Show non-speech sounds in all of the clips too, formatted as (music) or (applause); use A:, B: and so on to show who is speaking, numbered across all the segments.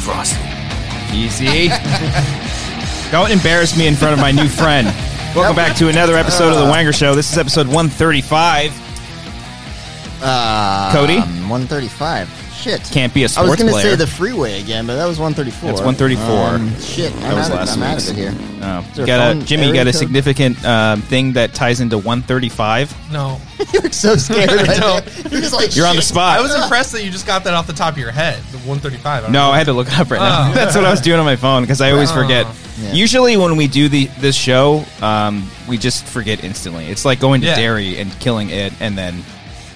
A: Frosty.
B: Easy. Don't embarrass me in front of my new friend. Welcome back to another episode of The Wanger Show. This is episode 135.
C: Uh,
B: Cody?
C: um, 135. Shit.
B: Can't be a
C: I was
B: sports
C: gonna
B: player.
C: say the freeway again, but that was 134.
B: That's 134.
C: Um, shit, I'm,
B: was
C: out of,
B: last
C: I'm out
B: week's.
C: of it here. (laughs)
B: Oh,
C: there a
B: got a,
C: phone
B: Jimmy, you got a
C: area code?
B: significant um, thing that ties into 135.
D: No.
C: you
B: (laughs)
C: look so scared. Right
D: know.
C: there. You're just like,
B: You're on the
C: shit.
B: spot.
D: (laughs) I was impressed that you just got that off the top of your head, the 135. I don't
B: No,
D: know.
B: I had to look it up right now. (laughs)
D: Oh.
B: That's what I was doing on my phone because I always forget.
C: Oh, Yeah.
B: Usually, when we do the this show, um, we just forget instantly. It's like going to
D: Yeah.
B: dairy and killing it, and then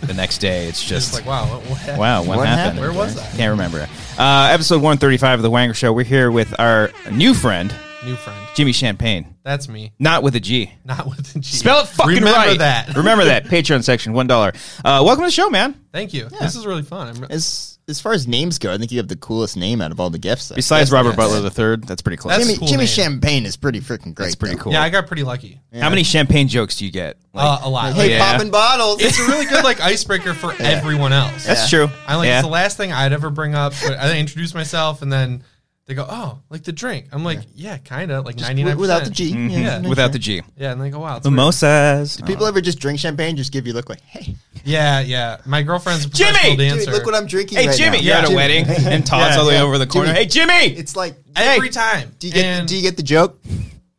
B: the next day, it's
D: Just
B: just
D: like, wow, what, what happened?
B: wow, what,
C: What
B: happened?
C: happened?
D: Where was I?
B: Can't remember. Uh, episode 135 of The Wanger Show. We're here with our new friend,
D: New friend.
B: Jimmy Champagne.
D: That's me.
B: Not with a G.
D: Not with the G.
B: Spell it fucking
D: Remember
B: right.
D: (laughs) that.
B: Remember that. Patreon section, $1. Uh, welcome to the show, man.
D: Thank you. This is really fun. I'm,
C: As, as far as names go, I think you have the coolest name out of all the gifts.
B: Besides
C: Yes,
B: Robert
C: yes.
B: Butler III, that's pretty close.
D: That's
C: Jimmy,
D: a cool
C: Jimmy
D: name.
C: Champagne is pretty freaking great.
B: That's pretty
C: though.
B: cool.
D: yeah, I got pretty lucky.
B: How many champagne jokes do you get? Like,
D: Uh, a lot.
C: Hey,
B: Yeah.
C: popping bottles.
D: It's a really good like
B: (laughs)
D: icebreaker for everyone else.
B: That's true.
D: I like
B: yeah.
D: it's the last thing I'd ever bring up. But I introduce myself and then they go, "Oh, like the drink." I'm like, "Yeah, kind of like
C: Just
D: 99
C: without the G.
D: Yeah.
B: Mm-hmm. without the G. Uh-huh.
D: Yeah, and they go, "Wow, it's weird."
B: Mimosas.
C: People ever just drink champagne, just give you a look like, hey,
D: Yeah, yeah. My girlfriend's a
B: Jimmy!
D: professional
B: Dude,
D: dancer.
C: dude, look what I'm drinking.
B: Hey,
C: right
B: Jimmy,
C: now.
B: you're at a
C: Jimmy.
B: wedding,
C: (laughs)
B: and Todd's
D: Yeah.
B: all the way
C: Yeah.
B: over the corner.
C: Jimmy.
B: Hey, Jimmy!
C: It's like,
D: every time.
C: do you get
D: And-
C: do you get the joke?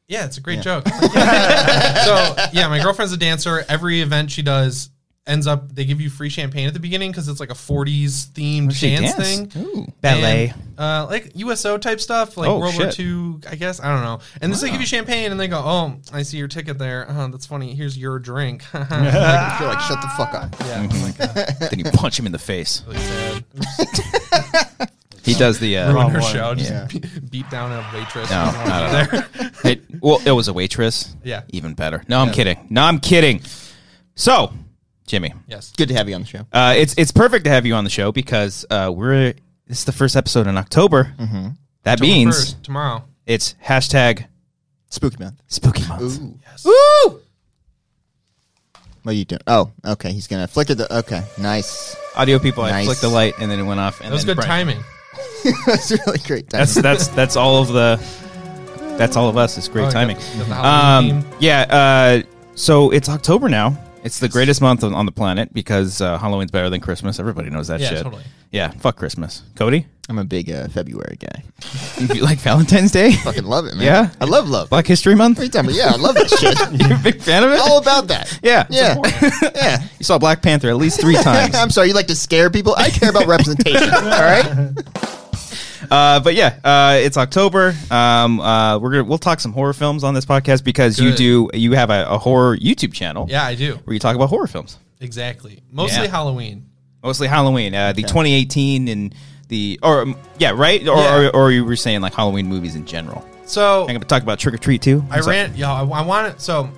D: Yeah, it's a
B: (laughs)
D: great joke. Yeah. so yeah, my girlfriend's a dancer. Every event she does ends up they give you free champagne at the beginning because it's like a '40s themed
B: she
D: dance
B: dance?
D: thing,
B: Ooh.
D: And,
B: Ballet.
D: uh, like USO type stuff, like
B: Oh,
D: World
B: shit.
D: War II, I guess. I don't know. And this they give you champagne, and they go, "Oh, I see your ticket there. Uh, that's funny. Here's your
B: (laughs)
D: drink." (laughs) yeah,
C: I feel like shut the fuck up.
D: I'm like, uh,
B: then you punch him in the face. (laughs)
D: really sad.
B: He does the. Uh,
D: Ruin her show. Just
C: Yeah.
D: be- beat down a waitress.
B: No,
D: She's
B: not at
D: there.
B: it, well, it was a waitress.
D: Yeah.
B: Even better. No, I'm kidding. No, I'm kidding. So, Jimmy,
D: yes.
C: Good to have you on the show.
B: uh, it's it's perfect to have you on the show because uh, we're this is the first episode in October. That means
D: Mm-hmm. First, tomorrow.
B: it's hashtag
C: Spooky month.
B: Spooky Month.
C: Ooh.
B: Woo!
C: What are you doing? Oh, okay. He's gonna flicker the. Okay, nice. (laughs)
B: Audio people, I
C: Nice.
B: flicked the light and then it went off. And
D: That was
B: then
D: good
B: Brian-
D: timing.
C: That's really great. Timing.
B: That's that's that's all of the. That's all of us. It's great
D: Oh, I
B: timing.
D: got the- got the Halloween
B: Um,
D: theme.
B: yeah. Uh, so it's October now. It's the greatest month on, on the planet because uh, Halloween's better than Christmas. Everybody knows that
D: Yeah,
B: shit.
D: totally.
B: Yeah. Fuck Christmas, Cody.
C: I'm a big uh, February guy.
B: You like Valentine's Day, (laughs)
C: Fucking love it, man.
B: Yeah?
C: I love love. What
B: Black History Month.
C: are you talking about? Yeah, I love
B: (laughs)
C: that shit.
B: You're a (laughs) big fan of it.
C: All about that.
B: yeah.
C: Yeah, yeah.
B: You saw Black Panther at least
C: (laughs)
B: three times.
C: I'm sorry. You like to scare people. I care
B: (laughs)
C: about representation. All right.
B: Uh, but yeah, uh, it's October. Um, uh, we're gonna we'll talk some horror films on this podcast because
D: Good.
B: you do you have a, a horror YouTube channel.
D: Yeah, I do.
B: where you talk about horror films,
D: Exactly. Mostly
B: Yeah.
D: Halloween.
B: mostly Halloween, uh, the 2018 and the or um, yeah, right? Or,
D: Yeah.
B: or or you were saying like Halloween movies in general.
D: So
B: I'm gonna talk about Trick or Treat too.
D: I
B: It's like-
D: ran. Yeah, I, I want it. So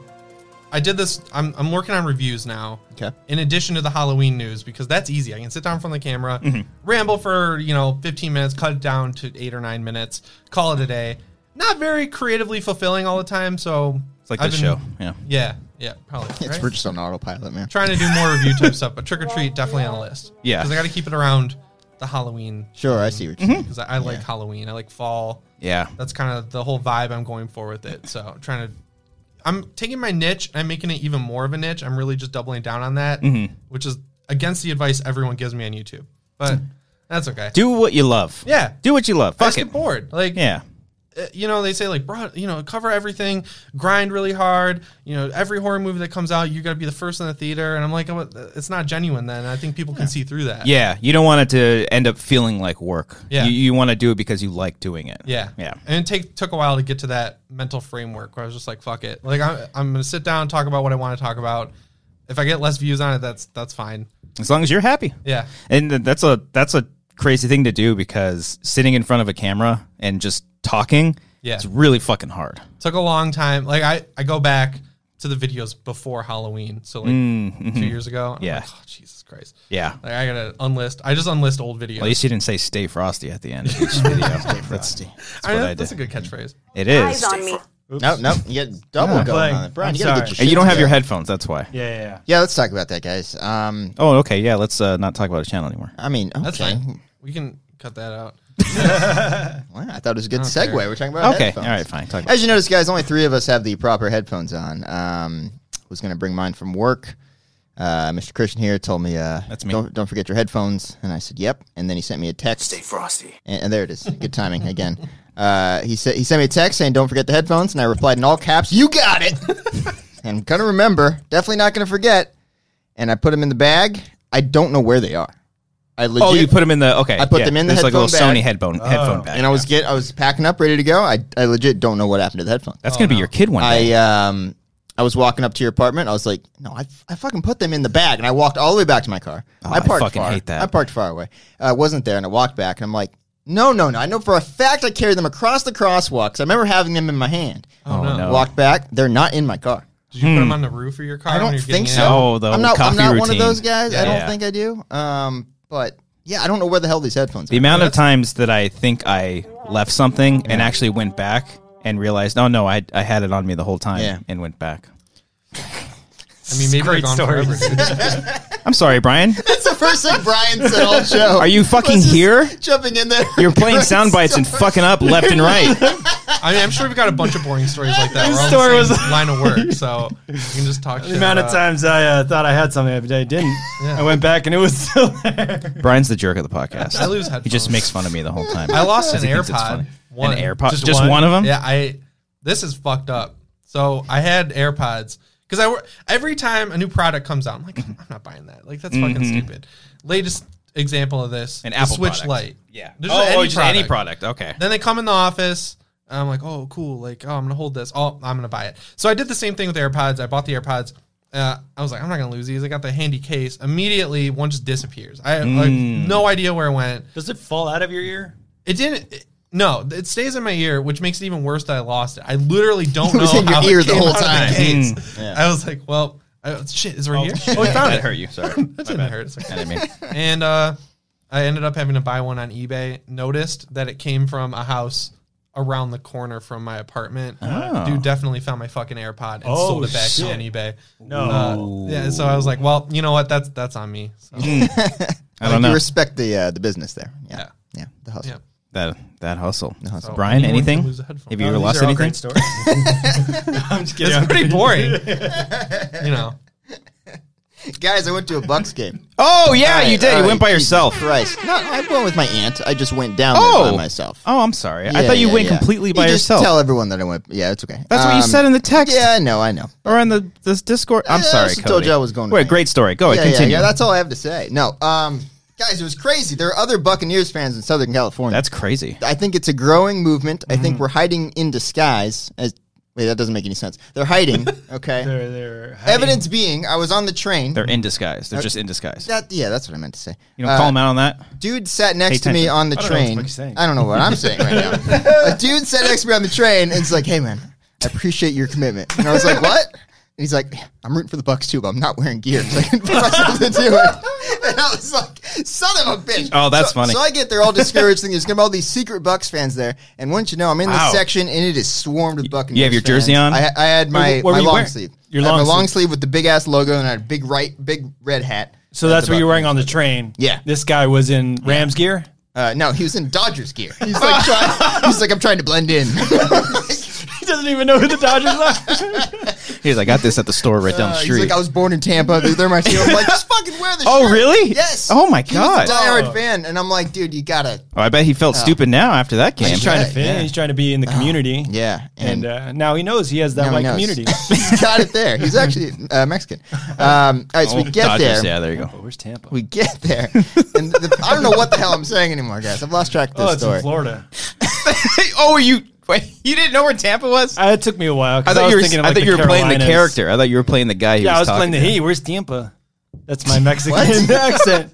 D: I did this. I'm, I'm working on reviews now.
C: Okay.
D: In addition to the Halloween news, because that's easy. I can sit down in front of the camera,
B: Mm-hmm.
D: ramble for you know 15 minutes, cut it down to eight or nine minutes, call it a day. Not very creatively fulfilling all the time. So
B: It's like
D: I've
B: this
D: been-
B: show. Yeah.
D: Yeah. Yeah. Probably.
C: It's,
D: right?
C: we're just on autopilot, man.
D: Trying to do more review type stuff, but trick or treat definitely on the list.
B: Yeah.
D: Because I got to keep it around the Halloween.
C: Sure, I see what
B: Mm-hmm.
C: you're saying.
D: Because I, I like Halloween. I like fall.
B: Yeah.
D: that's kind of the whole vibe I'm going for with it. So trying to, I'm taking my niche and I'm making it even more of a niche. I'm really just doubling down on that,
B: Mm-hmm.
D: which is against the advice everyone gives me on YouTube. But that's okay.
B: Do what you love.
D: Yeah.
B: Do what you love.
D: I
B: Mm. Fuck
D: just
B: it.
D: get bored. Like,
B: Yeah.
D: uh, you know, they say like, bro, you know, cover everything, grind really hard. You know, every horror movie that comes out, you got to be the first in the theater. And I'm like, oh, it's not genuine. Then I think people can see through that.
B: Yeah. You don't want it to end up feeling like work.
D: Yeah.
B: You, you want to do it because you like doing it.
D: Yeah.
B: Yeah.
D: And it take, took a while to get to that mental framework where I was just like, fuck it. Like, I'm, I'm going to sit down, talk about what I want to talk about. If I get less views on it, that's that's fine.
B: As long as you're happy.
D: Yeah.
B: And th- that's a that's a crazy thing to do because sitting in front of a camera and just talking
D: Yeah.
B: it's really fucking hard.
D: Took a long time. Like, I, I go back to the videos before Halloween. So, like, two years ago.
B: Mm,
D: I'm
B: mm-hmm. Yeah.
D: Like, oh, Jesus Christ.
B: Yeah.
D: Like, I got to unlist. I just unlist old videos.
B: At least you didn't say stay frosty at the end
C: (laughs)
B: of each video. that's, that's
D: I,
B: what I
D: that's a
B: did.
D: good catchphatphrase.
B: It is.
E: eyes on me.
C: No, no, you got double
F: Yeah.
C: going
F: Like,
C: on it, Brian.
F: I'm
C: You gotta get
F: sorry.
C: your
B: Hey,
C: shit
B: you don't have your
C: together.
B: headphones. That's why.
F: Yeah, yeah, yeah.
C: Yeah, let's talk about that, guys. Um,
B: Oh, okay. Yeah, let's uh, not talk about his channel anymore.
C: I mean, okay.
D: That's fine. We can cut that out.
C: Wow, I thought it was a good segue. We're talking about
B: Okay,
C: headphones.
B: all right, fine. Talk about
C: As you notice, guys, only three of us have the proper headphones on. Um, was going to bring mine from work. Uh, Mr. Christian here told me, uh,
B: That's me.
C: Don't, don't forget your headphones. And I said, yep. And then he sent me a text.
A: Stay frosty.
C: And, and there it is. Good timing again. Uh, he said he sent me a text saying, "Don't forget the headphones," and I replied in all caps, "You
B: (laughs)
C: got it." and I'm gonna remember. Definitely not gonna forget. And I put them in the bag. I don't know where they are. I legit.
B: Oh, you put them in the okay.
C: I put them in the
B: There's like a little
C: headphone
B: Sony
C: bag. Oh.
B: headphone headphone bag.
C: and I was get I was packing up, ready to go. I, I legit don't know what happened to the headphones.
B: That's gonna be your kid one day.
C: I um I was walking up to your apartment. I was like, no, I, I fucking put them in the bag, and I walked all the way back to my car.
B: Oh, I fucking
C: far.
B: hate that.
C: I parked far away. Uh, I wasn't there, and I walked back, and I'm like, no, no, no. I know for a fact I carried them across the crosswalks. I remember having them in my hand.
B: oh no. Hmm.
C: Walked back. They're not in my car.
D: Did you put them on the roof of your car?
C: I don't
D: when you're
C: think
D: getting
C: so.
B: Oh, the
C: I'm
B: whole
C: not. I'm
B: coffee
C: not one of
B: routine.
C: those guys. I don't
B: Yeah.
C: think I do. Um, but yeah, I don't know where the hell these headphones.
B: The
C: are.
B: amount of times that I think I left something and actually went back and realized, oh no, I I had it on me the whole time
C: Yeah.
B: and went back.
D: in? I mean, maybe they're
E: Great
D: gone
E: stories.
D: forever.
B: I'm sorry, Brian.
C: That's the first thing Brian said all show.
B: Are you fucking
C: Let's just-
B: here?
C: Jumping in there.
B: You're
C: (laughs)
B: playing sound bites and
C: Sorry.
B: fucking up left and
C: (laughs)
B: right.
D: I mean, I'm sure we've got a bunch of boring stories like
E: (laughs)
D: that. We're all in
E: story
D: the
E: was-
D: same line of
E: (laughs)
D: work, so you can just talk.
E: The amount of times I uh, thought I had something, but I didn't.
D: Yeah.
E: I went back and it was (laughs) still there.
B: Brian's the jerk of the podcast.
D: I lose headphones.
B: He just makes fun of me the whole time.
D: I lost an
B: He thinks it's
D: AirPod.
B: funny. An AirPod, just, one?
E: one?
B: of them.
D: Yeah, I. This is fucked up. So I had AirPods because I were every time a new product comes out, I'm like, I'm not buying that. Like that's fucking stupid. Latest example of this:
B: Mm-hmm. An
D: the
B: Apple
D: Switch
B: product.
D: Lite.
B: Yeah.
D: This is
B: oh,
D: any
B: oh, just any
D: product.
B: product. Okay.
D: Then they come in the office. And I'm like, oh, cool. Like, oh, I'm gonna hold this. Oh, I'm gonna buy it. So I did the same thing with AirPods. I bought the AirPods. Uh, I was like, I'm not gonna lose these. I got the handy case. Immediately, one just disappears. I have like no idea where it went.
E: Does it fall out of your ear?
D: It didn't. It, no, it stays in my ear, which makes it even worse that I lost it. I literally don't
C: (laughs) It was
D: know
C: in your
D: how
C: ear
D: it
C: the
D: came
C: whole
D: out of
C: time.
D: case.
C: Yeah.
D: I was like, well, I, shit, is it right here?
B: Oh, I (laughs) found it. hurt you. Sorry.
D: That didn't hurt. It's okay.
B: I mean,
D: and uh, I ended up having to buy one on eBay. Noticed that it came from a house around the corner from my apartment.
B: Oh.
D: Dude definitely found my fucking AirPod and
E: Oh,
D: sold it back
E: shit.
D: on eBay.
E: No.
D: Uh, yeah, so I was like, well, you know what? That's that's on me.
E: (laughs)
D: So,
B: I don't
C: Like, You
B: know
C: respect the uh, the business there. Yeah.
D: Yeah.
C: Yeah. the hustle.
D: yeah.
B: that that hustle.
C: hustle.
B: Brian,
D: Anyone can
B: anything?
D: lose a headphone.
B: Have you
E: No,
B: ever
E: these
B: lost
E: are all
B: anything?
E: Great stories. I'm just kidding.
D: It's pretty
E: (laughs)
D: boring. you know.
C: Guys, I went to a Bucks game.
B: (laughs) Oh (laughs) yeah, you did.
C: All
B: you
C: right,
B: went by
C: Jesus
B: yourself.
C: (laughs) Christ. No, I went with my aunt. I just went down there
B: Oh.
C: by myself.
B: Oh, I'm sorry. I
C: Yeah,
B: thought you
C: yeah,
B: went
C: yeah.
B: completely
C: You
B: by
C: just
B: yourself.
C: Tell everyone that I went. Yeah, it's okay.
B: That's what you
C: Um,
B: said in the text
C: Yeah, I know, I know.
B: or in the this Discord. I'm
C: Yeah, I
B: sorry,
C: just
B: Cody.
C: told you I was going to
B: Wait,
C: Miami.
B: great story. Go
C: yeah,
B: ahead. Continue.
C: Yeah, yeah, that's all I have to say. No, um, guys, it was crazy. There are other Buccaneers fans in Southern California.
B: That's crazy.
C: I think it's a growing movement. I
B: Mm-hmm.
C: think we're hiding in disguise. As wait, that doesn't make any sense. They're
B: (laughs)
C: hiding. Okay.
E: They're, they're hiding.
C: Evidence being, I was on the train.
B: They're in disguise. They're just in disguise.
C: that yeah, that's what I meant to say.
B: You know, call
C: Uh,
B: them out on that.
C: dude sat next
B: Pay
C: to me
B: attention.
C: on the
E: I don't know what the
C: train.
E: fuck he's saying.
C: I don't know what I'm saying right now. a dude sat next to me on the train and it's like, "Hey man, I appreciate your commitment." And I was like, "What?" And he's like, "I'm rooting for the Bucks too, but I'm not wearing gear, (laughs) so I can put myself to do it." And I was like, "Son of a bitch!"
B: Oh, that's
C: So-
B: funny.
C: So I get there all discouraged, thinking there's gonna be all these secret Bucks fans there, and wouldn't you know, I'm in
B: Wow.
C: this section and it is swarmed with Buccaneers.
B: you have your jersey
C: fans.
B: on?
C: I, I had my,
E: What were
C: my
E: you
C: long
E: wearing?
C: sleeve.
E: Your
C: I had
E: long
C: my long
E: sleeve.
C: sleeve with the big ass logo and I had a big right, big red hat.
E: So that's
C: the
E: what you're
C: Buc-
E: wearing on the train.
C: Yeah.
E: This guy was in Rams gear.
C: Uh, no, he was in Dodgers gear. He's (laughs) like, trying, he's like, I'm trying to blend in. (laughs)
E: He doesn't even know who the Dodgers are.
B: (laughs) He's like, I got this at the store right down the
C: Uh, he's
B: street.
C: like, I was born in Tampa. They're my team. I'm like, just fucking wear this.
B: oh,
C: shirt."
B: really?
C: Yes.
B: Oh my
C: He was
B: god.
C: a
B: Oh,
C: diehard fan, and I'm like, dude, you gotta.
B: I bet he felt stupid now after that game.
E: He's trying to
C: Yeah,
E: fit.
C: yeah.
E: He's trying to be in the community.
C: Yeah,
E: And uh, now he knows he has that
C: now he
E: white
C: knows. (laughs)
E: community.
C: he's got it there. He's actually uh, Mexican. Um, all right, so
B: Oh,
C: we get
B: Dodgers.
C: there.
B: Yeah, there you go.
E: But where's Tampa?
C: We get there, and the, I don't know what the hell I'm saying anymore, guys. I've lost track of this
E: oh, it's
C: story.
E: in Florida.
B: oh, you wait, you didn't know where Tampa was? I,
E: Uh, it took me a while. 'cause
B: thought
E: I, was
B: you were.
E: thinking of,
B: I
E: like,
B: thought you were playing the
E: Carolinas.
B: character. I thought you were playing the guy. Who
E: Yeah, I was
B: talking
E: playing the
B: to.
E: hey, where's Tampa? That's my Mexican (laughs) accent.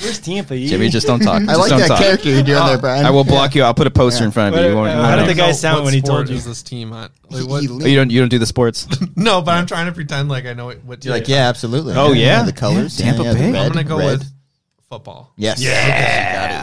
E: Where's Tampa? E?
B: Jimmy, just don't talk.
C: I like that character you're doing there, Brian.
B: Ah, I will block you. I'll put a poster in front of you. You, won't,
E: Whatever.
B: you,
E: Uh, How
B: won't
E: did
B: know.
E: the guy
D: know
E: sound
D: what
E: when he
D: sport
E: told you?
D: Is this team on?
C: He-
D: Like, what-
C: he
B: Oh, you
C: leaned-
B: don't. You don't do the sports.
D: No, but I'm trying to pretend like I know what. what
C: You're like, yeah, absolutely.
B: Oh,
C: You know
B: yeah.
C: the colors.
B: Yeah, Tampa
C: yeah, the
B: Bay.
C: red,
D: I'm gonna go
C: red.
D: with football.
C: Yes. Yeah. You got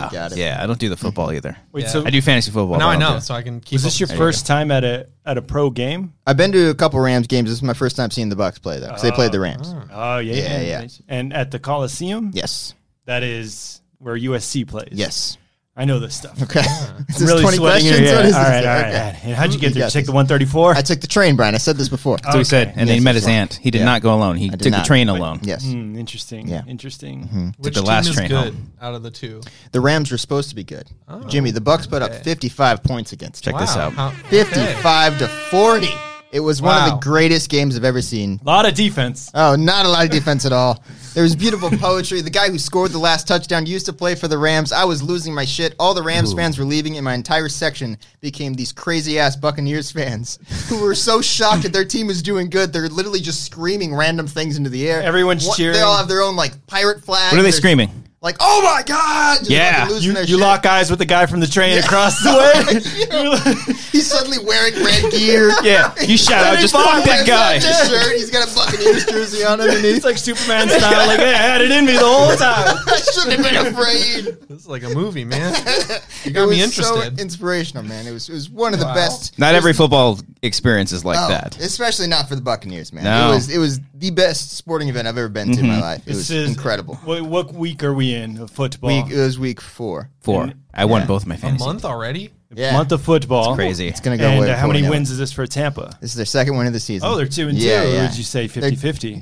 C: it. You got
B: (laughs)
C: it.
B: Yeah, I don't do the football either.
E: Wait,
D: Yeah.
E: so
B: I do fantasy football.
D: now
B: but
D: I
B: don't do
D: know,
B: it.
D: so I can keep.
E: was
D: up-
E: this your
B: you
E: first time at a at a pro game?
C: I've been to a couple Rams games. This is my first time seeing the Bucks play though, because they played the Rams.
E: Oh yeah,
C: Yeah, yeah.
E: And at the Coliseum,
C: Yes,
E: that is where USC plays.
C: yes.
E: I know this stuff.
C: Okay. Is
E: I'm
C: (laughs) this
E: really
C: 20
E: sweating
C: questions?
E: here. Yeah.
C: What is
E: all
C: this?
E: right, all right.
C: Okay.
E: And how'd you get there?
C: got
E: Did you
C: this.
E: take the 134?
C: I took the train, Brian. I said this before.
B: So he said, and then he
C: Yes,
B: met his
C: that's right.
B: aunt. He did not go alone. He took
C: did
B: the
C: not.
B: train alone.
C: Yes.
E: Hmm, interesting.
C: Yeah. Mm-hmm.
E: Interesting.
D: Which
B: the
D: team
B: last
D: is
B: train
D: good
B: home.
D: out of the two?
C: The Rams were supposed to be good. Jimmy, the Bucks put up 55 points against.
B: Check
C: them.
B: this out.
D: how-
C: 55 to 40. It was one of
D: Wow.
C: the greatest games I've ever seen.
E: A lot
C: (laughs)
E: of defense.
C: Oh, not a lot of defense at all. There was beautiful poetry. The guy who scored the last touchdown used to play for the Rams. I was losing my shit. All the Rams fans were leaving, and my entire section became these crazy ass Buccaneers fans (laughs) who were so shocked that their team was doing good. They're literally just screaming random things into the air.
E: Everyone's
C: What- They
E: cheering.
C: all have their own like pirate flag.
B: What are they
C: They're
B: screaming?
C: Like, oh my god! They're
B: Yeah.
C: fucking losing
E: You,
C: their
E: you
C: shit.
E: lock eyes with the guy from the train across the way.
C: He's suddenly wearing
B: (laughs)
C: red gear.
E: yeah.
B: You shout out, just fuck that guy.
C: He's got
E: (laughs)
C: his shirt. He's got a Buccaneers jersey on underneath.
E: It's like (laughs) Superman style. Like, hey, I had it in me the whole time.
C: (laughs) I shouldn't have been afraid.
D: This is like a movie, man.
C: (laughs)
D: You
C: It
D: got me
C: was so
D: interested.
C: inspirational, man. It was it was one of the
D: Wow.
C: best.
B: Not every football experience is like
C: Oh,
B: that.
C: especially not for the Buccaneers, man.
B: No. Mm-hmm.
C: It was it was the best sporting event I've ever been to in my life. It was incredible.
E: What, what week are we in of football?
C: Week, it was week four.
B: Four. I won
C: yeah.
B: both my
D: a
B: fantasy.
D: month already?
C: Yeah,
E: Month of football.
B: Crazy.
C: it's gonna go
E: And
C: away.
E: uh, how
C: before we
E: many
C: know it.
E: wins is this for Tampa?
C: This is their second win of the season.
E: Oh, they're two and
C: Yeah,
E: two.
C: yeah.
E: Would you say 50 50?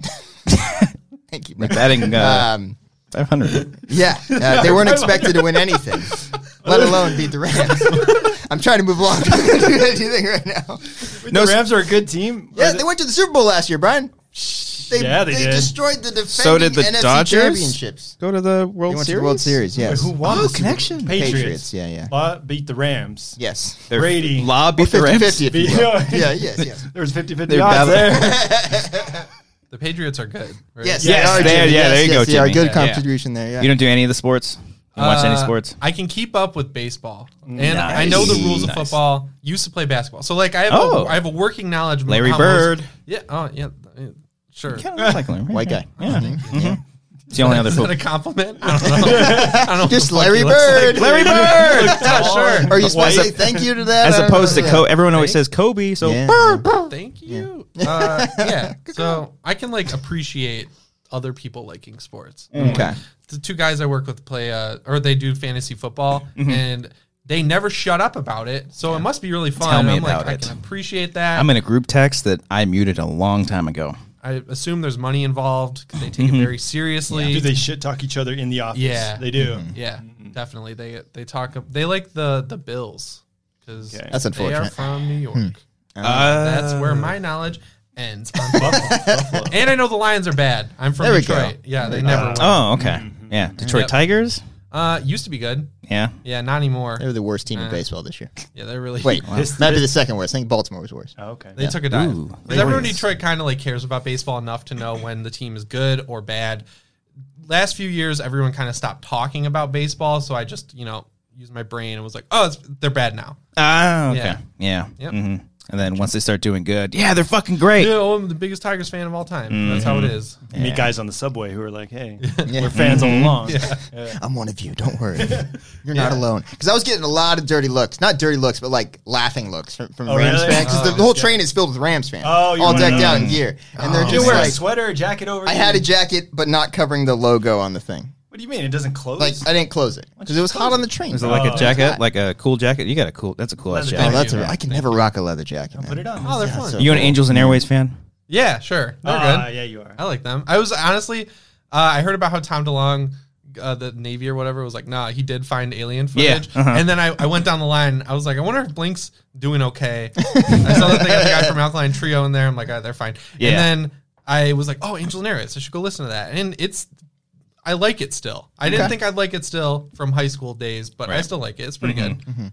C: Thank you.
B: We're
C: Brad.
B: batting uh,
C: Um,
B: 500.
C: yeah, uh, they
E: (laughs)
C: weren't expected to win anything, let alone beat the Rams. (laughs) I'm trying to move along. (laughs) I'm not gonna do anything right now.
E: No, the Rams are a good team.
C: (laughs) Yeah,
E: Are
C: they went to the Super Bowl last year, Brian. They,
E: Yeah, they did.
C: destroyed the defending
B: So did the
C: NFC
B: Dodgers?
C: championships.
B: Go to the World
C: They went to the World Series, yes.
E: Who won?
B: Oh, connection.
E: Patriots.
C: Patriots, yeah, yeah.
E: But beat the Rams.
C: Yes.
B: They're
E: Brady.
B: Law beat the
C: 50
B: Rams.
C: 50 if you
E: Yeah.
B: (laughs)
C: will. Yeah, yes, yes.
E: There was 50 50
B: They're
E: odds
B: bad-
E: there.
D: The Patriots are good. Right?
C: Yes,
E: Yes,
C: they are,
B: they are,
C: Jimmy.
B: yeah,
C: yes,
B: there you
C: yes,
B: go,
C: They are
B: Jimmy.
C: good
B: Yeah.
C: contribution there, yeah.
B: You don't do any of the sports? You don't watch any
D: Uh,
B: sports?
D: I can keep up with baseball, and
B: Nice.
D: I know the rules of
B: Nice.
D: football. Used to play basketball, so like I have
B: Oh.
D: a, I have a working knowledge. of
B: Larry
D: how most-
B: Bird.
D: yeah. Oh yeah. yeah, Sure.
B: Kinda looks like Larry.
C: White guy.
B: Yeah.
C: Mm-hmm.
B: Mhm. It's the only other
D: Is
B: football.
D: that a compliment? I don't know. (laughs) I don't know.
C: Just
D: what the fuck
C: Larry
D: he looks like.
C: Bird.
B: Larry Bird.
D: (laughs) Yeah, sure.
C: Are you supposed to
B: As
C: say thank you to
B: (laughs)
C: that?
B: As
C: I don't
B: opposed to
C: know, yeah.
B: Kobe, everyone always says Kobe. So
C: Yeah.
B: brr, brr. (laughs)
D: Thank you. Yeah. Uh, yeah. So I can like appreciate other people liking sports.
B: Mm.
C: Okay.
D: The two guys I work with play, uh, or they do fantasy football,
B: Mm-hmm.
D: and they never shut up about it. So it must be really fun.
B: Tell me
D: I'm
B: about
D: like,
B: it.
D: I can appreciate that.
B: I'm in a group text that I muted a long time ago.
D: I assume there's money involved. 'cause They take
B: Mm-hmm.
D: it very seriously.
E: Do they shit talk each other in the office?
D: Yeah.
E: They do.
C: Mm-hmm.
D: yeah,
B: Mm-hmm.
D: definitely. They they talk. They like the the Bills because
E: Okay.
C: That's
D: they are
C: unfortunate.
D: from New
B: Hmm.
D: York.
B: Uh,
D: That's where my knowledge ends. On Buffalo. And I know the Lions are bad. I'm from
C: There we go.
D: Detroit. Yeah, they never win.
B: oh, okay. Yeah. Detroit
D: Yep.
B: Tigers.
D: Uh, used to be good.
B: Yeah.
D: Yeah, not anymore.
C: They were the worst
B: Mm.
C: team in baseball this year.
D: Yeah, they're really
C: Wait,
E: This-
C: that'd be the second worst. I think Baltimore was worse.
E: Oh, okay.
D: (laughs) They took a dive.
B: Ooh,
D: Because everyone in Detroit kind of like cares about baseball enough to know when the team is good or bad. Last few years, everyone kind of stopped talking about baseball, so I just you know used my brain and was like, oh, it's, they're bad now.
B: Ah, okay. Yeah.
D: Yeah. Yep.
B: hmm And then once they start doing good, yeah, they're fucking great.
D: You know, I'm the biggest Tigers fan of all time. That's how it
C: Mm-hmm.
D: is.
E: You Meet guys on the subway who are
D: (laughs)
E: like, hey,
C: Yeah.
E: we're fans all
C: Mm-hmm.
E: along.
C: I'm one of you. Don't
E: (laughs)
C: worry. You're not alone. Because I was getting a lot of dirty looks. Not dirty looks, but like laughing looks from, from
E: Oh,
C: Rams
E: really?
C: fans. 'Cause
E: Oh,
C: the whole train is filled with Rams fans.
E: Oh, you
C: all
E: wanna
C: decked
E: know. Oh.
C: out in gear. And they're
E: You
C: just
E: wear a
C: like,
E: sweater, a jacket over.
C: I
E: you?
C: had a jacket, but not covering the logo on the thing.
E: What do you mean? It doesn't close.
C: Like, I didn't close it. Because it was hot on the train.
B: Is it like
E: Oh,
B: a
E: it's
B: jacket, like a cool jacket? You got a cool. That's a cool ass
E: Leather
C: Oh,
B: jacket.
E: jacket.
C: that's
E: Thank
C: a,
E: you.
C: I can never rock a leather jacket. man.
E: Put it on.
D: Oh, they're
E: Yeah.
D: fun.
C: so-
B: You an Angels and Airways fan?
D: Yeah, sure. They're good.
E: Ah, yeah, you are.
D: I like them. I was honestly, uh, I heard about how Tom DeLong, uh, the Navy or whatever, was like, nah, he did find alien
B: Yeah,
D: footage.
B: uh-huh.
D: And then I, I went down the line. I was like, I wonder if Blink's doing okay. I saw that they got the guy from Alkaline Trio in there. I'm like, ah, they're fine.
B: Yeah.
D: And then I was like, oh, Angel and Aries. I should go listen to that. And it's, I like it still. I didn't think I'd like it still from high school days, but I still like it. It's
B: Mm-hmm.
D: pretty good.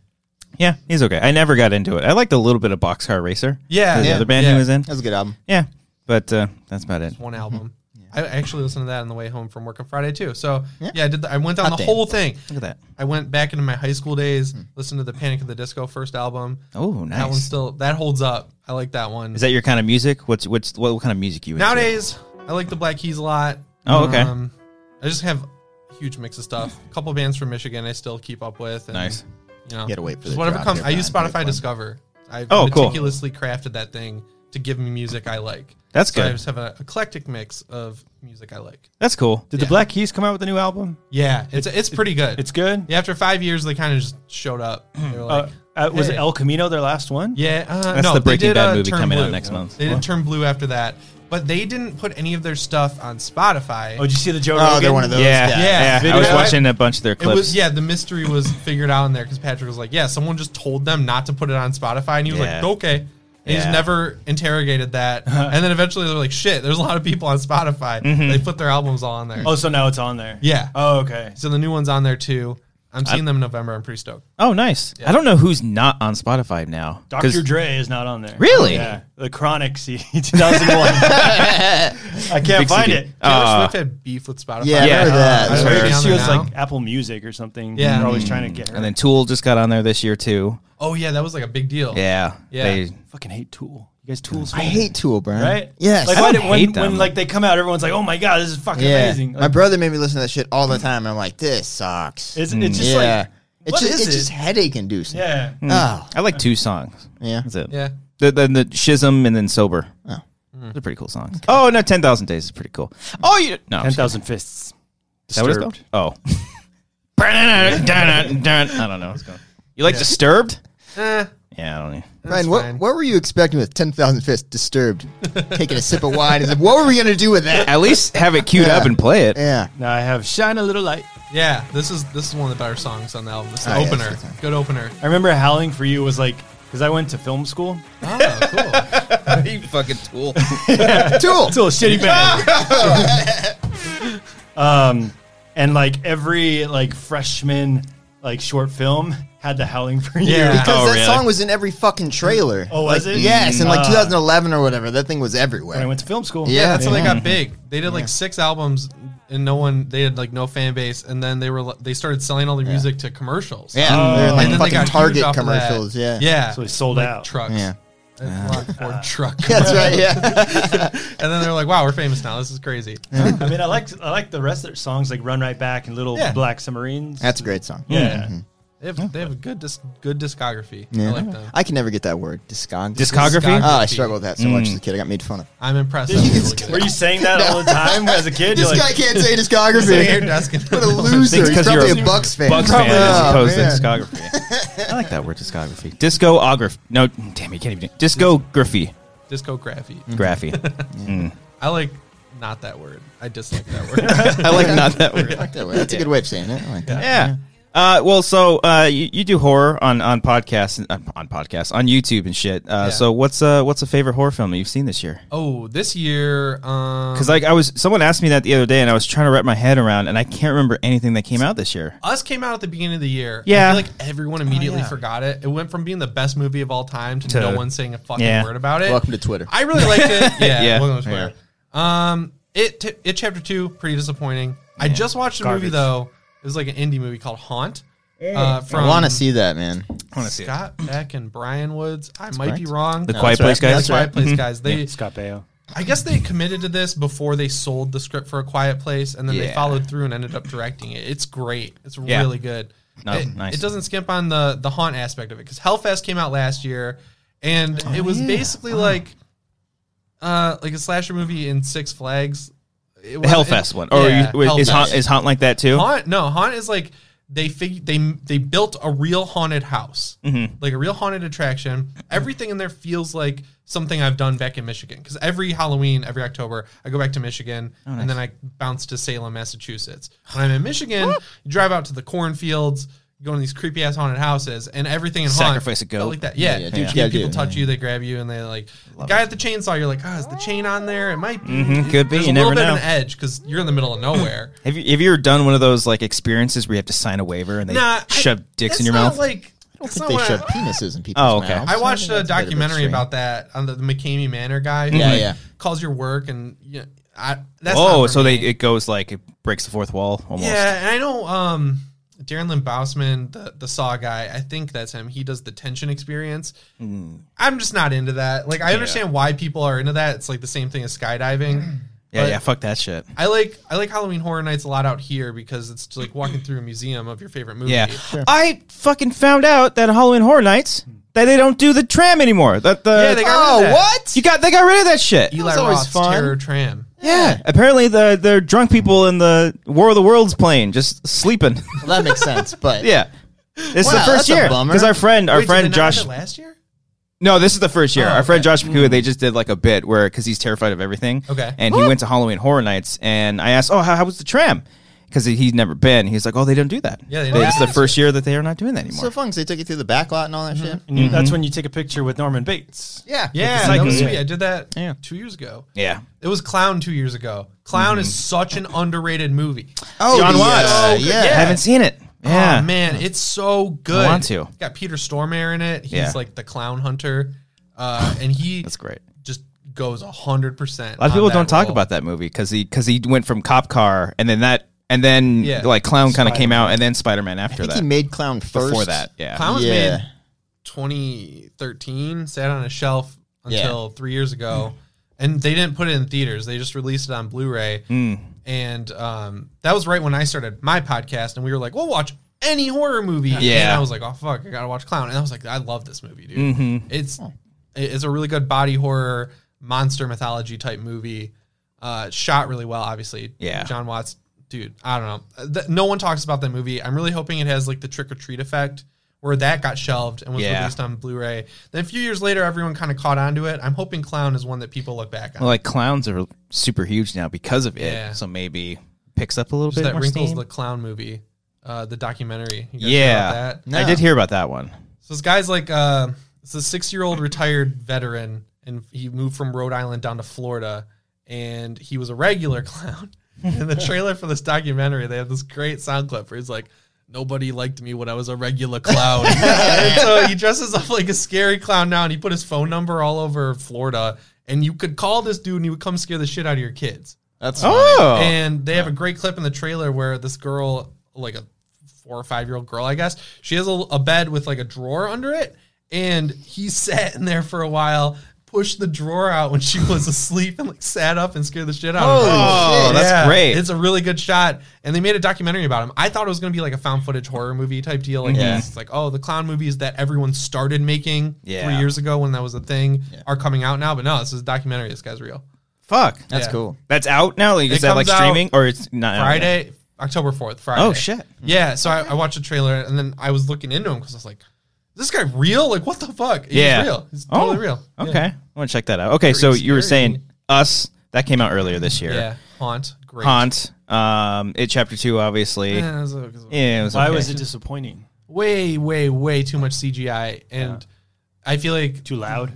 B: Yeah, he's okay. I never got into it. I liked a little bit of Boxcar Racer.
D: Yeah.
B: the
D: Yeah.
B: other band he
D: Yeah.
B: was in.
C: That was a good album.
B: Yeah, but uh, that's about it.
D: one album. I actually listened to that on the way home from work on Friday too. So yeah, I did. The, I went down
C: Hot
D: the
C: damn.
D: whole thing.
B: Look at that.
D: I went back into my high school days, listened to the Panic of the Disco first album.
B: Hmm. Oh,
D: That one
B: nice.
D: still that holds up. I like that one.
B: Is that your kind of music? What's what's what kind of music you into?
D: Nowadays, I like the Black Keys a lot. Um,
B: Oh, okay.
D: I just have a huge mix
B: (laughs)
D: of stuff. A couple bands from Michigan I still keep up with. And,
B: Nice.
D: You know,
C: You gotta wait for
D: just
C: the
D: whatever
C: drop
D: comes.
C: there,
D: I use
C: Brian. Wait for
D: Spotify
C: it.
D: Discover. I
B: Oh, cool.
D: meticulously crafted that thing to give me music I like.
B: That's
D: So I
B: good.
D: just have an eclectic mix of music I like.
B: That's cool.
E: Did
D: Yeah.
E: the Black Keys come out with a new album?
D: Yeah, it's it's pretty good.
E: It's good.
D: Yeah, after five years, they kind of just showed up. They were like,
E: Uh, uh, was
D: hey.
E: El Camino their last one?
D: yeah, uh,
B: That's
D: no,
B: the
D: they
B: Breaking
D: did,
B: Bad
D: uh,
B: movie
D: Turn
B: coming out
D: Blue.
B: next month.
D: They did
B: Wow.
D: Turn Blue after that, but they didn't put any of their stuff on Spotify.
E: Oh, did you see the Joe
C: Oh,
E: Rogan?
C: they're one of those.
B: yeah,
C: guys.
D: Yeah.
B: yeah,
D: Video
B: I was
D: clip?
B: watching a bunch of their
D: It
B: clips.
D: was yeah. The mystery was figured out in there because Patrick was like, yeah, someone just told them not to put it on Spotify, and he was
B: Yeah.
D: like, okay. And He's
B: Yeah.
D: never
B: (laughs)
D: interrogated that, and then eventually they're like, "Shit, there's a lot of people on Spotify.
B: Mm-hmm.
D: They put their albums all on there."
E: Oh, so now it's on there.
D: Yeah.
E: Oh, okay.
D: So the new one's on there too. I'm seeing them in November. I'm pretty stoked.
B: Oh, nice. I don't know who's not on Spotify now. 'Cause-
E: Dr. Dre is not on there.
B: Really?
E: Yeah. The Chronic (laughs) CD 2001.
B: (laughs)
E: I can't
B: Big
E: find
B: CD.
E: it.
D: Taylor
B: Uh,
D: Swift had beef with Spotify.
C: Yeah, I
B: Yeah.
C: remember that.
D: Uh,
C: That's
D: I
C: right.
D: heard
E: She
D: there
E: was
D: now?
E: like Apple Music or something.
D: Yeah.
E: They're always trying to get her.
B: Mm. and then Tool just got on there this year too.
D: Oh yeah, that was like a big deal.
B: Yeah,
D: Yeah.
B: They,
E: fucking hate Tool. You guys, Tool's
C: I hate Tool, bro.
E: right?
C: Yes.
E: Like
B: I
E: why
B: don't
E: did, when,
B: hate them.
E: when like they come out, everyone's like, "Oh my god, this is fucking
C: yeah.
E: amazing."
C: My
E: Like,
C: brother made me listen to that shit all the time, and I'm like, this sucks.
E: it's, it's just
C: yeah.
E: like,
C: it's
E: what
C: just,
E: is
C: it's
E: it?
C: just headache inducing.
E: yeah.
C: Oh,
B: I like two songs.
C: yeah.
B: That's it.
D: Yeah. Mm.
B: The, the, the Schism and then Sober.
C: Oh.
B: They're pretty cool songs. Oh no, Ten Thousand Days is pretty cool. Oh, you no, I'm just
E: Ten
B: kidding.
E: thousand fists.
B: Is that what it's
E: Disturbed.
B: called? Oh, (laughs) I don't know. What's going. on. You like Disturbed?
D: Eh,
B: Yeah, I don't e- know.
C: Ryan, what,
D: fine.
C: what were you expecting with 10,000 Fists Disturbed? Taking a sip of wine. Is like, what were we going to do
B: (laughs)
C: with that?
B: At least have it queued up and play it.
C: Yeah.
E: Now I have shine a little light.
D: yeah. This is this is one of the better songs on the album. It's the
C: Oh, yeah,
D: opener.
C: it's a good
D: good opener.
E: I remember howling for you was like because I went to film school.
D: Oh, cool.
B: you fucking
D: (laughs)
B: tool.
C: Tool.
E: It's a shitty band. um, and like every like freshman like short film had the howling for you.
D: Yeah.
C: Because
B: Oh,
C: that
B: really?
C: song was in every fucking trailer.
E: Oh, was
C: Like,
E: it?
C: Yes, in like
E: Uh,
C: 2011 or whatever. That thing was
E: When I
C: everywhere.
E: went to film school.
C: Yeah.
D: Yeah, that's how they
C: Yeah.
D: got big. They did like six albums, and no one. They had like no fan base, and then they were li- they started selling all their music to commercials.
C: Yeah,
E: Oh.
C: they're in, like
D: and then they
C: fucking
D: got huge
C: Target
D: off of that.
C: commercials. Yeah.
D: yeah,
E: So they sold
D: like
E: out.
D: trucks.
C: Yeah.
D: And a lot of Ford
C: (laughs)
D: truck.
C: That's right. Yeah. (laughs)
D: And then they're like, "Wow, we're famous now. This is crazy."
E: (laughs) I mean, I like I like the rest of their songs like Run Right Back and Little
D: Yeah.
E: Black Submarines.
C: That's a great song.
E: yeah.
D: They have, they have a good dis- good discography.
C: Yeah.
D: I like them.
C: I can never get that word. Discog.
B: Discography?
C: Oh, I struggled with that so much as a
B: Mm.
C: kid. I got made fun of.
D: I'm impressed.
E: Did
D: I'm
E: you-
D: able to get
E: Were
D: it.
E: you saying that
C: (laughs)
E: all the time as a kid? You're
C: This guy
E: like,
C: can't say
D: Sitting at
C: discography.
D: your desk and- (laughs)
C: What a loser.
B: It's
C: He's
B: 'cause you're
C: probably
B: a
C: a Bucks fan.
B: Bucks fan as
C: Oh,
B: opposed
C: man.
B: to
D: (laughs)
B: discography. I like that word discography. Discography. No, damn, you can't even. Discography.
D: discography.
B: Graphy.
D: I like not that word. I dislike
C: (laughs)
D: that word.
B: Mm. I like not that word.
D: (laughs)
C: Fuck that word. That's a good way of saying it. I like that.
B: Yeah. Uh, well, so uh, you, you do horror on on podcasts uh, on podcasts on YouTube and shit. Uh,
D: Yeah.
B: So what's uh what's a favorite horror film that you've seen this year?
D: oh, this year, um,
B: Because like I was someone asked me that the other day, and I was trying to wrap my head around, and I can't remember anything that came out this year.
D: Us came out at the beginning of the year.
B: Yeah.
D: I feel like everyone
C: Oh,
D: immediately forgot it. It went from being the best movie of all time to,
B: To-
D: no one saying a fucking
B: yeah.
D: word about it.
C: Welcome to Twitter.
D: I really liked
B: (laughs)
D: it. Yeah,
B: Yeah.
D: welcome to Twitter. Um, it t- it chapter two pretty disappointing. I just watched a movie
E: Garbage.
D: though. It was like an indie movie called Haunt. Uh, from
C: I want to see that, man.
B: wanna see it.
D: Scott Beck and Brian Woods. I might be
C: correct.
D: wrong.
B: The
D: No,
B: Quiet
C: that's
B: Place
C: right.
B: guys. Mm-hmm.
D: that's Quiet Place guys. They
E: Scott Baio.
D: I guess they committed to this before they sold the script for A Quiet Place, and then they
B: Yeah.
D: followed through and ended up directing it. It's great. It's
B: Yeah.
D: really good.
B: No,
D: it,
B: nice.
D: it doesn't skimp on the the haunt aspect of it because Hellfest came out last year, and it was basically like, uh, like a slasher movie in Six Flags. It
B: The
D: wasn't-
B: Hellfest
D: it-
B: one, or
D: yeah,
B: you, is
D: Hellfest.
B: haunt is haunt like that too?
D: Haunt? No, haunt is like they fig- they they built a real haunted house,
B: Mm-hmm.
D: like a real haunted attraction. Everything in there feels like something I've done back in Michigan because every Halloween, every October, I go back to Michigan
B: Oh,
D: and then I bounce to Salem, Massachusetts. When I'm in Michigan, you drive out to the cornfields. you Go in these creepy ass haunted houses and everything in
B: Sacrifice a
D: haunt, felt
B: goat.
D: like that.
C: yeah,
D: Yeah, yeah,
C: dude, you gotta
D: people
C: do it.
B: Mm-hmm.
D: touch you, they grab you, and they like the guy at the chainsaw. You're like, oh, is the chain on there? It might be.
B: Mhm, could be,
D: There's
B: you
D: a little
B: never
D: bit
B: know.
D: of an edge because you're in the middle
B: (clears throat)
D: of nowhere.
B: Have you have you ever done one of those like experiences where you have to sign a waiver and they
D: Nah, I-
B: shove dicks in
D: it's
B: your
D: not
B: mouth?
D: Like,
C: I
D: it's
C: think
D: not
C: they
D: what
C: shove
D: I,
C: penises in people's
B: Oh, okay.
C: mouths.
D: I watched
C: think
D: a
C: that's bit of
D: documentary
C: extreme.
D: about that on the, the McCamey Manor guy. who,
C: Yeah,
D: like,
C: yeah.
D: Calls your work and you know, I. That's not
B: oh,
D: for
B: so they
D: me.
B: it goes like it breaks the fourth wall almost.
D: Yeah, and I know um, Darren Lynn Bousman, the the Saw guy. I think that's him. He does the tension experience.
B: Mm.
D: I'm just not into that. Like, I understand why people are into that. It's like the same thing as
C: (clears throat)
D: skydiving.
B: yeah,
D: but
B: yeah. Fuck that shit.
D: I like I like Halloween Horror Nights a lot out here because it's like walking through a museum of your favorite movie.
B: Yeah. I fucking found out that Halloween Horror Nights that they don't do the tram anymore. That the
D: Yeah, they got
C: Oh,
D: rid of that.
C: what?
B: you got they got rid of that shit.
D: Eli
C: was always
D: Roth's
C: fun.
D: Terror Tram.
B: Yeah, apparently the the drunk people in the War of the Worlds plane just sleeping. (laughs)
C: Well, that makes
D: (laughs)
C: sense, but
B: yeah, this is
C: Wow,
B: the first
C: that's a
B: year
C: bummer.
B: because our friend our
D: Wait, did they
B: friend
D: not have
B: Josh.
D: it last year.
B: No, this is the first year.
D: Oh,
B: Our friend Josh McCoo, they just did like a bit where because he's terrified of everything.
D: Okay.
B: and he went to Halloween Horror Nights, and I asked, "Oh, how, how was the tram?" Because he's never been. He's like, "Oh, they don't do that."
D: Yeah, they
B: Well,
D: don't
B: this is the
D: do that.
B: first year that they are not doing that anymore.
C: so fun because they took you through the back lot and all
D: Mm-hmm.
C: that shit.
E: And you- That's when you take a picture with Norman Bates.
C: Yeah,
D: Yeah,
E: psychic
D: that was
E: guy.
D: sweet. I did that
B: Yeah.
D: two years ago.
B: yeah.
D: It was Clown two years ago. Clown
B: Mm-hmm.
D: is such an underrated movie.
C: Oh,
B: John
C: yeah,
B: Watts.
C: Yeah,
D: Yeah.
B: haven't seen it. Yeah,
D: Oh, man, it's so good.
B: I want to.
D: It's got Peter Stormare in it. He's
B: Yeah.
D: like the clown hunter, uh, and
B: (sighs)
D: he
B: that's great.
D: just goes hundred percent.
B: A lot of people don't talk about that movie because he because he went from cop car and then that and then
D: Yeah.
B: like clown kind of came out and then Spider Man
C: I
B: after
C: think
B: that
C: he made Clown first.
B: before that yeah
D: Clown was
C: Yeah.
D: made 2013, sat on a shelf until three years ago, and they didn't put it in theaters. They just released it on Blu-ray,
B: Hmm.
D: and um, that was right when I started my podcast, and we were like, "We'll watch." Any horror movie,
B: Yeah.
D: And I was like, "Oh fuck, I gotta watch Clown," and I was like, "I love this movie, dude.
B: Mm-hmm.
D: It's it's a really good body horror monster mythology type movie. Uh, shot really well, obviously.
B: Yeah.
D: John Watts, dude. I don't know. Uh, th- no one talks about that movie. I'm really hoping it has like the trick or treat effect, where that got shelved and was
B: Yeah.
D: released on Blu-ray. Then a few years later, everyone kind of caught onto it. I'm hoping Clown is one that people look back on.
B: Well, like clowns are super huge now because of it
D: Yeah.
B: so maybe picks up a little
D: Just
B: bit
D: that
B: more
D: Wrinkles
B: steam.
D: the Clown movie, uh, the documentary. You guys hear about
B: yeah
D: that?
B: I
C: No.
B: did hear about that one
D: So this guy's like uh it's a six year old retired veteran and he moved from Rhode Island down to Florida and he was a regular (laughs) clown. In the trailer for this documentary, they have this great sound clip where he's like, Nobody liked me when I was a regular clown. and so he dresses up like a scary clown now and he put his phone number all over Florida. And you could call this dude and he would come scare the shit out of your kids.
C: That's
B: oh
D: And they have a great clip in the trailer where this girl, like a four or five year old girl, I guess, she has a, a bed with like a drawer under it. And he (laughs) sat in there for a while, pushed the drawer out when she was asleep, and like sat up and scared the shit out of her.
B: Oh, shit. that's great.
D: It's a really good shot. And they made a documentary about him. I thought it was going to be like a found footage horror movie type deal. Like,
B: Yeah.
D: it's like, oh, the clown movies that everyone started making three
B: Yeah.
D: years ago when that was a thing are coming out now. But no, this is a documentary. This guy's real.
B: fuck
C: that's
D: Yeah.
C: cool.
B: that's out now like,
D: It
B: is that like
D: comes out
B: streaming or it's not out yet?
D: Friday, October 4th, Friday.
B: Oh, shit.
D: Yeah, so I, I watched the trailer and then I was looking into him because I was like, is this guy real? Like, what the fuck? He's
B: yeah
D: real. He's totally
B: Oh,
D: real. Yeah.
B: okay I want to check that out okay so you were
D: scary.
B: saying us that came out earlier this year
D: Yeah. Haunt. Great.
B: haunt um it chapter two obviously
D: Yeah,
B: yeah,
D: it was- it was
B: it was
E: Why
B: okay.
E: was it disappointing?
D: way, way, way too much CGI. And I feel like,
E: Too loud?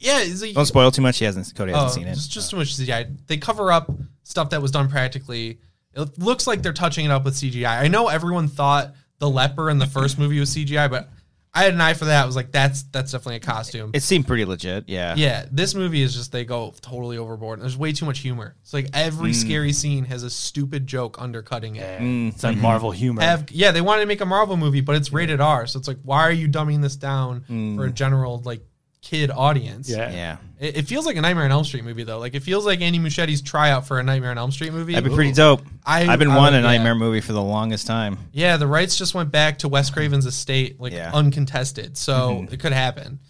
D: yeah, it's like,
B: don't spoil too much he hasn't Cody hasn't
D: Oh,
B: seen it
D: It's just too much CGI. They cover up stuff that was done practically. It looks like they're touching it up with CGI. I know everyone thought the leper in the first movie was CGI, but I had an eye for that. I was like, that's that's definitely a costume.
B: it seemed pretty legit yeah
D: yeah, this movie is just they go totally overboard. There's way too much humor. It's like
B: Mm.
D: every scary scene has a stupid joke undercutting it.
E: It's like Marvel humor.
D: Ev- yeah, they wanted to make a Marvel movie, but it's rated R, so it's like, why are you dumbing this down
B: Mm.
D: for a general like kid audience?
E: yeah.
B: yeah
D: It, it feels like a Nightmare on Elm Street movie though. Like it feels like Andy Muschietti's tryout for a Nightmare on Elm Street movie.
B: That'd be pretty dope. I,
D: I-
B: have been
D: I
B: wanting
D: would-
B: a nightmare
D: yeah.
B: movie for the longest time.
D: Yeah, the rights just went back to Wes Craven's estate, like
B: Yeah. Mm-hmm.
D: uncontested. So it could happen.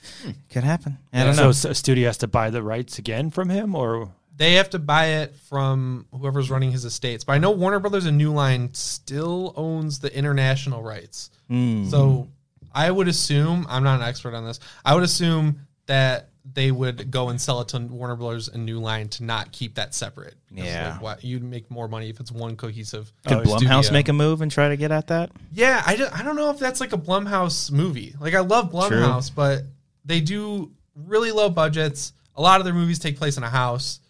B: Could happen. I don't
E: So
B: know.
E: s- a studio has to buy the rights again from him, or
D: They have to buy it from whoever's running his estates. But I know Warner Brothers and New Line still owns the international rights.
B: Mm.
D: So I would assume I'm not an expert on this. I would assume that they would go and sell it to Warner Brothers and New Line to not keep that separate. Because,
B: Yeah.
D: like, what, you'd make more money if it's one cohesive.
B: Could Blumhouse
D: studio.
B: make a move and try to get at that?
D: Yeah, I don't, I don't know if that's like a Blumhouse movie. Like I love Blumhouse, but they do really low budgets. A lot of their movies take place in a house.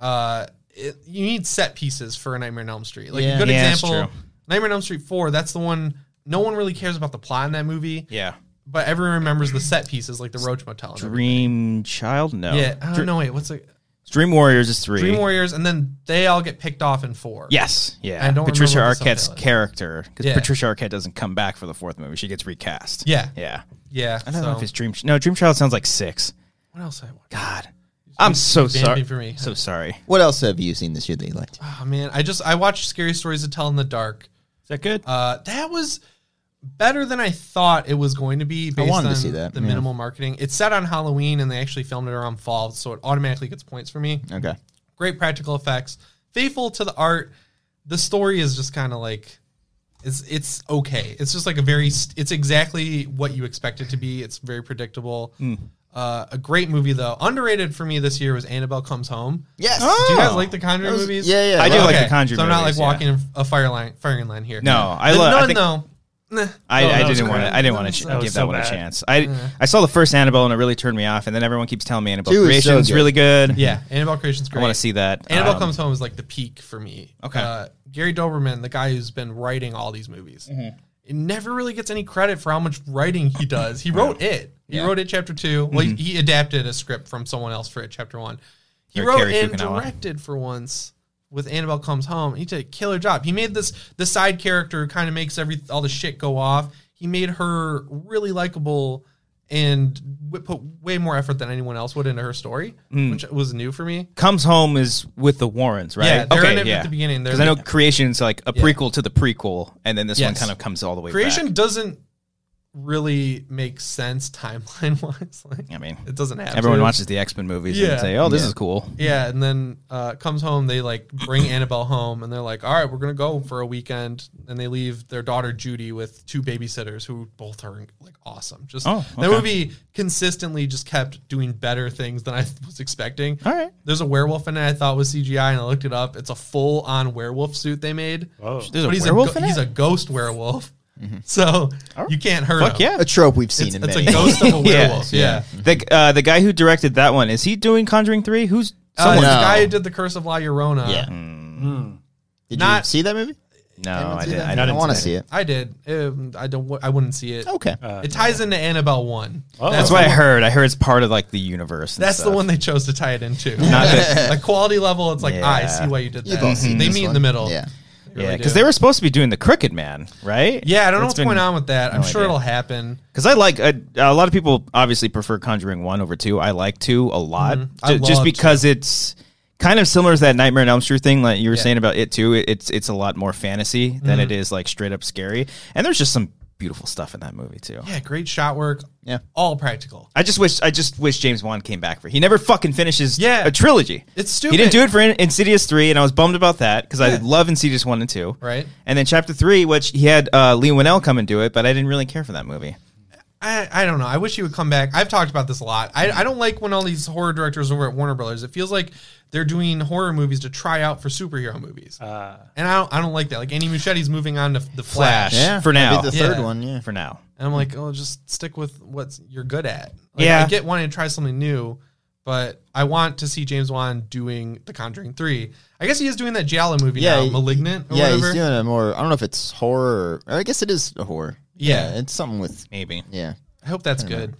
D: Uh, it, you need set pieces for a Nightmare on Elm Street. Like
C: Yeah.
D: a good
B: Yeah, that's
D: example,
B: true.
D: Nightmare on Elm Street Four. That's the one. No one really cares about the plot in that movie,
B: Yeah.
D: but everyone remembers the set pieces, like the Roach Motel. and everything.
B: Dream Child? No.
D: Yeah. I
B: Dr-
D: don't know. Wait, what's it?
B: Dream Warriors is three.
D: Dream Warriors, and then they all get picked off in four.
B: Yes. Yeah.
D: I don't
B: Patricia
D: remember what the
B: Arquette's
D: subtitle is.
B: character. Because
D: Yeah.
B: Patricia Arquette doesn't come back for the fourth movie. She gets recast.
D: Yeah.
B: Yeah.
D: Yeah.
B: I don't know
D: so-
B: if it's Dream No, Dream Child sounds like six.
D: what else I watch?
B: God. I'm so
D: banned
B: sorry.
D: me for me. Ah,
B: So sorry.
C: What else have you seen this year that you
D: Uh,
C: liked?
D: Oh man, I just I watched Scary Stories to Tell in the Dark.
E: is that good?
D: Uh, that was better than I thought it was going to be based
C: wanted to
D: on
C: see that,
D: the
C: yeah.
D: minimal marketing. It's set on Halloween and they actually filmed it around fall, so it automatically gets points for me.
C: Okay.
D: Great practical effects, faithful to the art. The story is just kind of like it's it's okay. It's just like a very st- it's exactly what you expect it to be. It's very predictable.
C: Hmm.
D: Uh, a great movie though. Underrated for me this year was Annabelle Comes Home.
C: Yes.
D: Do you guys
B: Oh.
D: like the Conjuring
C: That was-
D: movies?
C: yeah, yeah, I I
B: do love like it. the Conjuring
D: So I'm not like
B: movies,
D: walking in a fire line, firing line here.
B: No, I
D: The
B: love- I
D: Nun,
B: think-
D: though. Nah.
B: I,
E: Oh, that
B: I
E: was
B: didn't want to.
E: great.
B: I didn't want to
E: That was
B: give that
E: so
B: one a
E: bad.
B: chance. I I saw the first Annabelle and it really turned me off, and then everyone keeps telling me Annabelle
C: Two is so
B: Creation's
C: good.
B: really good.
D: Yeah, Annabelle Creation's
B: I
D: great.
B: want to see that.
D: Annabelle
B: Um,
D: Comes Home is like the peak for me.
B: Okay.
D: Uh, Gary Doberman, the guy who's been writing all these movies,
B: Mm-hmm.
D: it never really gets any credit for how much writing he does. He wrote it. He
B: Yeah. Mm-hmm.
D: wrote it chapter two. Well, he, he adapted a script from someone else for it chapter one. He
B: Or
D: wrote
B: Cary
D: and
B: Fukunaga.
D: directed for once with Annabelle Comes Home. He did a killer job. He made this the side character who kind of makes every all the shit go off. He made her really likable and w- put way more effort than anyone else would into her story,
B: Mm.
D: which was new for me.
B: comes home is with the Warrens, right?
D: Yeah, they're in it at the beginning. They're
B: Because I know
D: the-
B: Creation's like a
D: Yeah.
B: prequel to the prequel, and then this one
D: Yes.
B: kind of comes all the way.
D: Creation
B: back.
D: doesn't really make sense timeline wise. (laughs) Like,
B: I mean,
D: it doesn't happen.
B: everyone watches the X Men movies
D: Yeah.
B: and say, "Oh, this is cool."
D: Yeah, and then uh, comes home. They like bring Annabelle home, and they're like, "All right, we're gonna go for a weekend." And they leave their daughter Judy with two babysitters, who both are like awesome. Just
B: Oh,
D: that
B: okay.
D: movie consistently just kept doing better things than I (laughs) was expecting.
B: All right.
D: there's a werewolf in it. I thought was CGI, and I looked it up. It's a full on werewolf suit they made.
E: Oh.
B: There's a
D: but he's
B: werewolf
D: a go-
B: in it? Mm-hmm.
D: he's a ghost werewolf, (laughs) so you can't hurt
B: Fuck
D: him.
B: yeah.
C: A trope we've seen
D: It's,
C: in
D: it's a
C: many.
D: ghost of a
B: (laughs) Yeah.
D: werewolf. yeah.
B: The uh, the guy who directed that one is he doing Conjuring Three? Who's
D: Uh,
C: Someone-
D: it's the
C: No.
D: guy who did the Curse of La Llorona.
C: Yeah. Did you
D: Hmm. Not-
C: see that movie?
B: no,
C: Anyone
B: Oh, I
C: see
B: didn't.
C: that?
B: I
C: I
B: didn't
C: want to
B: that.
C: see it.
D: I did. Um, I don't. I wouldn't see it.
C: Okay.
E: Uh,
D: It ties into Annabelle one.
E: Oh.
B: That's
D: the
B: what I
D: one-
B: heard. I heard it's part of like the universe. and
D: That's the
B: stuff.
D: one they chose to tie it into.
B: Not that-
D: the quality level. It's (laughs) like ah, I
B: Yeah.
D: see why you did that.
C: You've all seen
D: they
C: this
D: meet in
C: one.
D: the middle.
C: Yeah.
D: They
B: Yeah,
D: really
B: because
D: do.
B: they were supposed to be doing the Crooked Man, right?
D: Yeah, I don't know what's going on with that. I'm
B: no
D: sure
B: idea.
D: it'll happen.
B: Because I like a, a lot of people obviously prefer Conjuring One over Two. I like Two a lot,
D: Mm-hmm. I
B: Ju-
D: love
B: just because it's kind of similar to that Nightmare on Elm Street thing, like you were
D: Yeah. Mm-hmm.
B: saying about it too. It, it's it's a lot more fantasy than it is like straight up scary. And there's just some beautiful stuff in that movie too.
D: Yeah, great shot work.
C: Yeah.
D: all practical.
B: I just wish I just wish James Wan came back for. He never fucking finishes
D: Yeah.
B: a trilogy.
D: It's
B: He didn't
D: stupid.
B: do it for In- Insidious three, and I was bummed about that because I love Insidious one and two.
D: Right.
B: and then Chapter three, which he had uh, Lee Winnell come and do it, but I didn't really care for that movie.
D: I, I don't know. I wish he would come back. I've talked about this a lot. I, I don't like when all these horror directors over at Warner Brothers. It feels like they're doing horror movies to try out for superhero movies, and I don't, I don't like that. Like Andy Muschietti's moving on to the Flash,
B: Flash.
C: Yeah.
B: For now.
C: That'd be the third
D: Yeah.
C: one. Yeah.
B: For now,
D: and I'm like, oh, just stick with what you're good at. Like,
B: Yeah.
D: I get wanting to try something new, but I want to see James Wan doing The Conjuring Three. I guess he is doing that Giallo movie
C: Yeah,
D: now,
C: he-
D: Malignant. Or
C: Yeah,
D: whatever.
C: he's doing a more. I don't know if it's horror. Or, or I guess it is a horror.
D: Yeah.
C: it's something with.
B: maybe.
C: Yeah,
D: I hope that's good.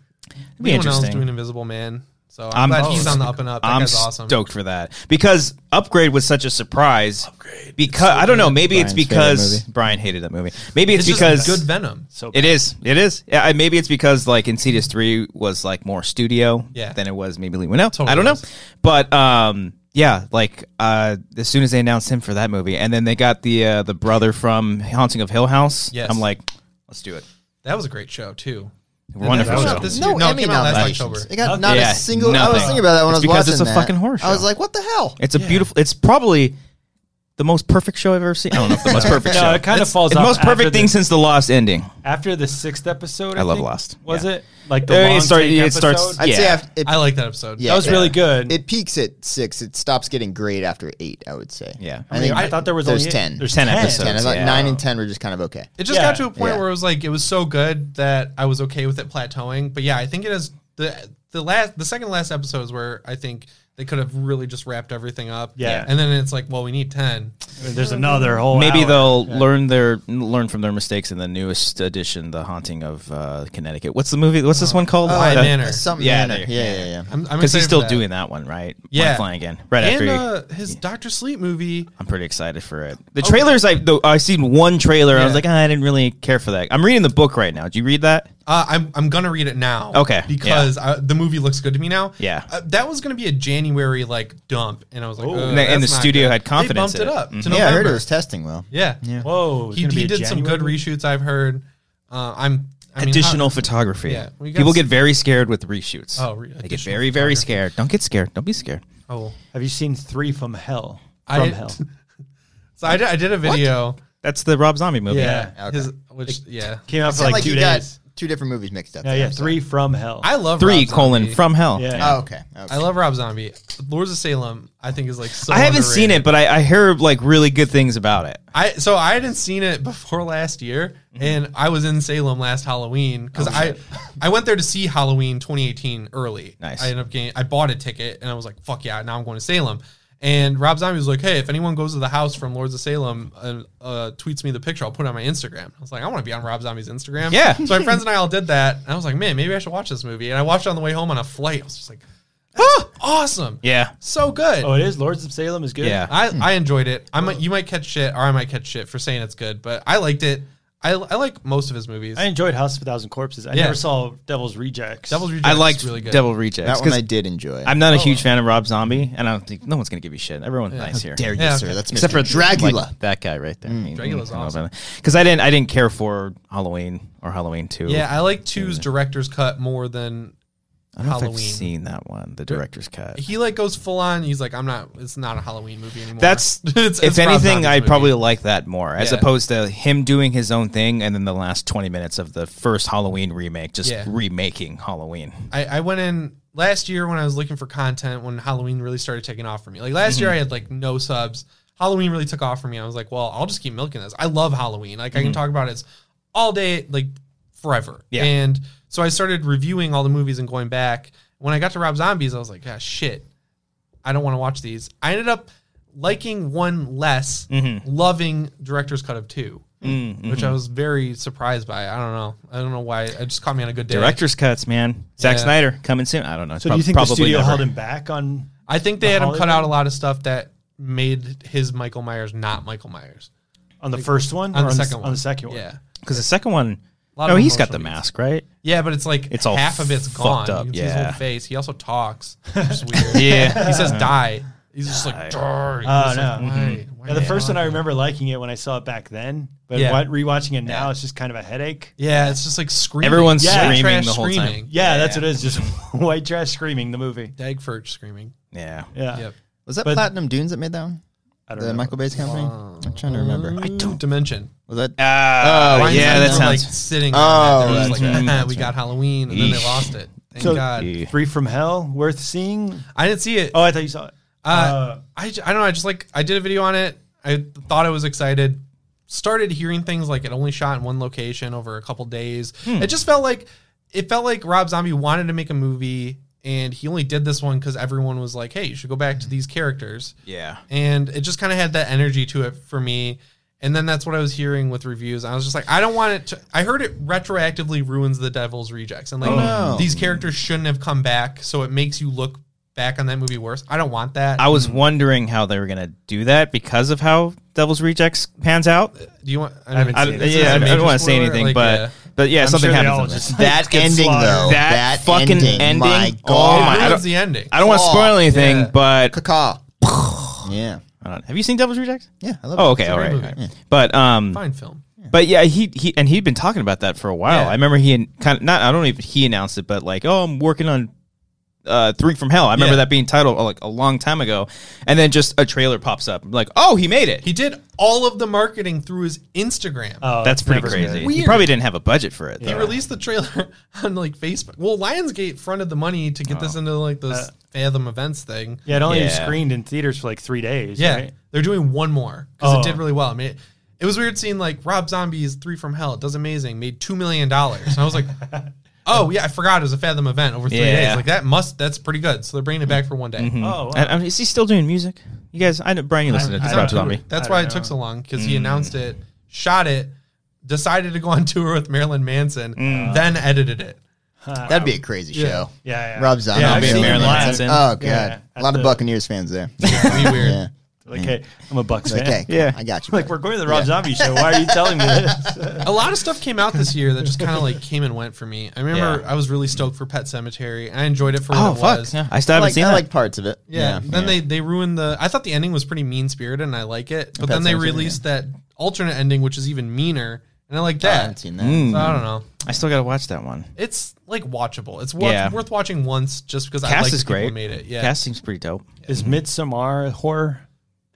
B: be
D: Anyone else
B: interesting.
D: doing Invisible Man? So I'm, glad he's on the up and up. That
B: I'm
D: guy's awesome.
B: stoked for that because Upgrade was such a surprise. Upgrade. Because I don't know. Maybe
C: Brian's
B: it's
C: favorite
B: because
C: movie.
B: Brian hated that movie. Maybe it's,
D: It's
B: because
D: just good Venom.
E: so
B: It is. It is. Yeah, I- maybe it's because like Insidious three was like more studio
D: Yeah.
B: than it was maybe Lee Winnell.
D: Totally
B: I don't know,
D: was.
B: but um, yeah, like uh, as soon as they announced him for that movie, and then they got the uh, the brother from Haunting of Hill House.
D: Yes.
B: I'm like, let's do it.
D: That was a great show too.
B: Wonderful.
E: that was
B: show.
E: not
D: this
C: no,
D: year. No, it
C: Emmy
D: came out last
C: nominations.
D: October.
C: It got not
B: Yeah,
C: a single. I was
B: nothing.
C: thinking about that when
B: It's
C: I was
B: because
C: watching
B: it's a
C: that.
B: fucking horror
C: I was
B: show.
C: like, what the hell?
B: It's a beautiful. It's probably the most perfect show I've ever seen. I don't know if the
D: (laughs)
B: most perfect
E: No,
B: show.
E: it kind of falls
B: the
E: off
B: most
E: after
B: perfect thing
E: the,
B: since the Lost ending.
E: after the sixth episode. I,
B: I love
E: think,
B: Lost.
E: Was
B: Yeah.
E: it like
B: Uh,
E: the
B: it
E: long
B: start-
E: take
B: it starts-
E: episode?
B: I-
C: I'd say
B: Yeah.
C: after, it,
D: I like that episode.
C: yeah,
E: that was
C: yeah.
E: really good.
C: It peaks at six. It stops getting great after eight. I would say.
B: Yeah.
C: I think
E: I thought there was
C: there's
E: only eight-
C: ten.
E: There's
B: 10
E: ten,
B: episodes.
C: ten. I thought
B: Yeah.
C: nine and ten were just kind of okay.
D: It just
E: Yeah.
D: got to a point
C: Yeah.
D: where it was like it was so good that I was okay with it plateauing. But yeah, I think it is the the last the second to last episode is where I think they could have really just wrapped everything up.
E: Yeah.
D: And then it's like, well, we need ten.
E: I mean, there's another whole.
B: Maybe
E: hour.
B: they'll learn their learn from their mistakes in the newest edition, The Haunting of uh, Connecticut. What's the movie? What's this one called?
D: Bly
B: Uh,
D: Oh. Manor.
C: Something.
B: Yeah,
C: in it.
B: there-
C: yeah, yeah, yeah.
D: I'm, I'm
B: because he's
D: excited for
B: still
D: that.
B: doing that one, right?
D: Yeah.
B: Mike Flanagan. Right after.
D: and
B: he-
D: uh, his Doctor Sleep movie.
B: I'm pretty excited for it. The trailers, I though I seen one trailer. I was
D: Yeah.
B: like, "Ah, I didn't really care for that. I'm reading the book right now. Did you read that?
D: Uh, I'm I'm gonna read it now.
B: Okay,
D: Because I, the movie looks good to me now.
B: Yeah.
D: Uh, that was gonna be a January like dump, and I was like,
E: Oh.
D: "Ugh,
B: And the- and
D: that's
B: the
D: not
B: studio
D: good."
B: had confidence
D: They bumped
B: in
D: it
B: it.
D: up
B: Mhm.
D: to
C: Yeah, I heard
D: November.
C: it was testing well.
D: Yeah.
C: Yeah.
E: Whoa, it's
D: He,
E: gonna be
D: he
E: a
D: did some
E: January
D: good
E: movie?
D: reshoots I've heard. Uh, I'm I mean,
B: Additional
D: how-
B: photography.
D: Yeah, we got
B: People
D: s-
B: get very scared with reshoots.
D: Oh, re-
B: they get
D: additional
B: very, very
D: photography.
B: scared. Don't get scared. Don't be scared.
D: oh,
E: Have you seen Three from Hell?
D: I- (laughs)
E: From Hell.
D: so I did, I did a video.
B: That's the Rob Zombie movie.
D: Yeah,
C: Okay.
D: his- which yeah,
E: Came out
C: Sound
E: for like, two
C: you
E: days.
C: got two different movies mixed up.
E: No,
C: there.
E: yeah,
C: I'm
E: Three from Hell.
D: I love
B: Three
D: Rob
B: colon
D: Zombie.
B: from hell.
E: Yeah.
C: sorry. Oh, okay. okay.
D: I love Rob Zombie. Lords of Salem, I think is like so.
B: I haven't seen
D: underrated.
B: it, but I, I heard like really good things about it.
D: I so I hadn't seen it before last year,
B: Mm-hmm.
D: and I was in Salem last Halloween
B: Oh,
D: because I I went there to see Halloween 2018 early.
B: Nice.
D: I ended up getting I bought a ticket and I was like, fuck yeah, now I'm going to Salem. And Rob Zombie was like, hey, if anyone goes to the house from Lords of Salem and uh, tweets me the picture, I'll put it on my Instagram. I was like, I want to be on Rob Zombie's Instagram.
B: Yeah.
D: So my friends and I all did that, and I was like, man, maybe I should watch this movie. And I watched it on the way home on a flight. I was just like, ah, awesome.
B: Yeah.
D: So good.
E: oh, it is. Lords of Salem is good.
B: Yeah.
D: (laughs) I, I enjoyed it. I might you might catch shit or I might catch shit for saying it's good, but I liked it. I, I like most of his movies.
E: I enjoyed House of a Thousand Corpses. I
D: Yeah.
E: never saw Devil's Rejects.
D: Devil's Rejects
B: I liked
D: really good.
B: Devil Rejects
C: that one I
B: because
C: did enjoy.
B: I'm not a huge fan of Rob Zombie, and I don't think no one's gonna give you shit. Everyone's nice here.
C: dare you,
D: Oh. Yeah,
C: sir.
D: okay.
C: That's Mr.
B: Except for
C: Dracula.
B: like, that guy right there.
D: Dracula's awesome.
B: Because I didn't, I didn't care for Halloween or Halloween Two.
D: yeah, I like two's director's cut more than
B: I don't know if
D: Halloween.
B: I've seen that one, the director's cut.
D: He like goes full on. He's like, I'm not. It's not a Halloween movie anymore.
B: That's
D: (laughs) It's-
B: if
D: it's Rob
B: anything,
D: Zombie's
B: I
D: movie.
B: probably like that more as
D: Yeah.
B: opposed to him doing his own thing and then the last twenty minutes of the first Halloween remake, just
D: Yeah.
B: remaking Halloween.
D: I, I went in last year when I was looking for content when Halloween really started taking off for me. Like last year,
B: Mm-hmm.
D: I had like no subs. Halloween really took off for me. I was like, well, I'll just keep milking this. I love Halloween. Like I can talk about it all day, like forever.
B: Mm-hmm. Yeah.
D: And so I started reviewing all the movies and going back. When I got to Rob Zombies, I was like, ah, shit, I don't want to watch these. I ended up liking one less,
B: Mm-hmm.
D: loving director's cut of 2
B: Mm,
D: which I was very surprised by. I don't know. I don't know why. It just caught me on a good day.
B: Director's cuts, man. Zack
D: Yeah.
B: Snyder coming soon. I don't know.
E: So do you think the studio
B: never.
E: held him back on?
D: I think they
E: The
D: had him cut
E: Hollywood?
D: out a lot of stuff that made his Michael Myers not Michael Myers.
E: On the first one,
D: On
E: or
D: the second one.
E: on the second one.
D: Yeah.
B: Because the second one,
D: lot
B: no,
D: of
B: he's got the
D: emotional beats.
B: mask, right?
D: Yeah, but it's like
B: It's all
D: half of it's gone.
B: fucked up,
D: You can see his
B: yeah.
D: whole face. He also
E: (laughs)
D: talks. Which is weird.
B: Yeah.
D: He says die. He's just like, "Darr."
E: Oh,
D: He's just
E: no.
D: like, "Why? Why
E: Yeah, the
D: did
E: first one
D: like
E: I
D: that?"
E: remember liking it when I saw it back then, but
D: Yeah.
E: what, rewatching it now, it's just kind of a headache.
D: Yeah, it's just like screaming.
B: Everyone's
D: White
B: screaming
D: trash
B: the whole time.
E: Yeah, that's what it is. Just (laughs) white trash screaming the movie.
D: Dagford screaming.
B: Yeah.
E: Yeah,
D: Yep.
C: was that
E: but-
C: Platinum Dunes that made that one?
E: I don't
C: The
E: know.
C: Michael Bay's company. I'm trying to remember.
D: I don't dimension.
C: Was that?
B: Uh,
D: Ryan
B: yeah,
D: Reynolds
B: that
D: was,
B: sounds.
D: like sitting. on
C: Oh,
D: that. They're
C: that's
D: just
C: right.
D: like, "Ah, (laughs) we got Halloween, and then they
B: Yeesh.
D: lost it. Thank
E: So-
D: God.
B: Yeah.
E: Three from Hell, worth seeing.
D: I didn't see it.
E: Oh, I thought you saw it.
D: Uh, I, j- I don't know. I just like I did a video on it. I thought I was excited. Started hearing things like it only shot in one location over a couple days. It just felt like it felt like Rob Zombie wanted to make a movie and he only did this one because everyone was like, "Hey, you should go back to these characters."
B: yeah.
D: And it just kind of had that energy to it for me. And then that's what I was hearing with reviews. I was just like, I don't want it to. I heard it retroactively ruins the Devil's Rejects, and like
C: no.
D: these characters shouldn't have come back, so it makes you look back on that movie worse. I don't want that.
B: I was wondering how they were gonna do that because of how Devil's Rejects pans out.
D: Do you want? I,
E: haven't
B: I,
E: seen it.
D: Is this
B: yeah,
D: a
B: I
D: major
B: don't want to say
D: spoiler?
B: anything,
D: Like,
B: but
D: uh,
B: but yeah,
E: I'm
B: something
E: sure they all
B: happens. in
E: just,
B: there.
E: like,
C: (laughs) That
E: get
C: ending,
E: slaughtered.
C: though.
B: that,
C: that
B: fucking ending,
C: ending, my God.
B: Oh my! I
D: It ruins
B: don't,
D: the ending.
B: I don't want to spoil anything,
D: Yeah.
B: but
C: Caca. yeah.
B: I don't, have you seen Devil's Rejects?
C: Yeah. I love
B: Oh,
C: it.
B: okay, all
D: great
B: right, all
D: movie.
B: right. But um,
D: Fine film.
B: But yeah, he he and he'd been talking about that for a while.
D: Yeah.
B: I remember he and kind of not. I don't know if he announced it, but like, oh, I'm working on uh, Three from Hell. I remember
D: Yeah.
B: that being titled uh, like a long time ago, and then just a trailer pops up. I'm like, oh, he made it.
D: He did all of the marketing through his Instagram.
E: Oh,
B: That's
E: it's
B: pretty
E: never
B: crazy.
E: good.
B: He probably didn't have a budget for it.
D: he
B: though.
D: released the trailer (laughs) on like Facebook. Well, Lionsgate fronted the money to get
B: Oh.
D: this into like
B: Uh,
D: this Fathom Events thing.
E: Yeah, it only
B: Yeah.
E: screened in theaters for like three days.
D: Yeah,
E: right?
D: they're doing one more because
E: Oh.
D: it did really well. I mean, it, it was weird seeing like Rob Zombie's Three from Hell does amazing, made two million dollars, and
B: (laughs)
D: I was like, oh yeah, I forgot it was a Fathom event over three
B: Yeah.
D: days. Like that must that's pretty good. So they're bringing it back for one day.
C: Mm.
E: Oh, wow.
B: And, um, is he still doing music? You guys, I know Brian. You listen to
E: I
B: Rob
E: don't know.
B: Zombie. Mm.
D: That's
E: I
D: why it
E: don't
D: took
E: know.
D: so long because he announced it, shot it, decided to go on (laughs) tour with Marilyn Manson,
B: Mm.
E: Uh.
D: then edited it.
C: That'd be a crazy
D: Yeah.
C: show.
E: yeah, yeah.
C: Rob Zombie.
E: Yeah,
B: I've seen
C: Marilyn
B: him live.
C: Manson. Oh god,
E: Yeah,
C: a lot
E: at
C: of
E: the-
C: Buccaneers fans there.
B: (laughs)
D: It'd be weird.
C: yeah.
E: Like, hey, I'm a Bucks
C: Like,
E: fan.
C: hey,
B: Yeah.
C: I got you.
E: (laughs) Like,
C: buddy.
E: we're going to the Rob Zombie show. Why are you telling
D: (laughs)
E: me this? (laughs)
D: A lot of stuff came out this year that just kind of like came and went for me. I remember
B: Yeah.
D: I was really stoked for Pet Cemetery. I enjoyed it for what
B: Oh
D: it
B: fuck!
D: was.
B: Yeah, I still
C: I
B: haven't
C: like,
B: seen
C: I
B: that.
C: like parts of it.
D: Yeah. Then they they ruined the. I thought the ending was pretty mean spirited, and I like it. But
C: Pet
D: then they
C: Sematary,
D: released that alternate ending, which is even meaner. and I like
C: I
D: that.
C: haven't seen that.
D: so I don't know.
B: Mm. I still got to watch that one.
D: It's like watchable. It's worth,
B: Yeah.
D: worth watching once just because I
B: Cast
D: like the
B: is
D: people who
B: great.
D: made it. Yeah,
B: Cast seems pretty dope.
E: Is Midsommar horror?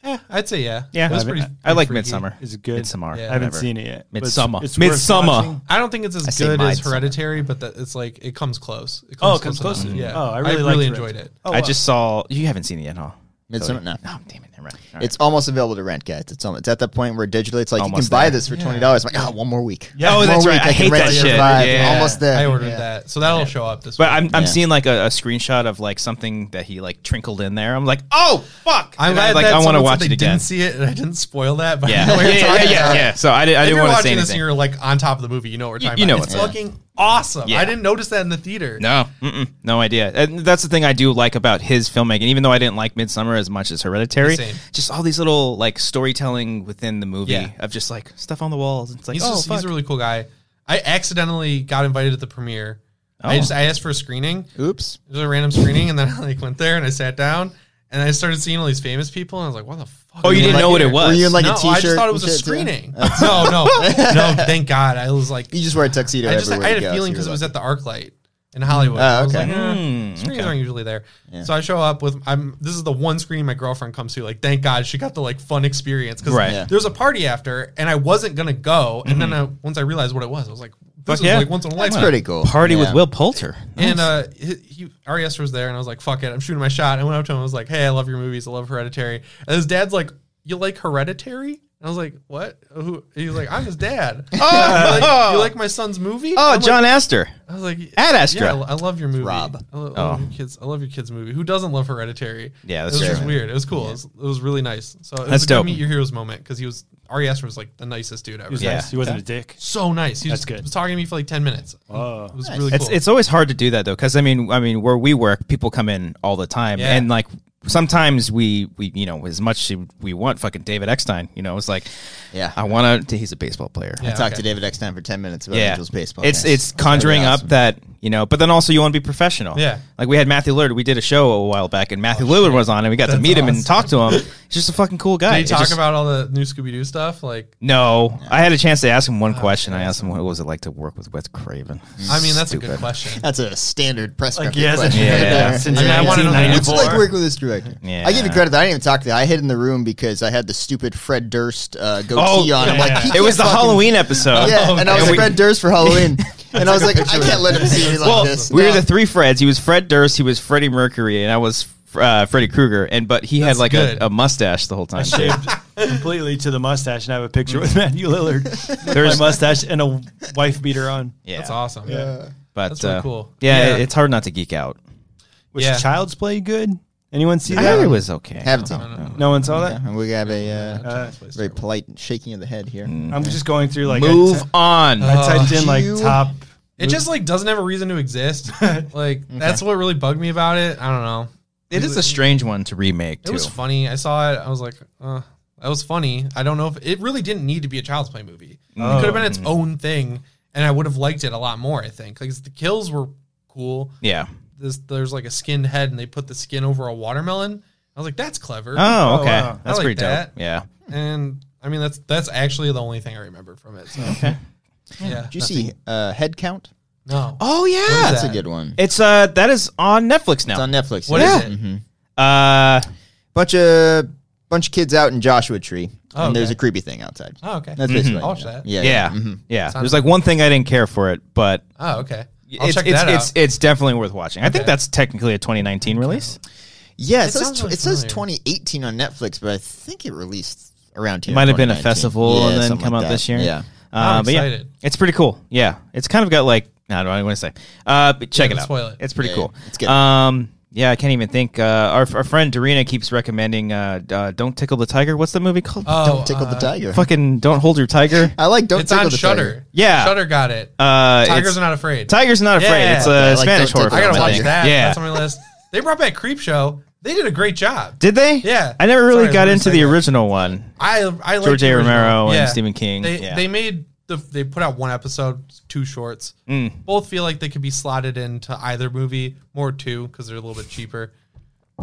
D: Eh, I'd say yeah.
B: Yeah,
D: It was
B: I,
D: pretty-
B: I like
D: pretty freaky.
B: Midsummer.
E: Is it good?
B: Midsommar.
D: Yeah.
E: I haven't
B: whatever.
E: seen it yet. but it's-
B: Midsummer.
E: it's worth
B: Midsummer.
E: watching.
D: I don't think it's as
B: say
D: good as
B: Midsummer.
D: Hereditary, but that it's like it comes close. It
E: Oh,
D: comes
E: it comes
D: close
E: close.
D: enough. Yeah.
E: Oh, I really, liked
D: enjoyed it.
E: Oh,
B: I
E: wow.
B: just saw you haven't seen it yet, huh?
C: Midsommar? No.
B: Oh, damn it! Never mind. All right.
C: It's almost available to rent, guys. It's almost, it's at that point where digitally it's like you
B: Almost
C: can buy
B: there.
C: this for twenty dollars. Like, oh, one more week.
E: Yeah.
B: oh,
E: One
B: that's
C: more
B: right.
C: week,
B: I, hate
C: rent
B: that
C: it for
B: shit.
C: five.
B: Yeah.
C: Almost there.
D: I ordered
C: Yeah.
D: that, so that'll show up this.
B: But
D: week.
B: I'm, I'm
C: Yeah.
B: seeing like a, a screenshot of like something that he like trickled in there. I'm like,
D: (laughs)
B: oh fuck!
D: I'm
B: And I,
D: glad
B: like
D: that
B: I want to
D: someone said
B: watch
D: they
B: it again.
D: Didn't see it, and I didn't spoil that. But I
B: yeah.
D: know what
B: yeah,
D: you're
B: yeah,
D: talking
B: yeah,
D: about.
B: yeah. So I, did, I
D: If
B: didn't
D: you're
B: want to say
D: watching this and
B: anything.
D: you're like on top of the movie, you know what
B: You-
D: we're talking
B: you know
D: about.
B: what's
D: it's
B: up.
D: fucking awesome.
B: Yeah.
D: I didn't notice that in the theater.
B: No, mm-mm, no idea. And that's the thing I do like about his filmmaking. Even though I didn't like Midsummer as much as Hereditary,
D: Same.
B: just all these little like storytelling within the movie
D: Yeah.
B: of just like stuff on the walls. It's like,
D: He's,
B: oh,
D: just,
B: fuck.
D: he's a really cool guy. I accidentally got invited to the premiere.
B: Oh.
D: I just I asked for a screening.
C: Oops.
D: It was a random screening, and then (laughs) I like went there and I sat down and I started seeing all these famous people, and I was like, "What the fuck?"
B: oh,
D: are
B: you
D: we
B: didn't
D: like
B: know what
D: here?"
B: it was.
C: Were you in like
D: no,
C: a t-shirt?
D: I just thought it was a
C: and shit, too?
D: screening. no,
B: Oh.
D: (laughs) no, no. Thank God, I was like,
C: You just wear a tuxedo.
D: I just I
C: everywhere
D: had
C: you
D: a
C: go, so you're
D: feeling because it was
C: lucky.
D: at the ArcLight in Hollywood.
C: Oh,
D: I was
C: okay.
D: like, eh,
B: Mm,
D: screens
B: okay.
D: aren't usually there. So I show up with I'm. This is the one screen my girlfriend comes to. Like, thank God she got the like fun experience because
B: Right.
C: Yeah.
D: there was a party after, and I wasn't gonna go. And then I, once I realized what it was, I was like,
B: Fuck
D: this is
B: yeah.
D: like once in a lifetime.
C: Mm-hmm. That's pretty cool.
B: Party with
C: Yeah.
B: Will Poulter.
D: And uh, he, he Arias was there, and I was like, "Fuck it, I'm shooting my shot." I went up to him, I was like, "Hey, I love your movies. I love Hereditary." And his dad's like, "You like Hereditary?" And I was like, "What?" Who? He's like, "I'm his dad."
C: (laughs)
D: oh, you, like, you like my son's movie?
B: oh,
D: I'm like-
B: John Astor.
D: I was like,
B: Ad Astra. Oh.
D: Yeah, I, I love your movie.
C: Rob.
D: I, lo- I love your kids. I love your kids' movie. Who doesn't love Hereditary?
B: Yeah, that's
D: it was
B: fair,
D: just
B: man.
D: weird. It was cool. It, was, it was really nice. So it
B: That's
D: was a
B: dope.
D: good meet your heroes moment because he was Ari Aster was like the nicest dude ever.
E: He was
B: Yeah.
E: nice. He wasn't a dick.
D: So nice. He
E: That's
D: just
E: good.
D: was talking to me for like ten minutes.
E: Oh.
D: It was
C: Nice.
D: really cool.
B: It's it's always hard to do that though, because I mean, I mean, where we work, people come in all the time,
D: Yeah.
B: and like sometimes we we you know as much as we want fucking David Eckstein, you know, it's like
C: Yeah.
B: I want to. He's a baseball player.
D: Yeah.
C: Talk to
D: Okay.
C: David next time for ten minutes about
B: Yeah.
C: Angels baseball.
B: It's
C: Nice.
B: it's conjuring
C: That'd be
B: up that you know, but then also you want to be professional.
D: Yeah. Oh,
B: like we had Matthew Lillard. We did a show a while back, and Matthew Lillard was on, and we got to
D: That's
B: meet him and
D: awesome.
B: talk to him. He's just a fucking cool guy.
D: Did he
B: It
D: talk
B: just-
D: about all the new Scooby Doo stuff? Like,
B: No, I had a chance to ask him one question. I asked him what was it like to work with Wes Craven.
D: Oh, I mean, that's a
B: Stupid.
D: good question.
C: That's a standard press
E: Like
C: like,
E: he hasn't
C: question.
B: Yeah.
E: had
B: Yeah.
E: that since
D: I mean, I wanna know the
C: It's like
E: 1994.
C: working with this director.
B: Yeah.
C: I give you credit. That I didn't even talk to. I hid in the room because I had the stupid Fred Durst uh, goatee
B: Oh,
C: on. I'm
E: yeah.
C: like, he
B: It was
C: can't
B: the
C: fucking-
B: Halloween episode. (laughs)
C: Yeah,
D: Oh,
C: and I was
B: we-
C: Fred Durst
B: (laughs)
C: for Halloween, and I was like, I can't let him see me like
B: well,
C: this.
B: we were
C: No.
B: the three Freds. He was Fred Durst, he was Freddie Mercury, and I was uh, Freddie Krueger. And but he had
D: That's
B: like a,
D: good.
B: a mustache the whole time. too.
E: (laughs) Shaved completely to the mustache, and I have a picture with Matthew Lillard.
B: There's-
E: There's my mustache and a wife beater on.
B: Yeah,
D: That's awesome. Yeah.
B: But
D: That's really
B: uh,
D: cool.
B: Yeah,
D: Yeah.
B: it- it's hard not to geek out.
E: Was
D: Yeah.
E: Child's Play good? Anyone see
B: I
E: that?
B: heard it was okay.
C: haven't seen.
E: No one saw that.
C: Yeah, and we have a uh,
E: Uh,
C: very polite shaking of the head here.
B: Mm.
E: I'm just going through like I
B: Move
E: ty-
B: on.
D: Uh,
E: I typed in like
C: You-
E: top.
D: It just like doesn't have a reason to exist. (laughs) like that's what really bugged me about it. I don't know.
B: it is a strange one to remake
D: It
B: too.
D: was funny. I saw it. I was like, uh, that was funny. I don't know if it really didn't need to be a child's play movie.
B: Oh.
D: It could have been its own thing, and I would have liked it a lot more. I think like the kills were cool.
B: yeah.
D: This there's like a skinned head, and they put the skin over a watermelon. I was like, that's clever.
B: Oh,
E: Oh,
B: okay.
E: wow.
B: That's
D: I like
B: pretty
D: that.
B: dope. Yeah.
D: and I mean that's that's actually the only thing I remember
B: (laughs)
D: from it. So. Okay. Yeah.
C: Did you see uh, Head Count?
D: No.
B: Oh yeah.
C: That's a
D: that?
C: good one.
B: It's uh that is on Netflix
C: It's
B: now.
C: on Netflix.
D: What is
C: yeah. Mm-hmm.
D: it?
B: uh
C: Bunch of bunch of kids out in Joshua Tree,
D: Oh,
C: and there's
D: okay.
C: a creepy thing outside.
D: Oh, okay.
B: Mm-hmm.
C: That's basically.
D: I'll
C: it.
D: watch that.
C: Yeah,
B: yeah. Yeah.
C: mhm.
B: There's like one thing I didn't care for it, but
D: Oh, okay. I'll
B: it's
D: check
B: it's,
D: that
B: it's
D: out.
B: it's definitely worth watching. I think
D: Okay.
B: that's technically a 2019 release.
C: Yeah, it,
D: It
C: says
D: sounds
C: tw-
D: really
C: it says
D: familiar.
C: 2018 on Netflix, but I think it released around here.
B: It might have been a
C: 2019.
B: festival
C: Yeah,
B: and then
C: something
B: come
C: like
B: out
C: that.
B: this year.
C: Yeah,
B: Uh,
D: I'm
B: but yeah,
D: excited.
B: it's pretty cool. Yeah, it's kind of got like I don't know what I want to say. Uh, but check
D: don't
B: it out.
D: spoil it.
B: It's pretty
C: Yeah,
B: cool.
C: yeah, it's good.
B: Um, yeah, I can't even think. Uh, our our friend Dorina keeps recommending uh, d- uh, "Don't Tickle the Tiger." What's the movie called?
D: Oh,
C: don't tickle the
D: uh,
C: tiger.
B: Fucking don't hold your
D: (laughs)
B: tiger.
C: I like don't
D: It's
C: tickle
D: on
C: the
D: Shutter.
C: tiger.
B: Yeah.
D: Shutter got it.
B: Uh,
D: Tigers
B: it's-
D: are not afraid.
B: Tiger's not afraid.
D: Yeah.
B: It's a
C: Yeah, like,
B: Spanish
C: don't
B: horror.
C: tickle
D: I gotta
B: film,
C: I
D: watch
B: think.
C: think.
D: that.
B: Yeah.
D: That's on my list. They brought back Creep Show. They did a great job.
B: Did they?
D: Yeah.
B: I never really
D: Sorry,
B: got
D: what
B: into
D: was
B: the
D: I-
B: original one.
D: I I like
B: George A.
D: the original.
B: Romero and Stephen King.
D: They
B: Yeah.
D: they made the they put out one episode, two shorts.
B: Mm.
D: Both feel like they could be slotted into either movie. More two because they're a little bit cheaper.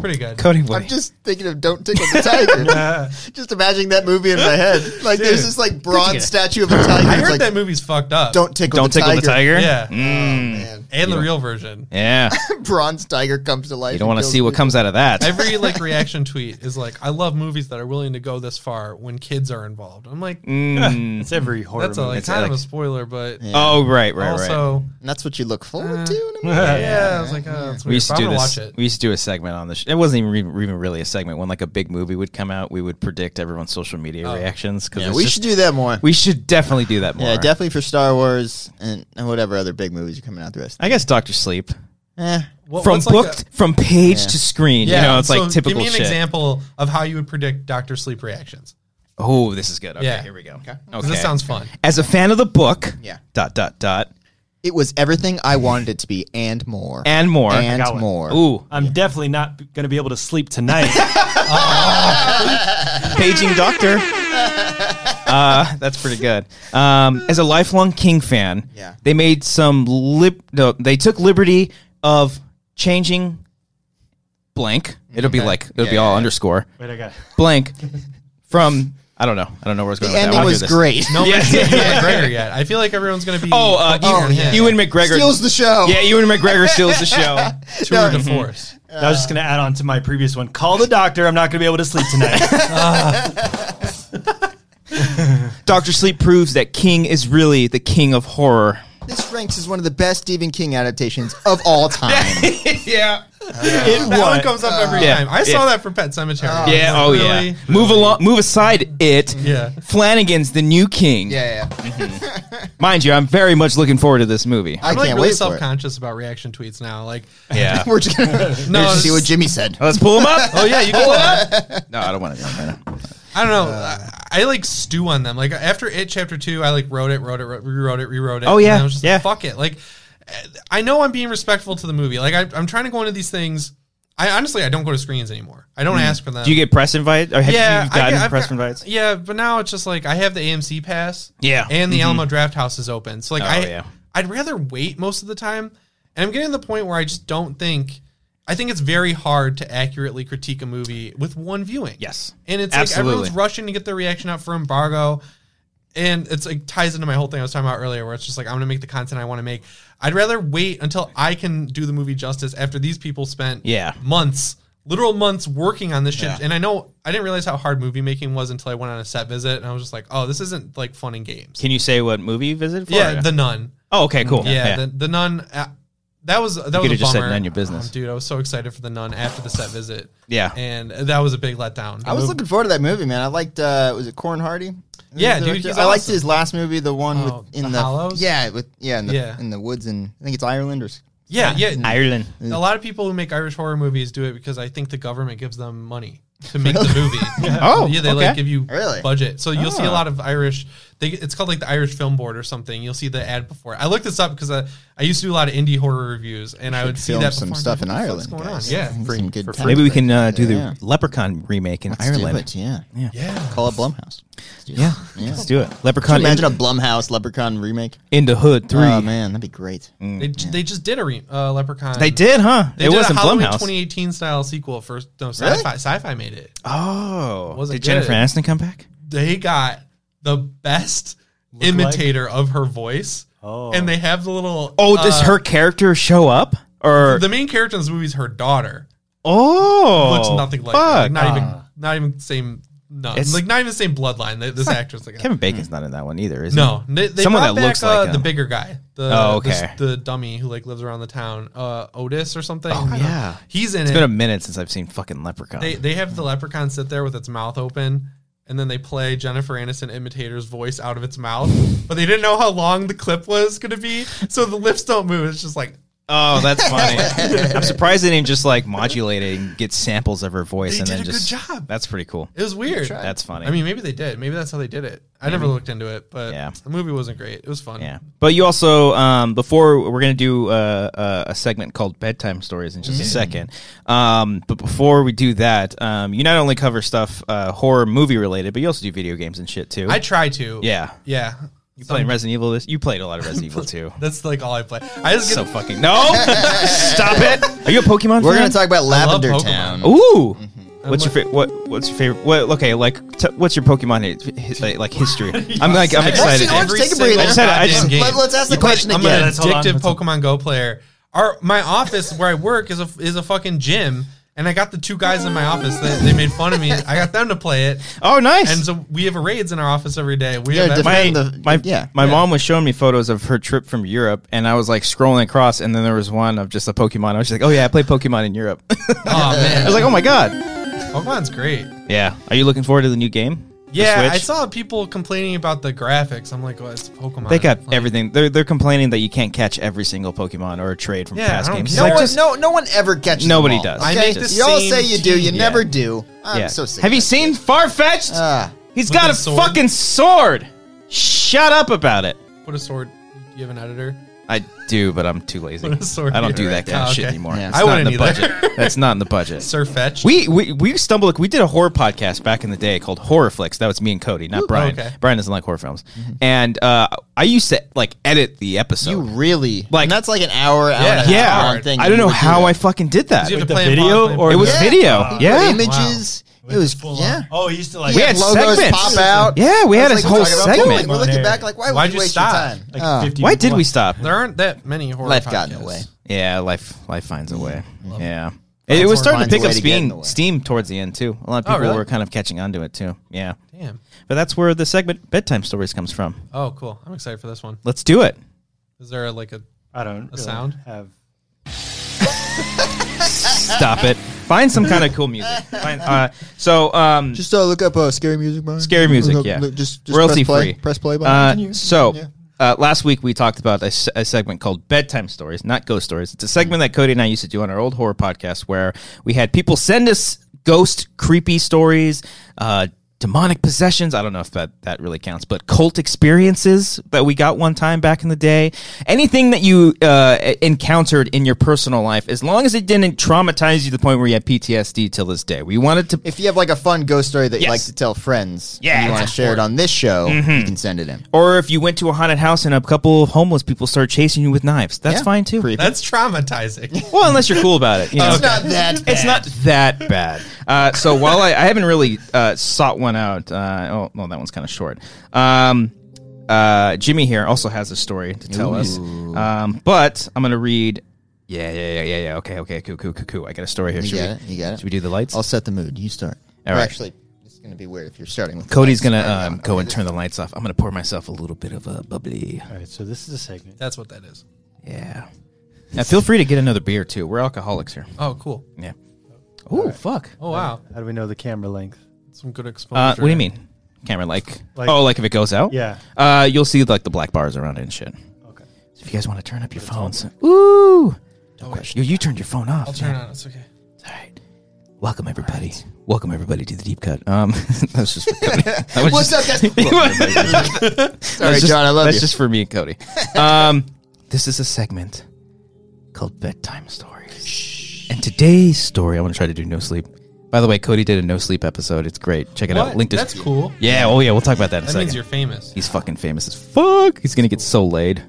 D: Pretty good. (laughs)
B: Cody,
C: I'm
B: what?
C: just thinking of Don't Tickle the Tiger. (laughs) Just imagining that movie in my head. Like there's this like bronze statue of a tiger.
D: I
C: It's
D: heard
C: like,
D: that movie's fucked up.
C: Don't tickle
B: Don't Mm.
C: the
B: tickle
C: tiger.
B: the tiger.
D: Yeah. Oh,
C: Man.
D: And the
B: (laughs)
D: real version. (laughs)
B: Yeah.
C: (laughs) Bronze tiger comes to life.
B: You don't want
C: and
B: to
C: kills
B: see what
C: people.
B: comes out of that.
D: Every like reaction tweet is like, I love movies that are willing to go this far when kids are involved. I'm like,
B: Mm.
E: It's every horror
D: that's a,
E: movie.
D: like,
B: It's
D: kind of
B: like-
D: a spoiler, but
B: Oh, right, right, right.
D: also,
C: And that's what you look forward
B: Uh,
C: to. In a movie.
D: (laughs) yeah. I was like, oh, that's weird.
B: We used to
D: but I'm
B: do
D: gonna
B: this.
D: Watch it.
B: We used to do a segment on the. Sh- it wasn't even, re- even really a segment. When like a big movie would come out, we would predict everyone's social media
D: Oh.
B: reactions. Because
C: Yeah, we should do that more.
B: We should definitely do that more.
C: yeah, definitely for Star Wars and, and whatever other big movies are coming out the rest.
B: I guess Doctor Sleep
C: Eh.
D: What-
B: from
D: what's like
B: booked from page to screen.
D: a-
B: you know, it's
D: so
B: like typical
D: Give me an
B: shit.
D: example of how you would predict Doctor Sleep reactions.
B: Oh, this is good. Okay,
D: Yeah.
B: here we go. Okay,
D: 'Cause This
B: (laughs)
D: sounds fun.
B: As a fan of the book,
C: Yeah.
B: dot dot dot,
C: It was everything I wanted it to be and more.
B: and more.
C: And
E: got one.
C: more.
B: Ooh,
E: I'm definitely not going to be able to sleep tonight.
B: paging
C: (laughs)
B: doctor. Uh, that's pretty good. Um, as a lifelong King fan,
C: Yeah.
B: they made some lib. No, they took liberty of changing blank. It'll be like it'll be all underscore
E: Wait, I got
B: blank from I don't know. I don't know where it's going.
C: The
B: with that.
C: ending
B: I'll do
C: was
B: this.
C: great. (laughs)
D: No one's
B: Yeah.
D: seen Ewan McGregor yet. I feel like everyone's gonna be.
B: Oh, uh,
D: oh,
B: Ewan, Ewan McGregor
C: (laughs) Steals the show.
B: Yeah, Ewan McGregor steals the
C: (laughs)
B: show.
D: tour de force.
E: I was just going to add on to my previous one. Call the doctor. I'm not going to be able to sleep tonight.
B: Doctor Sleep proves that King is really the king of
C: (laughs)
B: horror.
C: This ranks as one of the best Stephen King adaptations of
B: (laughs)
C: all time.
B: yeah.
E: it
D: (laughs) That one
E: won.
D: comes up every
B: Yeah.
D: time. I
B: Yeah.
D: saw that for Pet Cemetery.
B: Yeah.
D: Like,
B: Oh
D: really?
B: yeah. Move along. Move aside. It.
D: Yeah.
B: Flanagan's the new king.
C: yeah, yeah.
B: Mind you, I'm very much looking forward to this movie.
C: I
D: I'm like
C: can't
D: really
C: wait for
D: self
C: it.
D: conscious about reaction tweets now. Like,
B: Yeah.
D: (laughs)
C: (laughs) We're just gonna
D: no,
C: just see
D: it's-
C: what Jimmy said.
B: Let's pull him (laughs) up.
D: oh yeah, you can.
B: (laughs) no, I don't want to.
D: I don't know.
B: Uh,
D: I, I like stew on them. Like after it chapter two, I like wrote it, wrote it, wrote, rewrote it, rewrote it.
B: Oh,
D: And
B: yeah,
D: I was just
B: yeah.
D: Like, Fuck it. Like I know I'm being respectful to the movie. Like I, I'm trying to go into these things. I honestly I don't go to screens anymore. I don't ask for them.
B: Hmm. Do you get press invite? Or have
D: yeah,
B: you
D: I
B: gotten
D: get- I've
B: press
D: got-
B: invites?
D: Yeah, but now it's just like I have the AMC pass.
B: Yeah. Mm-hmm.
D: and the Alamo Draft House is open. So like
B: Oh,
D: I,
B: yeah.
D: I'd rather wait most of the time. And I'm getting to the point where I just don't think. I think it's very hard to accurately critique a movie with one viewing.
B: Yes.
D: and it's
B: Absolutely.
D: like everyone's rushing to get their reaction out for embargo. And it's like ties into my whole thing I was talking about earlier, where it's just like I'm gonna make the content I want to make. I'd rather wait until I can do the movie justice after these people spent
B: Yeah.
D: months, literal months working on this shit.
B: Yeah.
D: And I know I didn't realize how hard movie making was until I went on a set visit, and I was just like, oh, this isn't like fun and games.
B: Can you say what movie you visited? For?
D: yeah, the nun.
B: oh, okay, cool.
D: Yeah, The, the nun. Uh, that was that was a
B: could've just said
D: bummer.
B: none your business.
D: Oh, dude. I was so excited for the nun after the set visit.
B: Yeah.
D: and that was a big letdown.
C: I was looking forward to that movie, man. I liked uh was it Corn Hardy?
D: Yeah,
C: The
D: dude, he's
C: I liked
D: awesome.
C: his last movie, the one
D: Oh,
C: with in
D: The
C: the,
D: Hollows?
C: Yeah, with yeah in the
D: Yeah.
C: in the woods and I think it's Ireland or s-
D: Yeah, yeah.
B: Ireland.
C: Mm.
D: A lot of people who make Irish horror movies do it because I think the government gives them money to make the
C: (laughs)
D: movie.
B: Oh,
D: yeah, they
B: okay.
D: like give you
C: Really?
D: budget. So you'll see a
B: Oh.
D: lot of Irish. They, it's called like the Irish Film Board or something. You'll see the ad before. I looked this up because I, I used to do a lot of indie horror reviews, and I would see
C: filmed
D: that
C: some
D: before.
C: stuff in
D: What the
C: Ireland.
D: fuck's going
C: guys.
D: on? Yeah,
C: Some good times.
B: Maybe we can uh, do the
C: Yeah.
B: Leprechaun remake in
C: Let's do
B: Ireland.
C: it, yeah.
D: yeah.
C: Call up Blumhouse. Let's do
B: Yeah,
C: that. Yeah.
B: let's do it.
C: Can
B: Leprechaun
C: you imagine a
B: in,
C: Blumhouse Leprechaun remake?
B: in the Hood Three.
C: Oh man, that'd be great.
D: They, they just did a re, uh, Leprechaun.
B: They did, huh?
D: They
B: it
D: did
B: wasn't
D: a Halloween
B: Blumhouse.
D: 2018 style sequel for no sci-fi.
C: Really?
D: Sci-fi made it.
B: Oh,
D: Wasn't
B: did Jennifer
D: good.
B: Aniston come back?
D: they got the best imitator of her voice.
E: Oh.
D: And they have the little
B: Oh, does
D: uh,
B: her character show up? Or
D: the main character in this movie is her daughter.
B: oh,
D: Looks nothing like her.
B: fuck.
D: Like, not even not even same no
B: It's-
D: like not even the same bloodline that this actress like
B: Kevin
C: Hmm.
B: Bacon's not in that one either, is
D: No. They, they
B: Someone
D: brought
B: that
D: back,
B: looks like
D: uh, the
B: him.
D: bigger guy. The,
B: Oh,
D: the s-
B: okay.
D: The, dummy who like lives around the town. Uh Otis or something.
B: Oh,
D: I don't know.
B: yeah.
D: He's in
B: he?
D: it.
B: It's been a minute since I've seen fucking Leprechaun.
D: They they have the leprechaun sit there with its mouth open, and then they play Jennifer Aniston imitator's voice out of its mouth. But they didn't know how long the clip was gonna be, so the lips don't move. It's just like
B: oh, that's
C: (laughs)
B: funny. I'm surprised they didn't just like modulate it and get samples of her voice
D: They
B: and
D: did
B: then
D: a good
B: just.
D: job.
B: That's pretty cool.
D: it was weird.
B: That's funny.
D: I mean, maybe they did. Maybe that's how they did it. I never looked into it, but
B: Yeah.
D: the movie wasn't great. It was fun.
B: yeah. But you also, um, before we're gonna do uh, uh, a segment called bedtime stories in just
D: Mm.
B: a second. Um, but before we do that, um, you not only cover stuff uh, horror movie related, but you also do video games and shit too.
D: I try to.
B: yeah.
D: Yeah.
B: You playing Resident Evil this? You played a lot of Resident
D: (laughs)
B: Evil too.
D: That's like all I play. I just
B: So
D: get,
B: fucking
D: (laughs)
B: no! Stop it! Are you a Pokemon?
C: We're
B: fan?
C: gonna talk about
D: love
C: Lavender
D: Pokemon.
C: Town.
B: Ooh. What's your favorite? What What's your favorite? What? Okay, like t- what's your Pokemon hi- hi- like, like (laughs) history? I'm like I'm
D: That's
B: excited.
C: an orange-
D: every
C: Take a
D: single
C: breather. I
B: just had- I
D: goddamn
B: just-
D: game.
C: Let, us ask the
D: You play-
C: question
D: I'm
C: again.
D: an
E: Let's hold on,
D: addictive
E: let's hold
D: Pokemon Go player. Our my office where I work is a is a fucking gym, and I got the two guys in my office that they made fun of me. I got them to play it,
B: Oh, nice.
D: and so we have raids in our office every day. We
C: Yeah,
D: have
C: def-
B: my,
C: defend the-
B: my,
C: yeah.
B: my mom was showing me photos of her trip from Europe, and I was like scrolling across, and then there was one of just a Pokemon. I was just like, oh yeah, I played Pokemon in Europe. (laughs) I
D: oh man,
B: was like, oh my god.
D: Pokemon's great.
B: Yeah. Are you looking forward to the new game? The
D: Yeah, I
B: Switch?
D: saw people complaining about the graphics. I'm like, well, it's Pokemon.
B: They got
D: Like,
B: everything. They're they're complaining that you can't catch every single Pokemon or trade from
D: Yeah,
B: past
D: I don't
B: games. It's
D: care.
C: No
B: like,
C: one,
B: just-
C: no, no one ever catches.
B: Nobody
C: them all,
B: does.
D: I
C: okay?
D: make the
C: You all
D: same
C: say you do, you
D: team.
C: never do. I'm
B: yeah.
C: so sick.
B: Have you
C: of that
B: seen
C: shit.
B: Farfetched?
C: Ah,
B: He's
D: With
B: got
D: a
B: a
D: sword?
B: fucking sword. Shut up about it.
D: Put a sword. You have an editor.
B: I do, but I'm too
D: (laughs)
B: lazy.
D: What a sword
B: I don't do
D: you're
B: that
D: right.
B: kind of
D: Oh,
B: shit
D: okay.
B: anymore.
C: Yeah.
B: It's
D: I
B: not in the
D: wouldn't either.
B: budget.
D: (laughs)
B: That's not in the budget.
D: Surfetch.
B: We, we we stumbled. We did a horror podcast back in the day called Horror Flicks. That was me and Cody, not Brian.
D: okay.
B: Brian doesn't like horror films, and uh, I used to like edit the episode.
C: Mm-hmm. you really
B: Like-
C: like? And that's like an hour, hour and a half
B: yeah,
C: long thing.
B: I don't know how I fucking did that.
D: You have
E: Like
D: to
E: the
D: play it
E: video
D: pause,
E: or-
B: It was
E: Yeah.
B: video.
E: Wow.
B: yeah,
C: With images. It was
E: Full on.
C: yeah.
E: Oh, he used to like
B: We
C: Yeah,
B: had
C: logos
B: segments.
C: pop out.
B: Yeah, we
C: I
B: had
C: was
B: a
C: we're
B: whole
C: talking about-
B: segment.
C: We're looking
E: Air.
C: back like, why
D: Why'd
C: would you
D: you
C: waste
D: stop?
C: your time?
E: like
C: Oh.
E: 50
B: Why
E: people
B: did we
E: watch.
B: stop?
D: There aren't that many horror.
C: Life got in
D: podcasts.
C: the way.
B: Yeah, life life finds a way. Yeah. It, it
C: Finds
B: was
C: a-
B: starting to
C: finds a
B: pick up
C: way to get in the
B: steam,
C: way.
B: steam towards the end too. A lot of
D: Oh,
B: people
D: really?
B: were kind of catching on to it too. Yeah,
D: Damn.
B: but that's where the segment bedtime stories comes from.
D: Oh, cool. I'm excited for this one.
B: Let's do it.
D: Is there like a
E: I don't. really
D: sound?
E: Have
B: Stop
C: (laughs)
B: it. Find some kind of cool music. Find, uh, so um,
A: Just uh, look up uh, scary music, Brian.
B: Scary music,
A: Look-
B: yeah.
A: look- just, just
B: royalty
A: press play,
B: free.
A: Press play button.
B: Uh,
A: Continue.
B: so
A: Yeah.
B: uh, last week we talked about a, se- a segment called bedtime stories, not ghost stories. It's a segment that Cody and I used to do on our old horror podcast where we had people send us ghost, creepy stories, uh, demonic possessions. I don't know if that that really counts, but cult experiences that we got one time back in the day. Anything that you uh, e- encountered in your personal life, as long as it didn't traumatize you to the point where you had PTSD till this day. We wanted to
C: If you have like a fun ghost story that you
B: Yes.
C: like to tell friends,
B: Yeah,
C: and
B: it's Mm-hmm.
C: you want to share it on this show, you can send it in.
B: or if you went to a haunted house and a couple of homeless people started chasing you with knives, that's
C: Yeah.
B: fine too.
C: Creepy.
D: That's
C: (laughs)
D: traumatizing.
B: Well, unless you're cool about it. you know.
C: It's not (laughs) that.
B: It's not that bad. Uh, so while I, I haven't really uh, sought one out, uh, oh, well, that one's kind of short. Um, uh, Jimmy here also has a story to tell us, um, but I'm going to read. Yeah, yeah, yeah, yeah, yeah. Okay, okay, cool, cool, cool, cool. I got a story here.
C: You
B: Should
C: got
B: we,
C: it, you got it.
B: Should we do the lights?
C: I'll set the mood. You start.
B: All
C: Or
B: right.
C: Actually, it's going to be weird if you're starting with. the
B: Cody's
C: lights.
B: going to um, go and turn the lights off. I'm going to pour myself a little bit of a bubbly.
E: All right, so this is a segment.
D: That's what that is.
B: Yeah. Now feel free to get another beer too. We're alcoholics here.
D: Oh, cool.
B: Yeah. Oh fuck.
D: Oh, wow.
E: How do we know the camera length?
D: Some good exposure.
B: Uh, what do you mean, camera? Like,
E: Like-
B: oh, like if it goes out?
E: Yeah. Oh.
B: Uh, you'll see like the black bars around it and shit.
E: Okay.
B: So if you guys want to turn up your phones, ooh, don't question. You, you turned your phone off.
D: I'll turn it on. It's okay.
B: All right. Welcome everybody. Welcome everybody to the deep cut. Um, (laughs) that was just for Cody. That was
C: What's
B: just- (laughs)
C: up, guys? Sorry,
B: that's just-
C: John. I love
B: That's
C: you.
B: just for me and
C: (laughs)
B: Cody. Um, this is a segment called bedtime stories. And today's story, I want to try to do no sleep. By the way, Cody did a no sleep episode. It's great. Check it out.
D: What?
B: Linked.
D: That's cool.
B: Yeah. Oh yeah. We'll talk about that in a
D: That
B: second.
D: means you're famous.
B: He's fucking famous as fuck. He's gonna get so laid.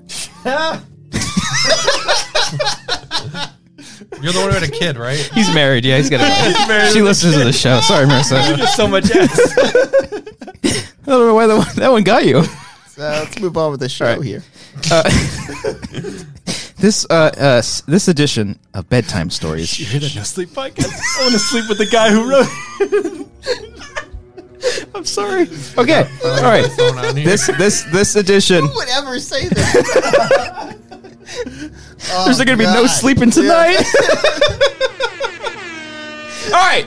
D: You're the one who had a
B: (laughs)
D: kid, right?
B: He's married. Yeah,
D: (laughs)
B: he's got. A, she listens to the show. Sorry, Marissa.
E: So (laughs) much ass.
B: I don't know why that one, that one got you.
C: So let's move on with the show here.
B: This uh, uh s- this edition of bedtime stories.
E: hear that no sleep podcast? I want to sleep with the guy who wrote. (laughs)
B: I'm sorry. Okay. All right.
D: Phone on here.
B: This this this edition.
C: Who would ever say that?
B: (laughs)
C: Oh,
B: There's gonna be no
C: God.
B: sleeping
C: (laughs)
B: tonight. All right.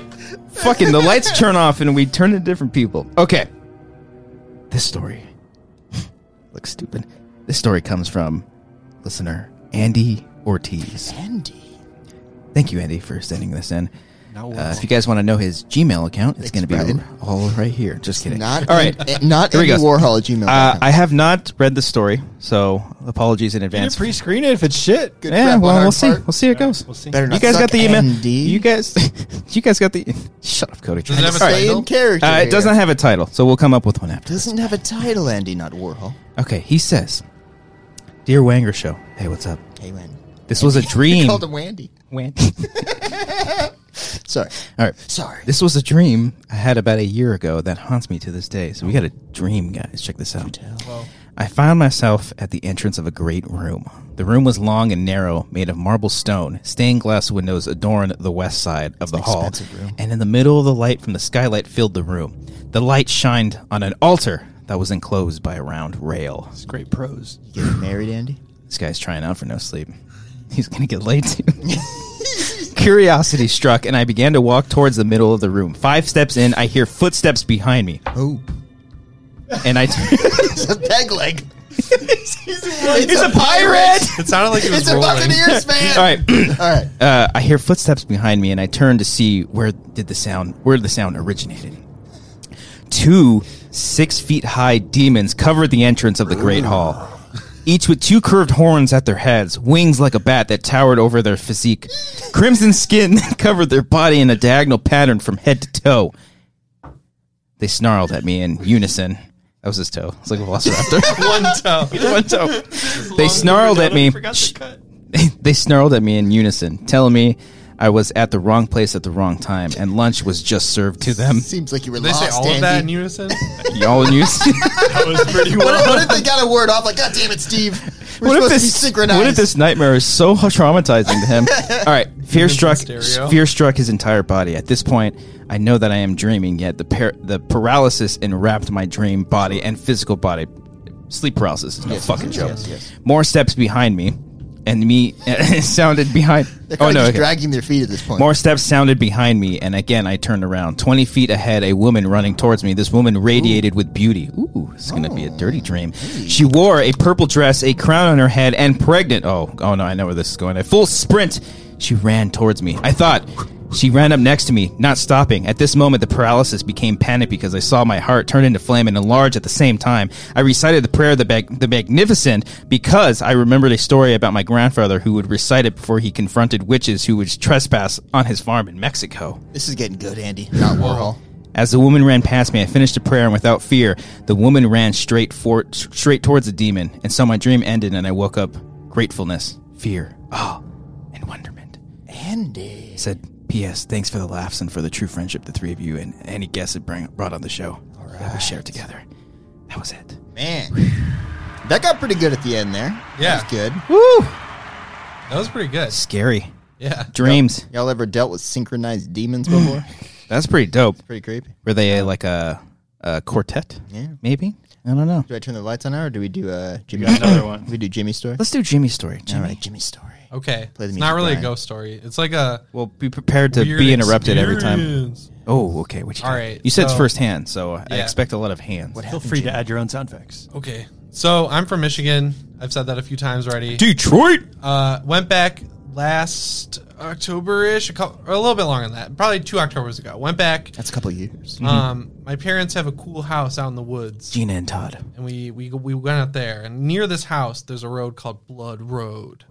B: Fucking the lights turn off and we turn to different people. Okay. This story (laughs) looks stupid. This story comes from listener Andy Ortiz.
C: Andy.
B: Thank you, Andy, for sending this in.
E: No
B: Uh, if you guys want to know his Gmail account, it's going to be
C: Brian.
B: all right here. Just kidding.
C: Not
B: all right.
C: eh, not
B: Here we
C: Andy
B: go.
C: Warhol at Gmail.
B: Uh, I have not read the story, so apologies in
E: You
B: advance.
E: pre-screen it if it's shit.
C: Good
B: yeah,
C: rap on
B: well,
C: our
B: we'll see.
C: part.
B: We'll see how it goes.
E: We'll see.
C: Better not
B: You guys
C: suck
B: got the email.
C: ND.
B: You guys, (laughs) you guys got the. (laughs) Shut up, Cody.
D: Does it have a
B: All
C: Stay in
D: title?
C: character.
B: Uh,
C: here.
B: it doesn't have a title, so we'll come up with one after.
C: doesn't have a title. Andy, not Warhol.
B: Okay, he says, "Dear Wanger Show, hey, what's up?
C: Hey, Wendy.
B: This was a
C: (laughs) You
B: dream.
C: called him Wendy.
B: (laughs) All
C: Sorry.
B: right,
C: Sorry.
B: this was a dream I had about a year ago that haunts me to this day. So we got a dream, guys. Check this out. I found myself at the entrance of a great room. The room was long and narrow, made of marble stone. Stained glass windows adorned the west side of the hall. And in the middle of the light from the skylight filled the room. The light shined on an altar that was enclosed by a round rail.
E: It's great prose.
C: You getting married, Andy?
B: This guy's trying out for no sleep. He's going to get laid too. (laughs) Curiosity struck, and I began to walk towards the middle of the room. Five steps in, I hear footsteps behind me,
C: Oh,
D: (laughs)
B: and I turn.
C: it's a peg leg.
B: He's a pirate!
D: It sounded like it was
C: It's a
D: rolling.
C: Buccaneers fan.
D: (laughs)
B: All right.
C: All right.
B: Uh, I hear footsteps behind me, and I turn to see where did the sound where the sound originated. Two six feet high demons covered the entrance of the great hall, each with two curved horns at their heads, wings like a bat that towered over their physique, crimson skin (laughs) that covered their body in a diagonal pattern from head to toe. They snarled at me in unison. That was his toe. It's like a velociraptor.
D: (laughs) One toe.
B: One toe. They snarled at me. Shh they snarled at me in unison, telling me I was at the wrong place at the wrong time, and lunch was just served to
C: (laughs)
B: them. (laughs)
C: Seems like you were
D: Did they
C: lost,
D: say all
C: Andy.
D: of that in unison?
B: Y'all in unison?
E: That was pretty
C: what, if, (laughs)
E: well.
C: what if they got a word off? Like, God damn it, Steve.
B: (laughs)
C: We're
B: what if
C: supposed
B: this?
C: to be synchronized.
B: What if this nightmare is so (laughs) traumatizing to
C: (laughs)
B: him? All right, fear struck.
D: stereo.
B: Fear struck his entire body. At this point, I know that I am dreaming. Yet the par- the paralysis enwrapped my dream body and physical body. Sleep paralysis is no fucking joke.
C: yes, yes.
B: More steps behind me, and me (laughs) sounded behind.
C: They're kind of just
B: oh, okay.
C: dragging their feet at this point.
B: More steps sounded behind me, and again I turned around. Twenty feet ahead, a woman running towards me. This woman radiated with beauty. Ooh, this is gonna be a dirty dream. She wore a purple dress, a crown on her head, and pregnant. Oh, oh no, I know where this is going. A full sprint, she ran towards me. I thought she ran up next to me, not stopping. At this moment, the paralysis became panic because I saw my heart turn into flame and enlarge at the same time. I recited the prayer of the, Mag- the Magnificent because I remembered a story about my grandfather who would recite it before he confronted witches who would trespass on his farm in Mexico.
C: This is getting good, Andy. Not Warhol.
B: As the woman ran past me, I finished the prayer, and without fear, the woman ran straight for straight towards the demon. And so my dream ended, and I woke up gratefulness, fear, awe, and wonderment.
C: Andy.
B: Said, "P.S. Thanks for the laughs and for the true friendship the three of you and any guests that bring, brought on the show that we shared together." That was it.
C: Man. That got pretty good at the end there.
D: Yeah.
C: That was good.
B: Woo!
D: That was pretty good.
B: Scary
D: Yeah.
B: dreams.
C: Y'all ever dealt with synchronized demons
B: (sighs)
C: before?
B: That's pretty dope.
C: pretty creepy.
B: Were they uh, like a, a quartet?
C: Yeah.
B: Maybe. I don't know.
C: Do I turn the lights on now, or do we do uh, Jimmy?
E: another one.
C: We do Jimmy's story.
B: Let's do Jimmy's story. Jimmy.
C: All right, Jimmy's story.
D: Okay.
C: Play the
D: It's
C: music,
D: not really
C: Brian.
D: a ghost story. It's like a
B: Well, be prepared to
D: weird
B: be interrupted every time.
D: experience.
B: Oh, okay. What you
D: All
B: got?
D: right,
B: You said
D: so-
B: firsthand, so I
D: Yeah.
B: expect a lot of hands.
E: Feel free to add your own sound effects.
D: Okay. So I'm from Michigan. I've said that a few times already.
B: Detroit.
D: Uh, went back last October ish, a, couple, a little bit longer than that, probably two Octobers ago. Went back.
C: That's a couple of years.
D: Um, my parents have a cool house out in the woods.
B: Gina and Todd.
D: and we, we we went out there and near this house there's a road called blood road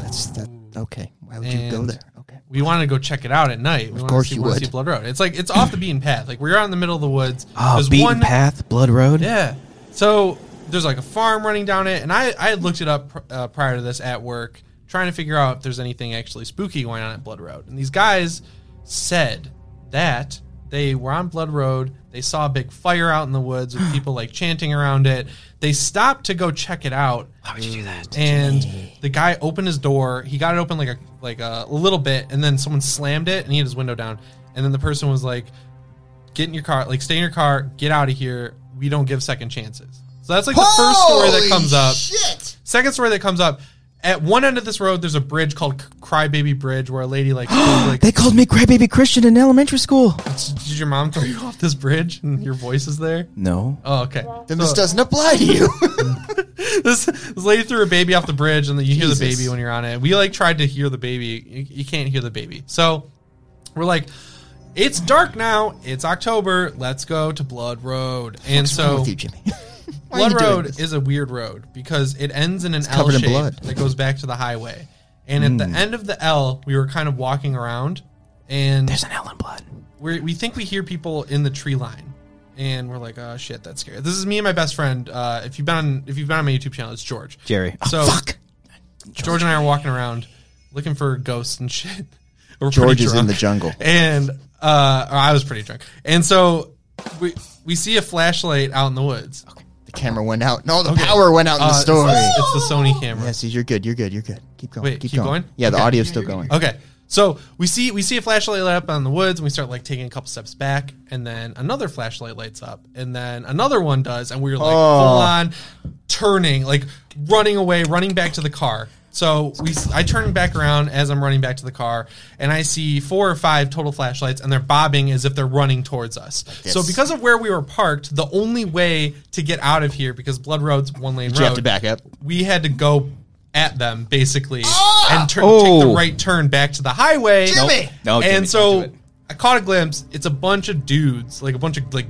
C: That's that. Okay. Why would you go
D: And-
C: there? Okay.
D: we wanted to go check it out at night we of
C: course
D: to see,
C: you
D: wanted
C: would.
D: to see blood road it's like it's off the beaten path like we're out in the middle of the woods
B: Oh,
C: Ah,
D: There's
B: beaten
D: one-
B: path, blood road.
D: yeah so there's like a farm running down it and i i had looked it up pr- uh, prior to this at work trying to figure out if there's anything actually spooky going on at blood road and these guys said that they were on blood road they saw a big fire out in the
B: (gasps)
D: woods with people like chanting around it they stopped to go check it out
B: Why would you do that?
D: and the guy opened his door. He got it open like a like a little bit, and then someone slammed it, and he had his window down. And then the person was like, "Get in your car, like stay in your car, get out of here. We don't give second chances." So that's like the first story that
C: Holy
D: comes up.
C: Shit.
D: Second story that comes up. At one end of this road, there's a bridge called C- Crybaby Bridge, where a
C: (gasps)
D: lady like, goes, like
B: They called me crybaby Christian in elementary school.
D: "Did your mom throw you off this bridge?" And your voice is there.
B: No.
D: Oh, okay.
C: Then
D: So-
C: this doesn't apply to you.
D: (laughs)
C: (laughs)
D: this this lady threw a baby off the bridge, and then you hear the
C: Jesus.
D: baby when you're on it. We like tried to hear the baby. You, you can't hear the baby. So we're like, it's dark now. It's October. Let's go to Blood Road. And so
C: with you, Jimmy. (laughs) Why are
D: Blood
C: you doing
D: Road
C: this?
D: is a weird road because it ends in an L
C: covered in
D: shape
C: blood. Hmm.
D: that goes back to the highway. And at the end of the L, we were kind of walking around, and
B: an L in blood.
D: we we think we hear people in the tree line, and we're like, "Oh shit, that's scary." This is me and my best friend. Uh, if you've been on, if you've been on my YouTube channel, it's George.
B: Jerry. Oh,
D: So
B: fuck.
D: George and I are walking around looking for ghosts and shit. (laughs) We're pretty
C: George is in
D: drunk.
C: the jungle.
D: (laughs) and uh, or I was pretty drunk, and so we we see a flashlight out in the woods.
C: The camera went out. No, the power went out in
D: Uh,
C: the
D: it's
C: story.
D: It's
B: Oh.
D: the Sony camera.
C: Yes, you're good. You're good. You're good. Keep going.
D: Wait,
C: keep,
D: keep
C: going.
D: going?
C: Yeah, the
D: Okay.
C: audio's still going.
D: Okay. So we see we see a flashlight light up on the woods, and we start like taking a couple steps back, and then another flashlight lights up, and then another one does, and we were like
C: Oh.
D: full on turning, like running away, running back to the car. So we I turn back around as I'm running back to the car, and I see four or five total flashlights, and they're bobbing as if they're running towards us. So because of where we were parked, the only way to get out of here because Blood Road's one lane road
C: You have to back up.
D: we had to go at them basically and turn, take
B: Oh.
D: the right turn back to the highway.
C: Jimmy!
B: No, Jimmy,
D: and
B: don't
D: so
B: do it.
D: I caught a glimpse. It's a bunch of dudes, like a bunch of like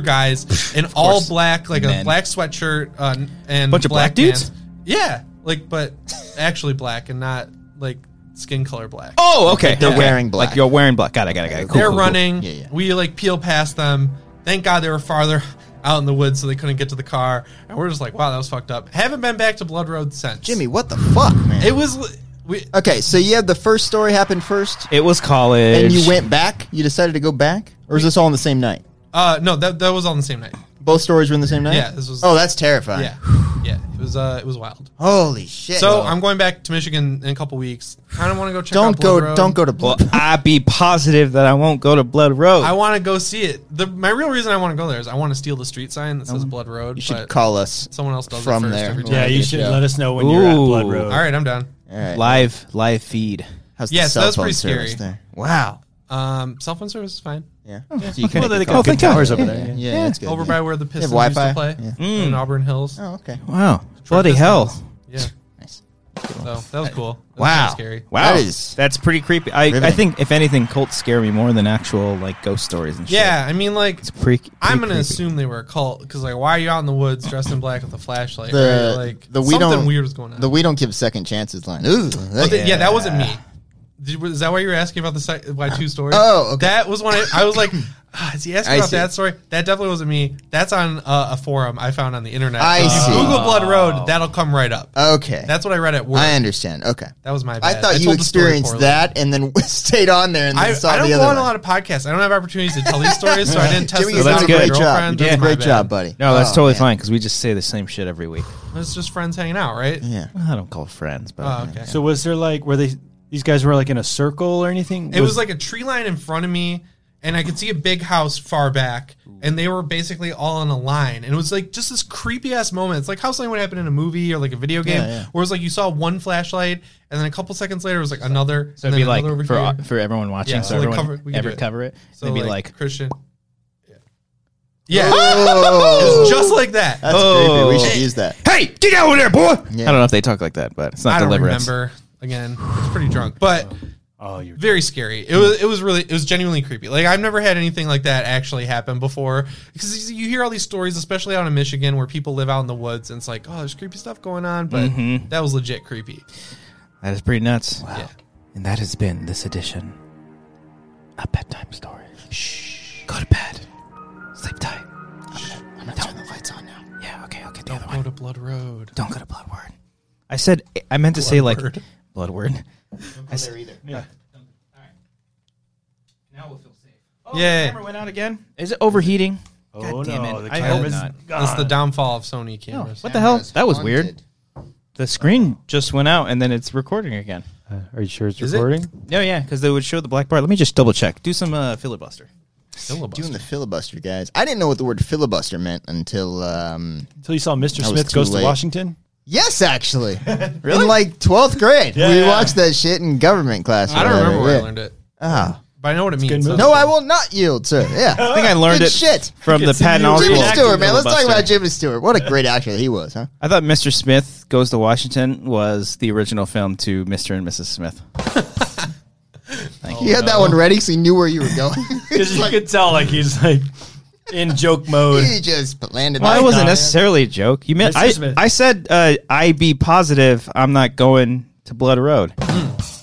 B: (laughs)
D: guys in all black, like a
B: Men.
D: black sweatshirt uh, and
B: Bunch of black dudes?
D: pants. Yeah, like but actually black and not like skin color black.
B: Oh, okay.
C: they're
B: okay.
C: wearing black.
B: Like you're wearing black. Got it. Got it. Got it. Cool,
D: They're
B: cool, cool.
D: running.
C: Yeah, yeah.
D: We like peel past them. Thank God they were farther (laughs) out in the woods so they couldn't get to the car. And we're just like, wow, that was fucked up. Haven't been back to Blood Road since.
C: Jimmy, what the fuck, man?
D: It was we
C: okay, so you had the first story happen first,
B: It was college.
C: and you went back. You decided to go back, or is this all on the same night?
D: uh no that that was on the same night.
C: Both stories were in the same night.
D: Yeah, this was-
C: Oh, that's terrifying.
D: Yeah. Yeah, it was uh it was wild.
C: Holy shit.
D: So, I'm going back to Michigan in a couple weeks. Kind of want to go check
C: don't
D: out
C: go.
D: Blood Road.
C: Don't go to
B: Well,
C: blood.
B: I be positive that I won't go to Blood Road.
D: I want to go see it. The my real reason I want to go there is I want to steal the street sign that says Blood Road,
C: Um, you should
D: but
C: call us.
D: someone else does
C: from
D: it first
C: there.
D: every time.
E: Yeah, you
C: Yeah.
E: should let us know when you're at
B: Ooh.
E: Blood Road.
D: All right, I'm down.
C: All right.
B: live live feed.
C: How's
D: Yeah,
C: the
D: so
C: cell
D: that's
C: phone
D: pretty
C: service
D: scary.
C: there? Wow.
D: Um cell phone service is fine.
C: Yeah. So you
B: okay. (laughs)
C: can
B: Well,
C: make
B: they
C: a
B: got
C: call.
B: good towers over
C: Yeah,
B: there.
C: Yeah,
B: Yeah.
C: yeah, that's good.
D: Over
C: yeah.
D: by where the Pistons used
C: Wi-Fi?
D: to play
C: Yeah.
E: Mm.
D: in Auburn Hills.
C: Oh, okay.
B: Wow. Bloody
D: Pistons.
B: hell.
D: Yeah.
C: Nice.
D: So, that was cool. That was
C: Wow.
D: kinda Scary.
B: Wow.
C: That is-
B: That's pretty creepy. I, I
C: Riveting.
B: think if anything, cults scare me more than actual like ghost stories and shit.
D: Yeah, I mean like
B: It's pretty, pretty
D: I'm gonna
B: creepy.
D: assume they were a cult because like why are you out in the woods dressed in black with a flashlight?
C: The
D: right? Like
C: the we
D: something
C: don't
D: weird was going on.
C: The we don't give second chances line. Ooh,
D: Oh,
C: that-
D: th- yeah. that wasn't me. Did, was- is that why you were asking about the sec- why two stories?
C: Oh, okay.
D: that was when I, I was
C: (coughs)
D: like, ah, is he asking
C: I
D: about
C: see.
D: that story? That definitely wasn't me. That's on uh, a forum I found on the internet.
C: I
D: If you
C: see.
D: Google Blood Road. That'll come right up.
C: Okay.
D: That's what I read at work.
C: I understand. Okay.
D: that was my.
C: I
D: Bad.
C: thought you
D: told the story
C: experienced
D: poorly.
C: that and then (laughs) stayed on there and then
D: I,
C: saw
D: I don't
C: the
D: go
C: other one.
D: on a lot of podcasts. I don't have opportunities
C: (laughs)
D: to tell these stories, so I didn't test
C: Jimmy,
D: this
C: you
B: that's
D: out
C: did a
D: with my
C: great job. You
D: girlfriend.
C: did a
D: That's my
C: great
D: bad.
C: job, buddy.
B: No, that's
C: Oh,
B: totally
C: man.
B: fine because we just say the same shit every week.
D: It's just friends hanging out, right?
C: Yeah.
B: I don't call friends, but
D: Oh, okay.
E: So was there like were they these guys were like in a circle or anything?
D: It was like a tree line in front of me, and I could see a big house far back, and they were basically all in a line. And it was like just this creepy ass moment. It's like how something would happen in a movie or like a video game,
C: yeah.
D: where it's like you saw one flashlight, and then a couple seconds later it was like another.
B: so
D: and
B: it'd
D: then
B: be like
D: another over
B: for
D: here.
B: for everyone watching,
D: Yeah,
B: so,
D: so like
B: everyone
D: cover- we can
B: ever
D: do it.
B: cover it.
D: So
B: they'd be like,
D: Christian. Yeah,
C: Oh,
D: it's just like that.
C: that's
B: Oh.
C: creepy. We should use that.
B: "Hey, get out of there, boy!"
C: Yeah.
B: I don't know if they talk like that, but it's not
D: I don't
B: deliverance.
D: remember. Again, it's pretty drunk, but
E: oh, you're
D: very scary. It was it was really it was genuinely creepy. Like I've never had anything like that actually happen before because you hear all these stories, especially out in Michigan, where people live out in the woods, and it's like, oh, there's creepy stuff going on, but that was legit creepy.
B: That is pretty nuts.
D: Yeah.
B: And that has been this edition of bedtime stories. Shh. Go to bed. Sleep tight.
C: I'm gonna turn the lights on now.
B: Yeah. Okay. I'll get
E: Oh,
B: the other
D: Don't
B: one.
D: go to Blood Road.
B: Don't go to blood word. I said I meant to say like
D: word.
B: blood word. I s-
D: Yay!
B: Camera went out again. Is it overheating?
E: Oh
B: God
E: no,
B: damn it.
E: the
B: I hope
E: camera's
B: not.
E: gone.
D: That's the downfall of Sony cameras.
B: What the hell? That was weird. The screen just went out and then it's recording again.
E: Uh, are you sure it's
D: Is it?
E: recording?
B: No, yeah, because they would show the black bar. Let me just double check. Do some uh, filibuster.
D: Filibuster.
C: Doing the filibuster, guys. I didn't know what the word filibuster meant until um,
E: Until you saw Mr.
C: was
E: Smith
C: too
E: goes
C: late.
E: to Washington.
C: Yes,
D: (laughs)
C: actually. really? In like 12th grade.
E: Yeah,
C: we
E: yeah.
C: watched that shit in government class. or
D: I don't
C: whatever,
D: remember where I
C: yeah.
D: learned it,
C: Ah.
D: but I know what it means.
E: good
D: so-
E: move.
C: No, I will not yield, sir. Yeah.
B: I think I learned
C: Good
B: it
C: shit.
B: from the
E: It's
B: Patton
E: you
B: Oswalt.
C: Jimmy
E: Reenacting
C: Stewart, man. Let's talk
B: filibuster.
C: about Jimmy Stewart. What a great actor he was, huh?
B: I thought Mr. Smith Goes to Washington was the original film to Mr. and Mrs. Smith. Thank
C: He had that one ready because he knew where you were
B: (laughs)
C: going. (laughs)
E: Because you could tell, like he's like in
D: (laughs)
E: joke mode.
C: he just landed.
B: Well,
C: that.
B: it wasn't
E: not?
B: necessarily a joke. You meant
E: Mr.
B: I,
E: Smith.
B: I said uh, I be positive. I'm not going to Blood Road,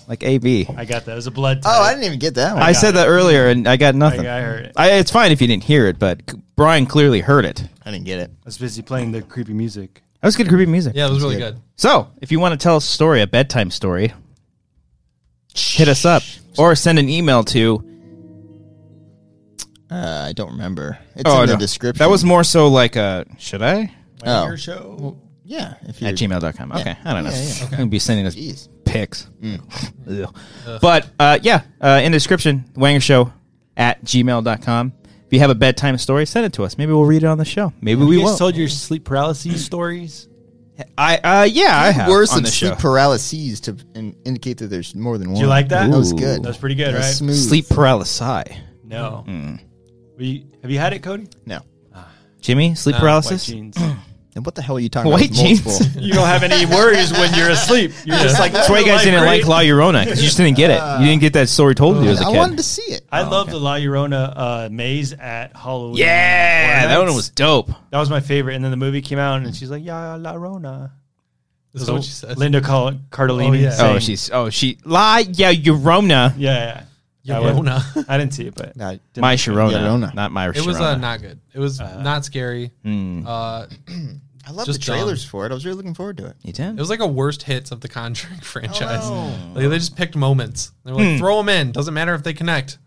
B: like AB.
E: I got that. It was a blood.
C: (laughs) Oh, I
E: type.
C: didn't even get that one.
B: I said that earlier, and I got nothing.
E: I heard it.
B: I- it's fine if you didn't hear it, but c- Brian clearly heard it.
C: I didn't get it.
E: I was busy playing the creepy music.
B: That was good creepy music.
D: Yeah, it was really good.
B: So, if you want to tell us a story, a bedtime story, hit us up or send an email to.
C: Uh, I don't remember. It's in the
B: Oh, no.
C: description.
B: That was more so like a should I
C: Oh.
E: Your show.
C: yeah. If
B: at
C: you're-
B: gmail.com. Okay, I don't know.
C: Yeah, yeah,
B: I'm gonna be sending us
C: Jeez. Mm.
B: pics. (laughs) Ugh. But uh, yeah, uh, in the description, Wanger Show at gmail.com. If you have a bedtime story, send it to us. Maybe we'll read it on the show. Maybe we
E: You
B: will.
E: guys told your sleep paralysis stories.
B: I uh, yeah, I have
C: Words
B: on
C: of
B: the
C: sleep
B: show.
C: paralyses to in- indicate that there's more than one.
E: you like that?
C: That was
B: Ooh.
C: good.
E: That was pretty good,
C: That was
E: right?
C: Smooth.
B: Sleep paralysis.
E: No. Were you- have you had it, Cody?
C: No.
B: Jimmy, sleep
D: No,
E: White
B: paralysis.
E: (clears throat) jeans.
C: And what the hell are you talking
B: White
C: about?
B: (laughs)
C: It's
B: jeans.
C: multiple.
E: you don't have any worries when you're asleep. You're just like
B: That's why you
C: (laughs)
B: guys didn't
E: great.
B: like
E: (laughs)
B: La Llorona because you just didn't get it. You didn't get that story told to you as a
C: Uh, I
B: kid.
C: wanted to see it.
E: I love the La Llorona uh, maze at Halloween.
B: yeah,
E: Horror
B: that one
E: Nights.
B: was dope.
E: that was my favorite. And then the movie came out, and she's like, "Yeah, La Llorona."
D: This
E: It
D: is what
E: was
D: she said. (laughs)
E: Linda Cal- Cardellini.
D: Oh, yeah.
E: sang-
B: Oh, she's oh she La yeah Llorona,
E: yeah, yeah. That
D: (laughs)
E: one-
D: Llorona.
E: I didn't see it, but
C: No,
B: my Sharona,
C: Llorona.
B: not my.
D: It was
B: Sharona.
D: uh, not good. It was not scary. Uh,
C: I love
D: Just
C: the trailers
D: dumb.
C: for it. I was really looking forward to it.
B: You did?
D: it was like a worst hits of the Conjuring (laughs) franchise.
C: Oh,
D: Like they just picked moments. They were like,
B: Hmm.
D: throw them in. Doesn't matter if they connect.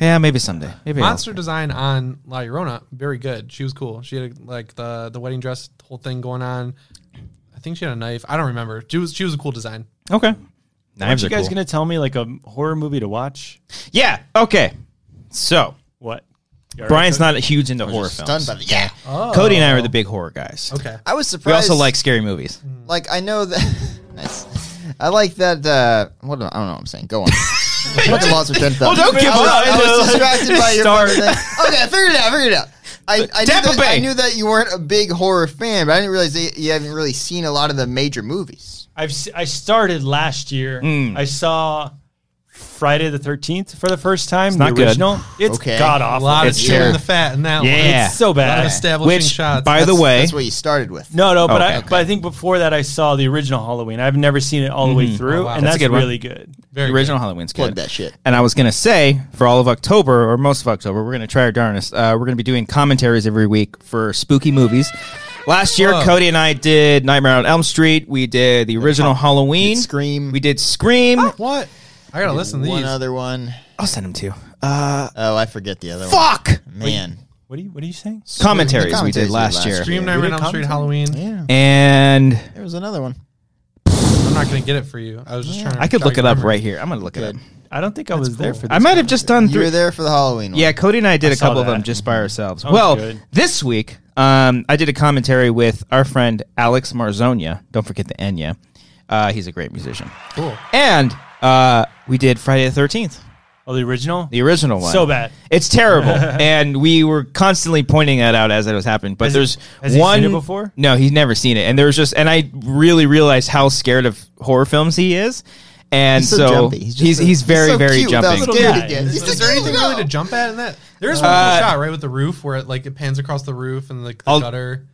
B: Yeah, maybe someday. Maybe I'll-
D: Monster design on La Llorona, very good. She was cool. She had like the the wedding dress whole thing going on. I think she had a knife. I don't remember. She was she was a cool design.
B: Okay. Knives
E: Aren't you
B: are
E: guys
B: cool.
E: gonna tell me like a horror movie to watch?
B: yeah. Okay. So
E: What? You all right,
B: Brian's
E: Cody?
B: not huge into horror
C: Stunned
B: films.
C: by Oh. the yeah.
B: Cody and I are the big horror guys.
D: Okay.
C: I was
B: We
C: surprised.
B: also like scary movies.
C: like I know that. (laughs) nice. I like that. Uh, what I don't know. what I'm
B: (laughs)
C: saying. Go on. What's the loss of ten
B: Oh,
C: thousand?
B: don't give
C: I was,
B: up.
C: I
B: (laughs)
C: was distracted by your
B: Start.
C: fucking thing. Okay, I figured it out. I figured it out. I, I,
B: Tampa
C: knew that, I
B: Bay.
C: knew that you weren't a big horror fan, but I didn't realize that you haven't really seen a lot of the major movies.
E: I've s- I started last year.
B: Hmm.
E: I saw Friday the Thirteenth for the first time. It's
B: not
E: the
B: good.
E: original. It's
C: Okay.
E: god
D: A
E: awful.
D: lot of
B: It's
D: chewing
B: sure.
D: the fat in that one.
B: Yeah.
E: It's so
D: A lot of
E: bad.
D: establishing
B: Which,
D: shots.
B: by the
C: That's-
B: way,
C: that's what you started with.
E: No, no, but
B: Okay,
E: I
B: okay.
E: but I think before that I saw the original Halloween. I've never seen it all the way through,
D: Oh, wow.
E: and
B: Mm-hmm. That's a
E: that's,
B: good one.
E: really good.
B: the
D: very good.
B: original Halloween's
C: Plug
B: good.
C: that shit.
B: And I was gonna say for all of October or most of October, we're gonna try our darnest. Uh, we're gonna be doing commentaries every week for spooky movies. Last year,
D: Whoa.
B: Cody and I did Nightmare on Elm Street. We did the original Halloween.
C: did Scream.
B: We did Scream.
D: What? I gotta listen to
C: One
D: these.
C: other one.
B: I'll send them to you.
C: Oh, I forget the other one.
B: Uh, Fuck.
C: Man.
E: What are you What are you saying?
B: Commentaries,
C: The
B: we did last, year.
D: Dream
C: Yeah.
D: Nightmare on Elm Street Halloween.
C: Yeah,
B: And
C: there was another one.
D: I'm not gonna get it for you. I was just trying to
B: I could look
D: jog
B: it up
D: your
B: right here. I'm gonna look it
C: Good.
B: up.
E: I don't think I was there for. This
B: I might have just done
C: You
B: three.
C: were there for the Halloween one.
B: Yeah, Cody and I did a
E: saw
B: couple of
E: that.
B: them just by ourselves.
E: was
B: well,
E: good.
B: this week, um, I did a commentary with our friend Alex Marzonia. Don't forget the Enya. Uh, he's a great musician.
D: Cool.
B: And uh, we did Friday the 13th,
E: Oh, the original.
B: the original one.
E: So bad.
B: It's
E: (laughs)
B: terrible. and we were constantly pointing that out as it was happening. But
E: Has he-
B: there's
E: has he
B: one.
E: seen it before?
B: No, he's never seen it. And there's just. And I really realized how scared of horror films he is. And
C: He's so
B: so,
C: jumpy. He's
B: he's,
C: just
B: he's,
C: so- he's
B: very,
C: so
B: very
C: cute without
B: jumping.
C: little
E: Yeah.
C: dude again.
E: Is
C: He's
D: Is
C: just
D: there
C: a
D: anything
C: little
D: really to jump at in that? There's one
B: Uh,
D: cool shot right with the roof where it like it pans across the roof and like the
B: I'll-
D: gutter.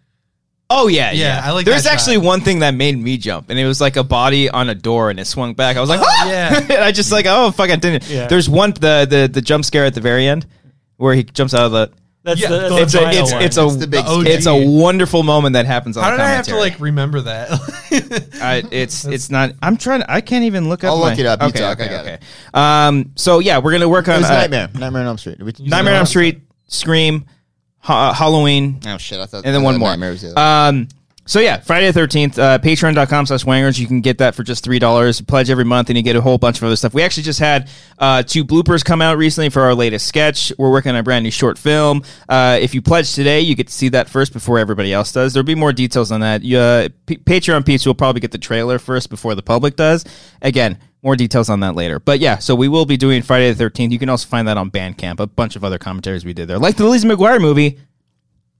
B: Oh yeah,
D: Yeah,
B: yeah.
D: I like
B: There's
D: that
B: actually
D: shot.
B: one thing that made me jump, and it was like a body on a door, and it swung back. I was like, ah!
D: yeah.
B: (laughs) and I just like, oh fuck, I didn't.
E: Yeah.
B: There's one the, the the jump scare at the very end where he jumps out of the.
E: That's
D: Yeah,
E: the. That's
B: It's
E: the
B: a
E: final
B: it's,
E: one.
B: it's a
C: the big
B: it's,
D: scare.
B: a wonderful moment that happens on
D: How
B: the
D: did I have to
B: commentary.
D: like remember that? (laughs)
B: I, it's it's not. I'm trying. I can't even look up.
C: I'll
B: my,
C: look it up. You
B: Okay,
C: talk, I
B: okay,
C: got
B: okay. Um. So yeah, we're gonna work
C: It
B: on
C: was
B: uh,
C: Nightmare. Nightmare on Elm Street. Which-
B: Nightmare on Elm Street, Scream, ha- Halloween,
C: Oh shit! I thought.
B: and then one
C: uh,
B: more.
C: Nightmare was the other.
B: Um, so yeah, Friday the thirteenth, uh, patreon.com slash wangers. You can get that for just three dollars. Pledge every month and you get a whole bunch of other stuff. We actually just had uh, two bloopers come out recently for our latest sketch. We're working on a brand new short film. Uh, if you pledge today, you get to see that first before everybody else does. There'll be more details on that. You, Uh, P- Patreon piece will probably get the trailer first before the public does. Again, more details on that later. But yeah, so we will be doing Friday the thirteenth. You can also find that on Bandcamp, a bunch of other commentaries we did there. Like the Lizzie McGuire movie.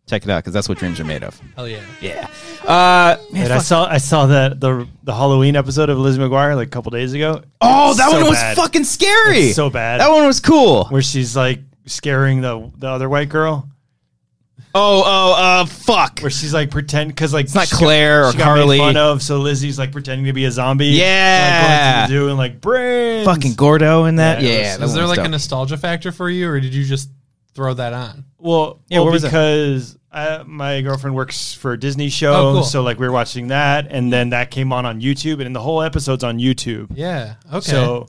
B: Check it out because that's what dreams are made of.
D: Hell yeah.
B: Yeah. Uh, man,
E: And I saw I saw that the the Halloween episode of Lizzie McGuire like a couple days ago.
B: oh,
E: It's
B: that
E: so
B: one was
E: bad.
B: fucking scary.
E: It's so bad.
B: That one was cool.
E: where she's like scaring the the other white girl.
B: Oh, oh, uh, fuck.
E: Where she's like pretend because like it's
B: not Claire or Carly.
E: Got made fun of so Lizzie's like pretending to be a zombie.
B: Yeah.
E: like, going through the zoo and like brains.
B: Fucking Gordo in that.
E: Yeah,
B: Yeah.
E: it
B: that
D: Is there
B: one was
D: like a
B: dope.
D: nostalgia factor for you, or did you just throw that on?
E: Well,
B: Yeah,
E: well,
B: where was that?
E: because I, my girlfriend works for a Disney show,
D: Oh, cool.
E: so like we were watching that, and then that came on on YouTube, and the whole episode's on YouTube.
D: Yeah. Okay.
E: So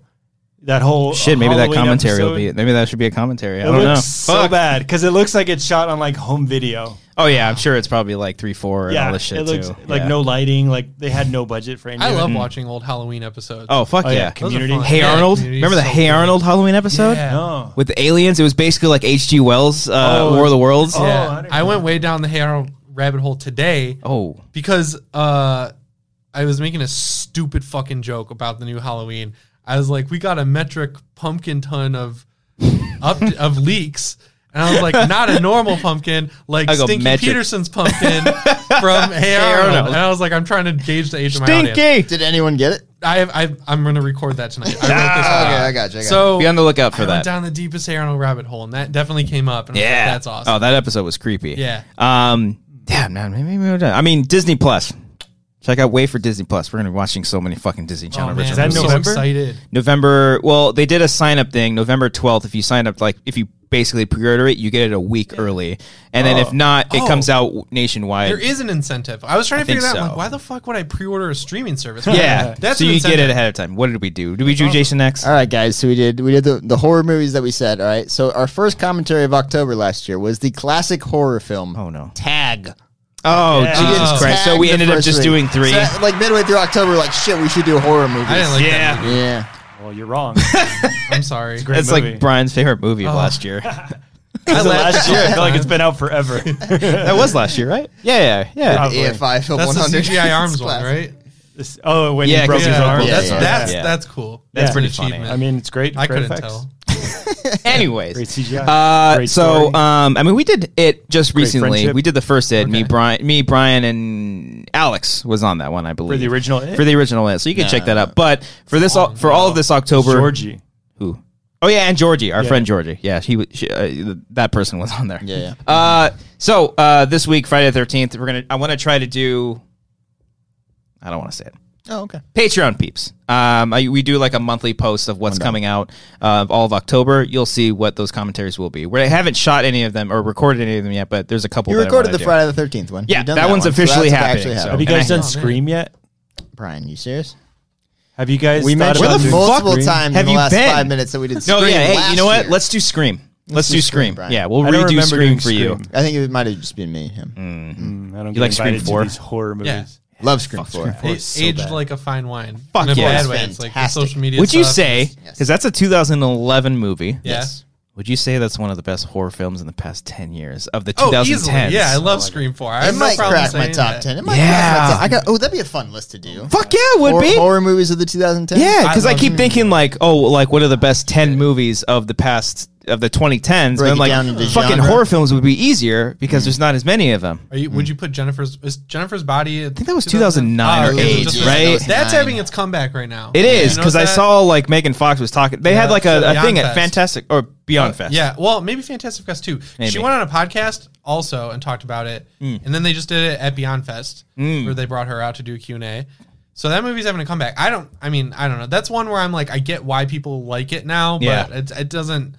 E: that whole
B: shit? Maybe that
E: Halloween
B: commentary will be.
E: episode-
B: Maybe that should be a commentary. I
E: It
B: don't know.
E: looks so
B: Fuck.
E: bad because it looks like it's shot on like home video.
B: Oh yeah, I'm sure it's probably like three, four, and all
E: yeah,
B: this shit
E: it looks
B: too.
E: like
B: Yeah.
E: no lighting. Like they had no budget for any.
D: I
E: of it.
D: love watching old Halloween episodes.
B: Mm. Oh fuck
E: Oh, yeah,
B: yeah!
E: Community.
D: Those are fun.
B: Hey
D: Yeah,
B: Arnold,
D: Community's
B: remember the
D: so
B: Hey
D: good.
B: Arnold Halloween episode
D: Yeah.
E: No.
B: with the aliens? It was basically like H.G. Wells' uh,
E: Oh.
B: War of the Worlds.
E: Oh.
D: Yeah.
E: I didn't
D: I,
E: know
D: went way down the Hey Arnold rabbit hole today
B: Oh,
D: because uh, I was making a stupid fucking joke about the new Halloween. I was like, we got a metric pumpkin ton of up of leaks. And I was like, not a normal pumpkin, like
B: I go
D: Stinky
B: metric.
D: Peterson's pumpkin
B: (laughs)
D: from Hey Arnold.
B: Arnold.
D: And I was like, I'm trying to gauge the age of my audience.
B: Stinky.
C: Did anyone get it?
D: I have, I, I'm going to record that tonight. I wrote this
C: Ah, okay,
D: out.
C: I got you. I got you.
D: So
B: Be on the lookout for
D: I went
B: that.
D: down the deepest Hey Arnold rabbit hole, and that definitely came up. And I was like,
B: Yeah,
D: that's awesome.
B: Oh, that episode was creepy.
D: Yeah. Oh,
B: Um. Damn, man. Maybe we're done. I mean, Disney Plus. Check out Wait for Disney Plus. We're gonna be watching so many fucking Disney Channel
D: Oh, man,
B: originals.
E: Is that
D: I'm so
E: November?
D: excited.
B: November. Well, they did a sign up thing. November twelfth. If you sign up, like if you basically pre-order it, you get it a week early, and then if not, it
D: Oh.
B: comes out nationwide.
D: There is an incentive. I was trying to
B: I
D: figure
B: think
D: that out.
B: so.
D: Like, why the fuck would I pre-order a streaming
B: (laughs)
D: service?
B: yeah,
D: (laughs) that's
B: so
D: an
B: you get it
D: incentive.
B: ahead of time. What did we do? Did we do Jason X?
C: All right, guys. So we did we did the, the horror movies that we said. All right. So our first commentary of October last year was the classic horror film.
B: Oh no!
C: Tag.
B: Oh
E: Yeah.
B: Jesus
D: Oh.
B: Christ! So
C: Tag
B: we
C: the
B: ended up
C: first
B: just
C: week.
B: doing three.
C: So, like midway through October, we're like shit, we should do horror movies.
D: I didn't like
B: Yeah.
D: that movie.
C: yeah.
E: Well,
B: (laughs)
E: you're wrong.
D: I'm sorry.
E: great.
B: That's
E: movie.
B: like Brian's favorite movie of last year.
E: I
D: laughed
E: last year. I feel like
D: time.
E: it's been out
B: (laughs)
E: forever. (laughs)
B: that was last year, right? Yeah, yeah, yeah.
E: Probably.
C: AFI film
D: That's the
C: 100. (laughs)
D: CGI
C: It's
D: arms one,
C: classic.
D: right?
E: This- oh, when
B: Yeah,
E: he broke
B: because
E: his
B: he
E: arm.
B: broke
D: That's
C: his Yeah.
D: that's
B: Yeah.
D: that's cool.
E: That's
D: That's an
E: pretty
B: funny.
D: achievement.
E: I mean, it's great.
D: I
E: great
D: couldn't
E: effects.
D: tell.
B: Anyways,
E: Great CGI.
B: Uh,
E: Great
B: so
E: story.
B: um, I mean, we did it just recently.
E: friendship.
B: We did the first it. Me, Brian, me, Brian, and Alex was on that one, I believe,
E: For the original It?
B: for the original it. So you can check that out. But for this, all,
D: long
B: for all of this October,
E: Georgie.
B: who? Oh yeah, and Georgie, our
E: Yeah.
B: friend Georgie. Yeah, he was. She, uh, that person was on there.
C: Yeah,
B: Uh, so uh, this week, Friday the thirteenth, we're gonna. I want to try to do. I don't want to say it.
C: Oh, okay.
B: Patreon peeps. Um, I, we do like a monthly post of what's coming out uh, of all of October. You'll see what those commentaries will be. Where I haven't shot any of them or recorded any of them yet, but there's a couple.
C: You
B: that I
C: recorded
B: wanna
C: the
B: do.
C: Friday the 13th one.
B: Yeah,
C: You've done
B: that one's
C: one. So
B: officially
C: that's
B: happening,
C: actually
B: so-
E: Have you
B: and
E: guys
B: I-
E: done
D: Oh, man.
E: Scream yet?
C: Brian, you serious?
E: Have you guys?
C: We
E: thought
C: mentioned
E: about
B: Where the
E: doing-
B: fuck
C: multiple
B: were you?
C: times
B: Have
C: in the
B: you
C: last
B: been?
C: five minutes that we did.
B: No,
C: Scream
B: yeah. Hey,
C: last
B: you know what?
C: year.
B: Let's do Scream. Let's,
C: do
B: do Scream.
C: Scream, Brian.
B: yeah, we'll
E: I don't
B: redo
E: remember
B: Scream
E: doing
B: for you.
E: Scream.
C: I think it might have just been me. Him.
E: Mm, I don't
B: You
E: get
B: like Scream
E: invited to
B: 4?
E: These horror movies.
D: Yeah.
C: Love Scream Four.
D: It
E: It's so
D: aged
E: bad.
D: like a fine wine.
B: Fuck
D: in a
B: yeah.
D: bad
B: It's
D: way. It's like the
C: fantastic.
D: social media.
B: Would you
D: stuff
B: say?
D: is-
B: Because that's a 2011 movie.
D: Yeah.
B: Would you say that's one of the best horror films in the past 10 years of the 2010s?
D: Oh, easily. Yeah, I love Scream Four.
C: It
D: I have no
C: might
D: problem
C: crack my
D: saying
C: top
D: that.
C: ten. It might
B: Yeah.
C: crack my top. I got. Oh, that'd be a fun list to do.
B: Fuck yeah, it would
C: horror,
B: be.
C: horror movies of the 2010.
B: Yeah, because I,
D: love
B: keep
D: Scream.
B: thinking like, oh, like what are the best ten movies of the past of the 2010s?
C: Break
B: and
C: it
B: like,
C: down into
B: fucking
C: genre.
B: horror films would be easier
D: Mm.
B: because there's not as many of them.
D: Are you, Would you put Jennifer's is Jennifer's body? I
B: think that was 2009
C: or eight,
B: right?
D: That's
C: Nine.
D: having its comeback right now.
B: It is
D: You
B: because I
D: notice that?
B: saw like Megan Fox was talking. They had like a, a
D: Beyond
B: thing at
D: Fest. Uh,
B: Fantastic or Beyond Fest.
D: Yeah, well, maybe Fantastic Fest too.
B: Maybe. Hmm.
D: She went on a podcast also and talked about it, and then they just did it at Beyond Fest where they brought her out to do a Q and A. So that movie's having a comeback. I don't. I mean, I don't know. That's one where I'm like, I get why people like it now, but
B: Yeah.
D: it, it doesn't.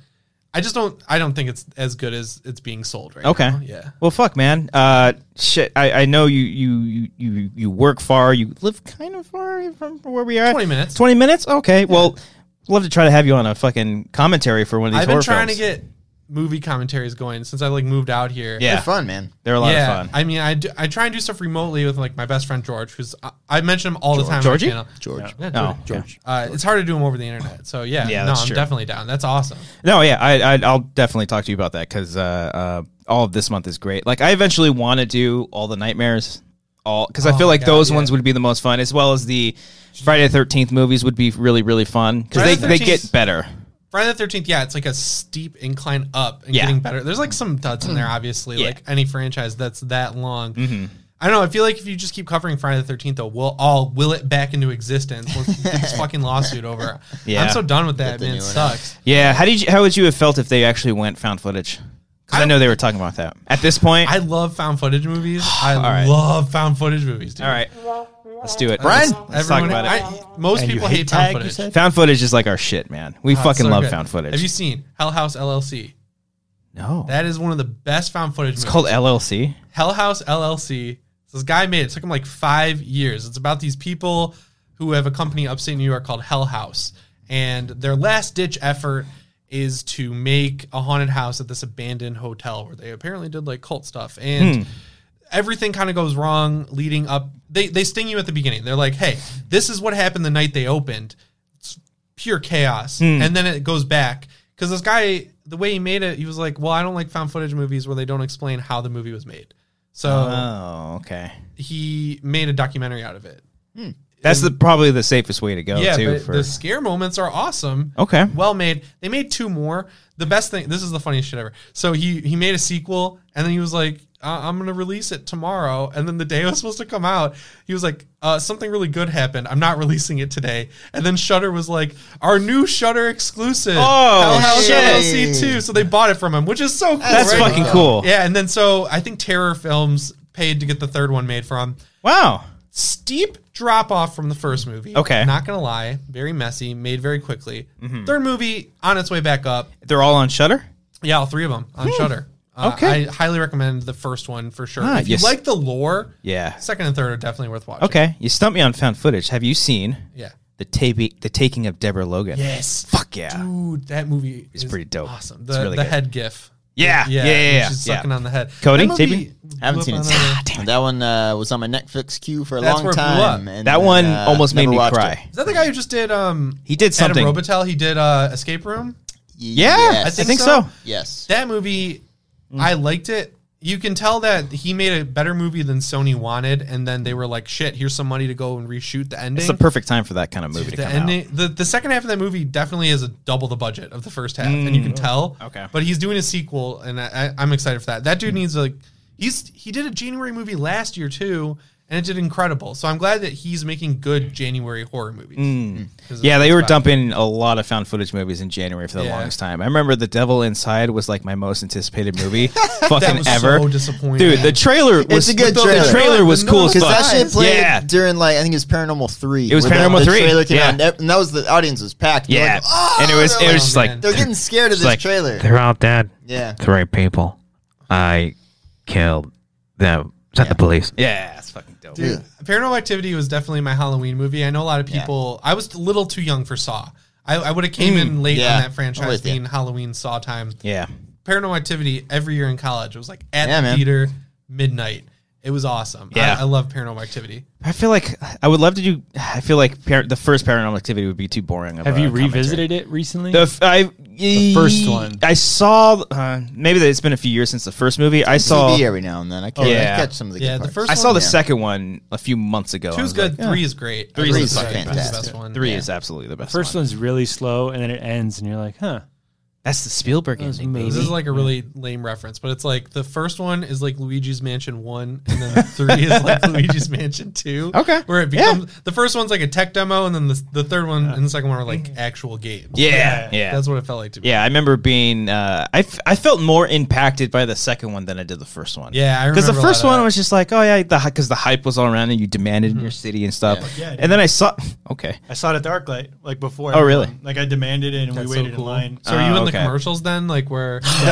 D: I just don't. I don't think it's as good as it's being sold right
B: Okay.
D: now. Oh, Yeah.
B: Well, fuck, man. Uh, shit. I, I know you, you you you you work far. You live kind of far from where we are.
D: 20 minutes.
B: Twenty minutes. Okay. Well, love to try to have you on a fucking commentary for one of these.
D: I've been
B: horror
D: trying
B: films.
D: to get movie commentaries going since I like moved out here.
B: Yeah.
C: They're fun, man.
B: They're a lot
D: yeah,
B: of fun.
D: I mean, I, do, I try and do stuff remotely with like my best friend George, who's I, I mention him all the time.
B: Georgie?
D: on my channel.
C: George.
D: Yeah,
B: oh,
D: Georgie. Uh, it's hard to do them over the internet. So yeah,
B: Yeah,
D: no,
B: that's
D: I'm
B: true.
D: definitely down. That's awesome.
B: No, yeah, I, I I'll definitely talk to you about that because uh, uh, all of this month is great. Like, I eventually want to do all the nightmares, all because I
D: Oh
B: feel
D: my
B: like
D: God,
B: those
D: yeah.
B: ones would be the most fun, as well as the Friday the Thirteenth movies would be really really fun because they
D: Friday
B: they
D: the
B: get
D: 13th 's-
B: better.
D: Friday the Thirteenth, yeah, it's like a steep incline up and
B: Yeah. Mm.
D: getting better. There's like some duds in there, obviously,
B: Yeah. Mm-hmm.
D: like any franchise that's that long. I don't know. I feel like if you just keep covering Friday the Thirteenth, though, we'll all will it back into existence. Let's get
B: (laughs)
D: this fucking lawsuit over.
B: Yeah.
D: I'm so done with that,
C: the
D: man.
C: new
D: It
C: one
D: sucks.
B: Yeah, how did you, how would you have felt if they actually went found footage? Because I,
D: I-
B: know they were talking about that. At this point,
D: I love found
B: (sighs)
D: footage movies. I
B: All right.
D: love found footage movies, dude.
B: all right, let's do it, Brian. Let's talk
D: Everyone,
B: about it.
D: I, most people hate, found footage.
B: found footage is like our shit, man. We
D: Oh, it's
B: fucking
D: so
B: love
D: good.
B: found footage.
D: Have you seen Hell House LLC?
B: no,
D: That is one of the best found footage.
B: it's
D: movies.
B: called LLC.
D: Hell House LLC. This guy made it. it. Took him like five years. It's about these people who have a company upstate New York called Hell House, and their last ditch effort is to make a haunted house at this abandoned hotel where they apparently did like cult stuff and.
B: Hmm.
D: Everything kind of goes wrong leading up. They they sting you at the beginning. They're like, "Hey, this is what happened the night they opened." pure chaos. And then it goes back because this guy, the way he made it, he was like, "Well, I don't like found footage movies where they don't explain how the movie was made." So
B: Oh, okay.
D: he made a documentary out of it.
B: That's the probably the safest way to go
D: yeah,
B: too.
D: but
B: For
D: the scare moments are awesome.
B: okay,
D: Well made. They made two more. The best thing. This is the funniest shit ever. So he he made a sequel, and then he was like, uh, "I'm gonna release it tomorrow." And then the day (laughs) it was supposed to come out, he was like, uh, "Something really good happened. I'm not releasing it today." And then Shutter was like, "Our new Shutter exclusive,
B: Oh,
D: Hell House
B: shit.
D: LLC two. So they bought it from him, which is so cool.
B: that's
D: right?
B: fucking cool.
D: Yeah, and then so I think Terror Films paid to get the third one made from
B: Wow.
D: steep drop off from the first movie.
B: Okay. Mm-hmm.
D: Not going to lie. Very messy, made very quickly. Third movie on its way back up.
B: They're all on Shutter.
D: Yeah, all three of them on Shutter. Uh,
B: Okay.
D: I highly recommend the first one for sure.
B: Ah,
D: if you
B: yes.
D: like the lore,
B: Yeah.
D: second and third are definitely worth watching.
B: Okay, you stumped me on found footage. Have you seen
D: Yeah.
B: the tape, the taking of Deborah Logan?
D: Yes.
B: Fuck yeah.
D: Dude, that movie is
B: pretty dope.
D: Awesome.
B: It's
D: The,
B: really
D: the
B: good.
D: head gif.
B: Yeah, yeah, yeah, yeah,
D: She's
B: yeah.
D: sucking on the head.
B: Cody,
D: That movie
B: taping? Ah,
D: blew
C: haven't
D: up
C: seen
D: on
C: it.
D: the-
C: That one uh, was on my Netflix queue for a
D: That's
C: long
D: where it blew
C: time.
D: up.
C: and
B: That
C: then,
B: one
C: uh,
B: almost made
C: never
B: me
C: watched
B: cry.
D: Is that the guy who just did um
B: He did something.
D: Adam Robitel? He did uh, Escape Room.
C: it.
B: Yeah,
C: Yes.
B: I think, so.
C: Yes.
D: that movie i liked it you can tell that he made a better movie than sony wanted and then they were like shit here's some money to go and reshoot the ending
B: It's the perfect time for that kind of movie to
D: the
B: come out.
D: ending the, the second half of that movie definitely is a double the budget of the first half and you can tell
B: Mm. Okay.
D: but he's doing a sequel and I, I, i'm excited for that that dude needs like he's he did a january movie last year too and it did incredible so i'm glad that he's making good january horror movies
B: Mm. Yeah, they were
D: dumping.
B: dumping a lot of found footage movies in January for the
D: Yeah.
B: longest time. I remember The Devil Inside was like my most anticipated
D: (laughs)
B: movie, fucking
D: was
B: ever.
D: so disappointing.
B: dude. The trailer was
C: a good
B: the- The
C: trailer.
B: trailer was
D: The
B: cool as
D: no-
B: fuck.
C: Because that shit played
B: yeah,
C: during like I think it was Paranormal Three.
B: It was
C: where the-
B: Paranormal
C: the
B: 3,
C: trailer came
B: yeah.
C: out, and ev- and that was the audience was packed. They were
B: yeah.
C: like, "Oh!"
B: and it was
C: they're
B: it was just
C: like-
D: oh,
B: like
D: man.
C: they're getting scared of this
B: like- (laughs)
C: trailer.
F: They're all dead.
C: Yeah,
F: Three people. I killed them. It's not the police.
B: yeah, it's fucking dope.
D: Dude, Paranormal Activity was definitely my Halloween movie. I know a lot of people. I was a little too young for Saw. I, I would have came in late
C: yeah.
D: on that
C: I'm
D: franchise
C: with you.
D: being Halloween Saw time.
B: Yeah,
D: Paranormal Activity every year in college. It was like at
C: Yeah,
D: the
C: man.
D: theater midnight. It was awesome.
B: Yeah.
D: I, I love Paranormal Activity.
B: I feel like I would love to do. I feel like par- the first Paranormal Activity would be too boring. of
E: Have
B: a
E: you
B: commentary.
E: revisited it recently?
B: The, f- I, the
E: first one.
B: I saw. Uh, maybe that it's been a few years since the first movie. I saw.
C: TV every now and then. I catch,
B: yeah.
C: I catch some of the
D: Yeah,
C: good
D: the
C: parts.
D: first
B: I saw the
C: Yeah.
B: second one a few months ago. and I
D: Two's
B: was
D: good.
B: like,
D: Three is great.
B: Three's
D: Three is
C: the
D: fucking-
C: fantastic.
D: the best one.
B: Three
D: Yeah.
B: is absolutely the best.
E: First
B: one.
E: one's really slow, and then it ends, and you're like, huh.
B: That's the Spielberg
E: was
B: ending,
E: amazing.
D: This
B: baby.
D: is like a really lame reference, but it's like the first one is like Luigi's Mansion One, and then three is
B: (laughs)
D: like Luigi's Mansion Two.
B: Okay.
D: where it
B: Yeah.
D: becomes the first one's like a tech demo, and then the, the third one and the second one are like actual games.
B: yeah, yeah,
D: that's what it felt like to me.
B: yeah. I remember being. Uh, I, f- I felt more impacted by the second one than I did the first one.
D: Yeah, I remember
B: because the
D: a lot
B: first
D: of
B: one
D: that. Mm-hmm.
B: was just like, oh yeah, the because the hype was all around and you demanded in your city and stuff.
E: Yeah, dude.
B: and then I saw. (laughs) Okay.
E: I saw it at Darklight, like before.
B: Oh, really?
E: Like, I demanded it, and
D: That's
E: we
D: so
E: waited
D: cool.
E: in line.
D: So are you
B: Oh,
D: in the
B: okay.
D: commercials then? Like where?
E: Maybe.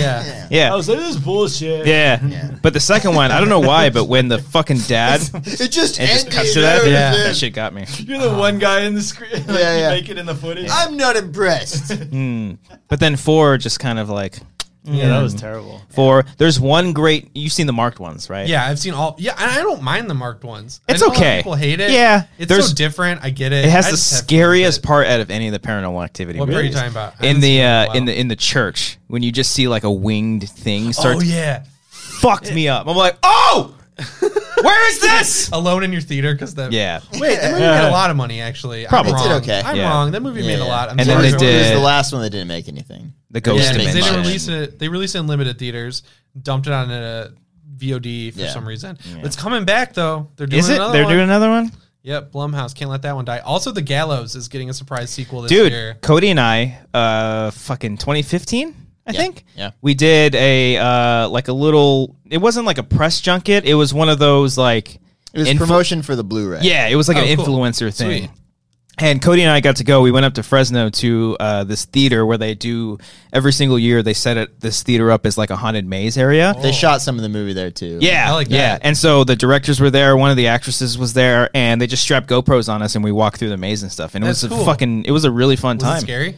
D: Yeah.
E: I
B: (laughs) Yeah.
E: was like, this is bullshit.
B: Yeah. But the second one, I don't know why, but when the fucking
D: (laughs)
B: dad it
C: It just
B: just
C: ended.
B: cuts to that,
C: there.
B: yeah,
D: Yeah.
B: that shit got me.
E: You're the one guy in the screen. (laughs) Like,
C: Yeah,
E: you
C: yeah.
E: make it in the footage.
C: I'm
B: (laughs)
C: not impressed.
B: But then four just kind of like
E: Yeah, that was terrible.
B: four. There's one great. You've seen the marked ones, right?
D: Yeah, I've seen all. Yeah, and I don't mind the marked ones. I
B: It's
D: know a lot of
B: okay.
D: People hate it.
B: Yeah,
D: it's
B: there's-
D: so different. I get it.
B: It has
D: I
B: the
D: just have fun with
B: scariest
D: it.
B: part out of any of the paranormal activity.
D: What part are you
B: movies.
D: talking about? I
B: In
D: haven't seen
B: the
D: it in a
B: uh, in
D: while.
B: the in the church when you just see like a winged thing start
D: Oh yeah,
B: fucked me up. I'm like, oh Where
D: (laughs)
B: is this?
D: Alone in your theater because that
B: Yeah.
D: Wait, that movie made a lot of money actually.
B: Probably.
D: I'm
B: It
C: did
D: wrong.
C: okay.
D: I'm
B: Yeah.
D: wrong. That movie
C: Yeah,
D: made
C: yeah.
D: a lot. I'm
B: And then
D: sorry.
B: they
C: It
B: did-
C: was the last one that didn't make anything.
B: The ghost
D: Yeah, 'cause they
B: dimension.
D: didn't
C: Dimension.
D: release it. They released it in limited theaters. Dumped it on a VOD for
C: Yeah.
D: some reason. It's coming back though. They're doing
B: Is it?
D: another
B: They're
D: one.
B: doing another one?
D: Yep, Blumhouse can't let that one die. Also, The Gallows is getting a surprise sequel this
B: Dude,
D: year.
B: Cody and I, uh, fucking 2015, I think.
C: yeah.
B: We did a uh, like a little. It wasn't like a press junket. It was one of those like.
C: It was
B: info-
C: promotion for the Blu-ray.
B: Yeah, it was like
D: Oh,
B: an
D: cool.
B: influencer thing.
D: Sweet.
B: And Cody and I got to go. We went up to Fresno to uh, this theater where they do every single year. They set it this theater up as like a haunted maze area.
C: they shot some of the movie there too.
B: Yeah,
D: I Oh, like
B: yeah.
D: that.
B: And so the directors were there. One of the actresses was there, and they just strapped GoPros on us, and we walked through the maze and stuff. And
D: That's
B: it was
D: cool.
B: a fucking. It was a really fun
D: Was
B: time.
D: it scary?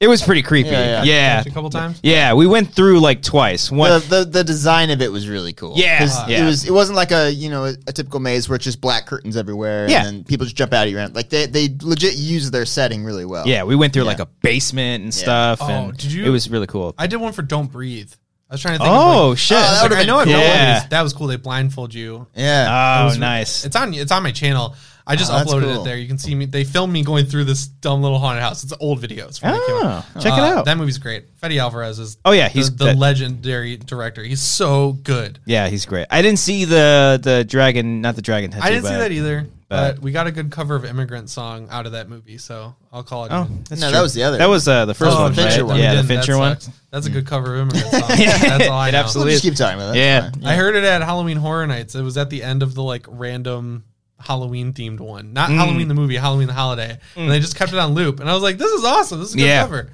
B: It was pretty creepy.
C: Yeah, yeah.
B: Yeah.
D: A couple times.
B: Yeah, we went through like twice. One,
C: The, the the design of it was really cool.
B: Yeah.
C: 'Cause
B: Yeah.
C: Uh, it was. It wasn't like a you know a, typical maze where it's just black curtains everywhere.
B: Yeah.
C: and then people just jump out at you. And, like they they legit use their setting really well.
B: yeah, we went through
C: Yeah.
B: like a basement and stuff,
D: Oh,
B: and
D: did you-
B: it was really cool.
D: I did one for Don't Breathe. I was trying to think. of
B: oh
D: like,
B: shit!
C: Oh,
D: I was
C: that
D: like,
C: would've
D: I know
C: been
D: I've done
B: cool.
D: one of
B: Yeah.
D: these. That was cool. They blindfold you.
B: (laughs)
C: yeah.
B: Oh,
D: was-
B: nice.
D: It's on. It's on my channel. I just
C: Oh, that's
D: uploaded
C: cool.
D: it there. You can see me. They filmed me going through this dumb little haunted house. It's old videos. from when they came out.
B: Oh, check it
D: Uh,
B: out.
D: That movie's great. Fede Alvarez is.
B: Oh, yeah,
D: the-
B: he's-
D: the,
B: that-
D: legendary director. He's so good.
B: yeah, he's great. I didn't see the the dragon, not the dragon tattoo.
D: I didn't see
B: but-
D: that either.
B: but-
D: But we got a good cover of "Immigrant Song" out of that movie, so I'll call it.
B: Oh,
D: good.
B: that's
C: No,
B: true.
C: that was the other
B: That
C: one.
B: was uh, the first
D: Oh,
B: one.
C: the Fincher
B: right?
C: one.
B: Yeah,
D: Then
B: the
D: that
B: Fincher one.
D: sucks. That's a good cover of
B: (laughs)
D: Immigrant Song. That's all I
B: It
D: know.
B: absolutely
C: We'll just
B: is.
C: keep
D: Oh,
C: talking about that.
B: Yeah.
C: That's fine.
D: I heard it at Halloween Horror Nights. It was at the end of the like random Halloween themed one, not
B: Mm.
D: Halloween the movie, Halloween the holiday, and they just kept it on loop. And I was like, "This is awesome. This is a good
B: Yeah.
D: cover."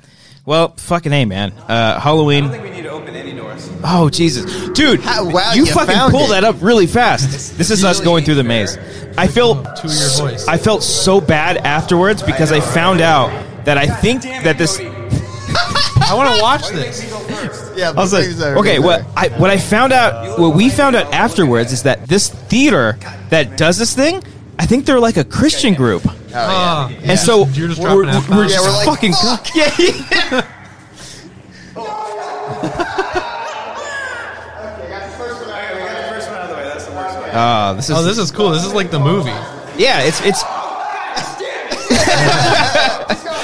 B: Well, fucking a man. Uh, Halloween. I don't think we need to open any doors. Oh Jesus, dude!
C: How- wow,
B: you,
C: you
B: fucking
C: found
B: pull
C: it.
B: that up really fast. This is us going through the maze. I felt
D: Oh, To your
B: so-
D: voice.
B: I felt so bad afterwards because I, found out that I think that this. (laughs)
D: I want to watch this.
C: Yeah,
B: I was like, okay, what I what I found out, what we found out afterwards is that this theater that does this thing, I think they're like a Christian group,
C: Oh,
D: Ah.
B: and so
D: You're just
B: we're,
D: dropping F
B: we're
D: bombs.
B: just
C: Yeah, we're like,
B: fucking
C: fuck.
B: (laughs) yeah. Oh, this is
D: Oh, this is cool. This is like the movie.
B: yeah. It's it's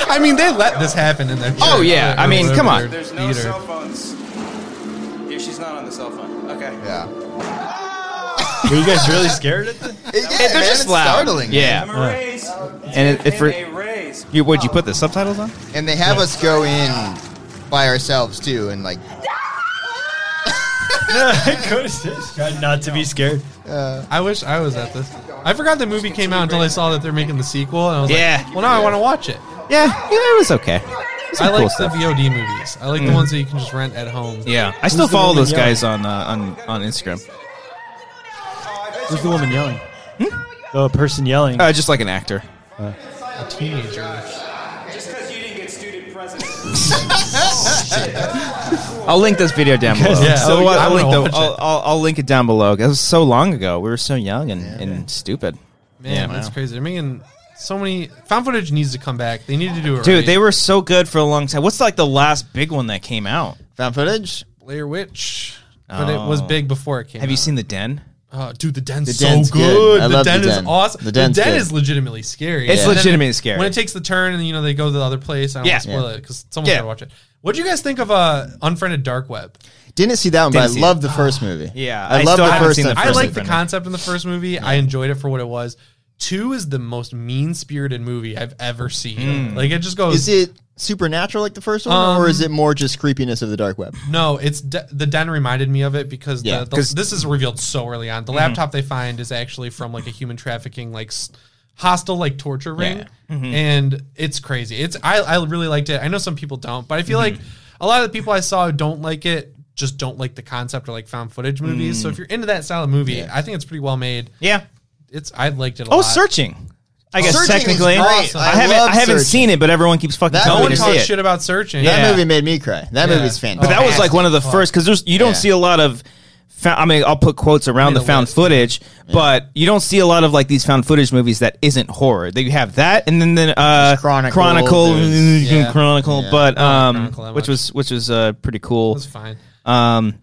D: I mean, they let this happen in their.
B: Oh,
D: church
B: yeah.
D: or
B: I mean,
D: whatever
B: come on.
D: their
G: There's no
D: theater.
G: cell phones. Here, she's not on the cell phone. Okay.
C: Yeah.
E: (laughs) Were you guys really scared at the (laughs)
C: It, yeah,
B: they're
C: man,
B: just
C: it's
B: loud.
C: startling.
G: I'm
B: Yeah,
G: a raise.
B: Uh, and it, it for
G: a raise.
B: you, what'd you put the subtitles on?
C: And they have us go in by ourselves too, and like
E: Curtis is trying not to be scared.
D: I wish I was at this. I forgot the movie came out until I saw that they're making the sequel, and I was
B: Yeah.
D: like, "Well, now I want to watch it."
B: Yeah, yeah, it was okay.
D: I
B: cool
D: like
B: stuff. Mm.
D: the VOD movies. I like the ones that you can just rent at home.
B: Yeah, I still
E: the
B: follow
E: woman
B: those guys on uh, on on Instagram.
E: Who's the woman yelling? The person yelling.
B: Hmm? Uh, just like an actor.
D: A teenager.
G: Just because you didn't get student president.
B: I'll link this video down below.
D: Yeah,
B: So
D: I
B: I'll,
D: wanna
B: link the,
D: watch it.
B: I'll, I'll, I'll link it down below. It was so long ago. We were so young and, and stupid.
D: Man,
B: Yeah,
D: that's
B: wow.
D: crazy. They're making so many. Found footage needs to come back. They need to do it.
B: Dude,
D: right.
B: they were so good for a long time. What's like the last big one that came out?
C: found footage.
D: Blair Witch, but it
B: Oh.
D: was big before it came.
B: Have you
D: out.
B: seen The Den?
D: Oh, dude, the den's,
C: The Den's
D: so
C: good.
D: good.
C: I
D: The
C: love
D: den
C: The
D: is
C: Den.
D: awesome.
C: The
D: The,
C: Den's
D: den
C: good.
D: is legitimately scary.
B: It's
D: And then
B: legitimately scary.
D: When it takes the turn and you know they go to the other place, I don't
B: Yeah.
D: want to spoil
C: Yeah.
D: it because someone's
B: Yeah.
D: gonna watch it. What do you guys think of uh, Unfriended Dark Web?
C: Didn't see that one,
B: Didn't
C: but
B: see
C: I loved the first movie.
B: Yeah, I
C: I, love
B: still
C: the
B: haven't
C: first.
B: seen the
C: and
B: first
D: I
B: Personally
D: like the
B: friendly.
D: concept in the first movie. I enjoyed it for what it was. Two is the most mean spirited movie I've ever seen. Like it just goes.
C: Is it supernatural like the first one, or
B: Um,
C: is it more just creepiness of the dark web?
D: No, it's de- the den reminded me of it because
C: Yeah,
D: the, the,
B: 'cause- Mm-hmm.
D: this is revealed so early on. The laptop they find is actually from like a human trafficking like s- hostile like torture ring,
B: Mm-hmm.
D: and it's crazy. It's I I really liked it. I know some people don't, but I feel like
B: Mm-hmm.
D: a lot of the people I saw who don't like it just don't like the concept or like found footage movies. So if you're into that style of movie, I think it's pretty well made.
B: Mm. Yeah.
D: It's I liked it a
B: Oh,
D: lot.
B: searching. I guess
C: Searching is
B: technically.
C: great.
D: Awesome.
B: I,
C: I
B: haven't
C: love
B: I haven't
C: Searching.
B: seen it, but everyone keeps fucking
C: That
B: telling
D: No
B: me
D: one
B: to
C: movie
B: see
D: talks
B: it.
D: shit about searching.
B: Yeah. Oh,
C: That movie made me cry. That movie's
B: But
C: fantastic.
B: that was like one of the
D: Fuck.
B: first because there's you don't
C: Yeah.
B: see a lot of. Found, I mean, I'll put quotes around
D: Made
B: the
D: a
B: found
D: list.
B: footage, but you don't see a lot of like these found footage movies that isn't horror. That you have that, and then then uh,
C: There's Chronicle,
B: Chronicle,
C: there's-
D: Yeah.
B: Chronicle,
C: Yeah.
B: but um,
D: Chronicle, I
B: which was which was uh pretty cool.
D: That's fine.
B: Um,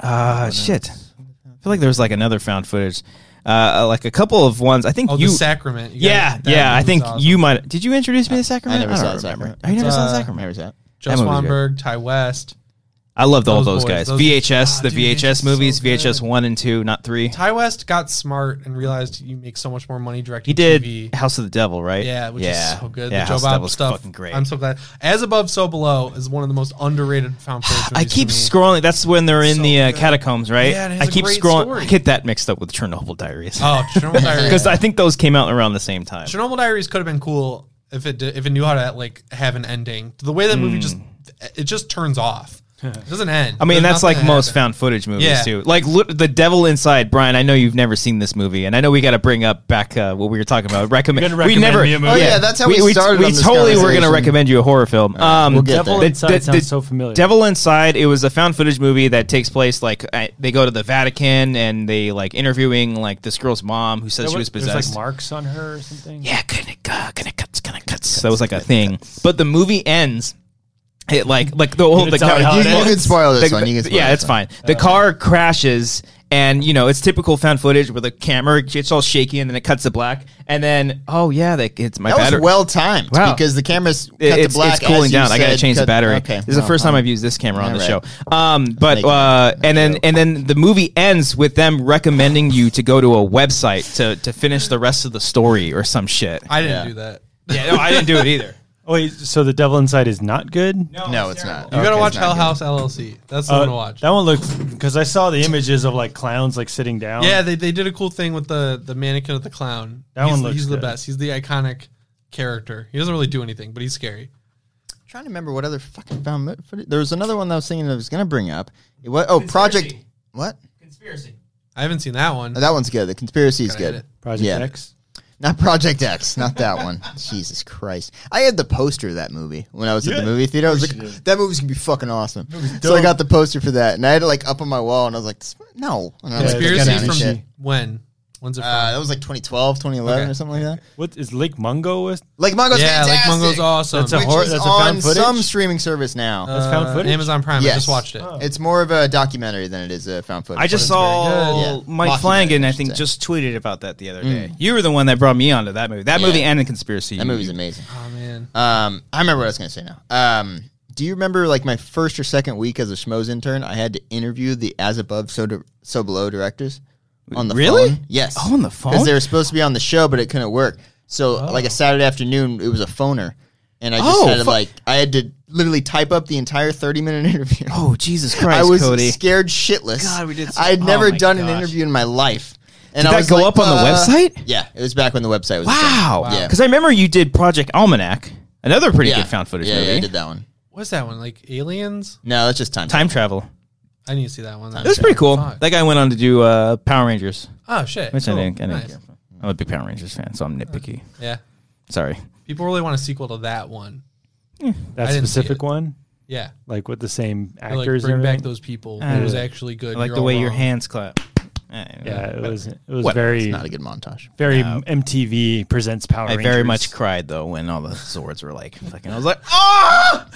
B: uh, shit. feel like there was like another found footage, uh, like a couple of ones. I think
D: Oh,
B: you.
D: the sacrament. You
B: yeah,
D: guys- that
B: yeah. I
D: movie's
B: think
D: awesome.
B: you might. Did you introduce me to
C: I
B: Sacrament?
C: never saw
B: don't
C: the
B: remember.
C: Sacrament.
B: Oh, you never saw the
D: Uh,
B: Sacrament.
C: Never saw it.
D: Joe
B: that movie's good.
D: Swanberg, Ty West.
B: I loved all those
D: Those boys,
B: guys.
D: those-
B: VHS,
D: Ah,
B: the
D: dude, VHS
B: VHS
D: is
B: movies,
D: so
B: VHS
D: good.
B: one and two, not three.
D: Ty West got smart and realized you make so much more money directing.
B: He did
D: TV.
B: House of the Devil, right?
D: Yeah, which is so good.
B: Yeah,
D: the
B: House
D: Joe
B: of the
D: Bob
B: Devil's
D: stuff.
B: fucking great.
D: I'm so glad. As above, so below is one of the most underrated found footage.
B: (sighs) I
D: movies
B: keep
D: to me.
B: scrolling. That's when they're in
D: So
B: the uh,
D: good.
B: catacombs, right?
D: Yeah, and it
B: I
D: has a
B: keep
D: great
B: scrolling.
D: story.
B: I get that mixed up with Chernobyl Diaries (laughs)
D: Oh, Chernobyl Diaries.
B: because I think those came out around the same time.
D: Chernobyl Diaries could have been cool if it did, if it knew how to like have an ending. The way that movie just it just
B: (laughs)
D: turns off. It doesn't end.
B: Hmm. I mean,
D: There's
B: that's like
D: nothing that
B: most
D: happened.
B: found footage movies
D: Yeah.
B: too. Like look, the Devil Inside, Brian. I know you've never seen this movie, and I know we got to bring up back uh, what we were talking about. Recommend.
E: gonna
B: we
E: recommend
B: never.
E: me a movie. Oh,
C: yeah, that's how we started
B: We,
C: on this
B: totally were going to
C: conversation.
B: recommend you a horror film. Um,
C: we'll get
E: Devil
C: there.
E: Inside sounds so familiar.
B: Devil Inside. It was a found footage movie that takes place like at, they go to the Vatican and they like interviewing like this girl's mom who says she was
E: There's,
B: possessed.
E: like marks on her or something.
B: yeah, gonna cut, gonna cut, gonna cut. That was like a thing. But the movie ends. It like like the whole
E: gonna
B: the
E: tell me how
C: You,
E: it
C: you
E: ends?
C: can spoil this
B: the-
C: one. You can spoil
B: yeah,
C: this
B: it's
C: one.
B: fine. The car crashes, and you know it's typical found footage where the camera gets all shaky, and then it cuts to black, and then oh yeah, that it's my
C: That
B: battery.
C: was well timed
B: Wow.
C: because the camera's cut
B: It-
C: to
B: it's,
C: black.
B: it's cooling
C: as you
B: down. I gotta
C: said,
B: change the
C: cut-
B: battery.
C: Okay,
B: this is the
C: well,
B: first
C: fine.
B: time I've used this camera on the
C: Alright.
B: show. Um, but uh, and then and then the movie ends with them recommending you to go to a website to to finish the rest of the story or some shit.
D: I didn't do that.
B: yeah, no, I didn't do it either.
E: Oh, wait, so the Devil Inside is not good. No,
C: No, it's not.
D: You
C: Okay,
D: gotta
C: it's
D: watch
C: not
D: Hell
C: good.
D: House LLC. That's
B: Uh,
D: the one to watch.
E: That one looks because I saw the images of like clowns like sitting down.
D: yeah, they, they did a cool thing with the the mannequin of the clown.
E: Oh. That
D: he's,
E: one looks
D: he's the
E: good.
D: best. He's the iconic character. He doesn't really do anything, but he's scary.
C: I'm trying to remember what other fucking found mo- footage. There was another one that I was thinking I was gonna bring up. It was, oh, Project.
B: Conspiracy.
C: What?
B: Conspiracy.
D: I haven't seen that one.
C: Oh, that one's good. The conspiracy is
D: Gotta hit
C: good.
D: it.
E: Project
C: Yeah.
E: X.
C: Not Project X, not that one. (laughs) Jesus Christ. I had the poster of that movie when I was at the movie theater. I was like, that movie's gonna be fucking awesome. So I got the poster for that and I had it like up on my wall and I was like, "This- no. And I was, like,
D: Conspiracy
C: looking at it
D: from
C: and shit.
D: when? When's it from?
C: Uh, that was like 2012, 2011
D: Okay.
C: or something like that.
E: What is Lake Mungo? With
C: Like Mongo's
D: yeah, like
C: fantastic.
D: Mungo's awesome.
E: That's a
C: which
E: horror-
C: is
E: that's a found
C: on
E: footage?
C: some streaming service now.
E: That's found footage?
D: Amazon Prime. Uh, I
C: Yes. Oh.
D: just watched it.
C: It's more of a documentary than it is a found
B: (laughs)
C: footage.
B: I just
D: But it's
B: saw
D: very
C: good. Yeah.
B: Mike
C: Mockumentary,
B: Flanagan. I
C: I should
B: think
C: say. Mm.
B: just tweeted about that the other day. You were the one that brought me onto that movie. That
C: Yeah.
B: movie and the conspiracy.
C: that movie's amazing.
D: Oh man,
C: Um, I remember what I was going to say now. Um, do you remember like my first or second week as a Schmoes intern? I had to interview the As Above So, Di- so Below directors on the
B: Really?
C: phone. Yes,
B: Oh, on the phone?
C: because they were supposed to be on the show, but it couldn't work. So like a Saturday afternoon, it was a phoner, and I just
B: Oh,
C: had to
B: fu-
C: like I had to literally type up the entire thirty minute (laughs) interview.
B: Oh Jesus Christ,
C: I was
B: Cody!
C: scared shitless.
B: God, we did so-
C: I had
B: oh
C: never
B: my
C: done
B: gosh.
C: an interview in my life. And
B: Did
C: I
B: that
C: was
B: go
C: like,
B: up on the
C: uh,
B: website?
C: Yeah, it was back when the website was. a thing.
B: Wow.
C: Yeah.
B: Because I remember you did Project Almanac, another pretty
C: yeah.
B: good found footage
C: yeah,
B: movie.
C: Yeah, I did that one.
D: what's that one? Like Aliens?
C: No, that's just time.
B: Time travel.
D: I need to see that one.
B: It was pretty cool.
D: Fuck.
B: That guy went on to do uh, Power Rangers,
D: Oh shit.
B: which
D: Cool.
B: I didn't. I didn't
D: Nice.
B: I'm a big Power Rangers fan, so I'm nitpicky.
D: Yeah.
B: Sorry.
D: People really want a sequel to that one.
E: that
D: I didn't see
E: specific
D: it.
E: one,
D: Yeah.
E: like with the same
D: They're like,
E: actors
D: bring
E: and
D: back
E: everything.
D: those people.
B: I
D: it was
E: like-
D: actually good.
B: I like
D: You're
B: the
D: all
B: way your
D: wrong.
B: hands clap. Eh,
E: yeah, it was it was
B: What?
E: very
C: It's not a good montage.
E: very MTV presents Power
B: I
E: Rangers.
B: very much cried though when all the swords were like fucking. I was like, ah!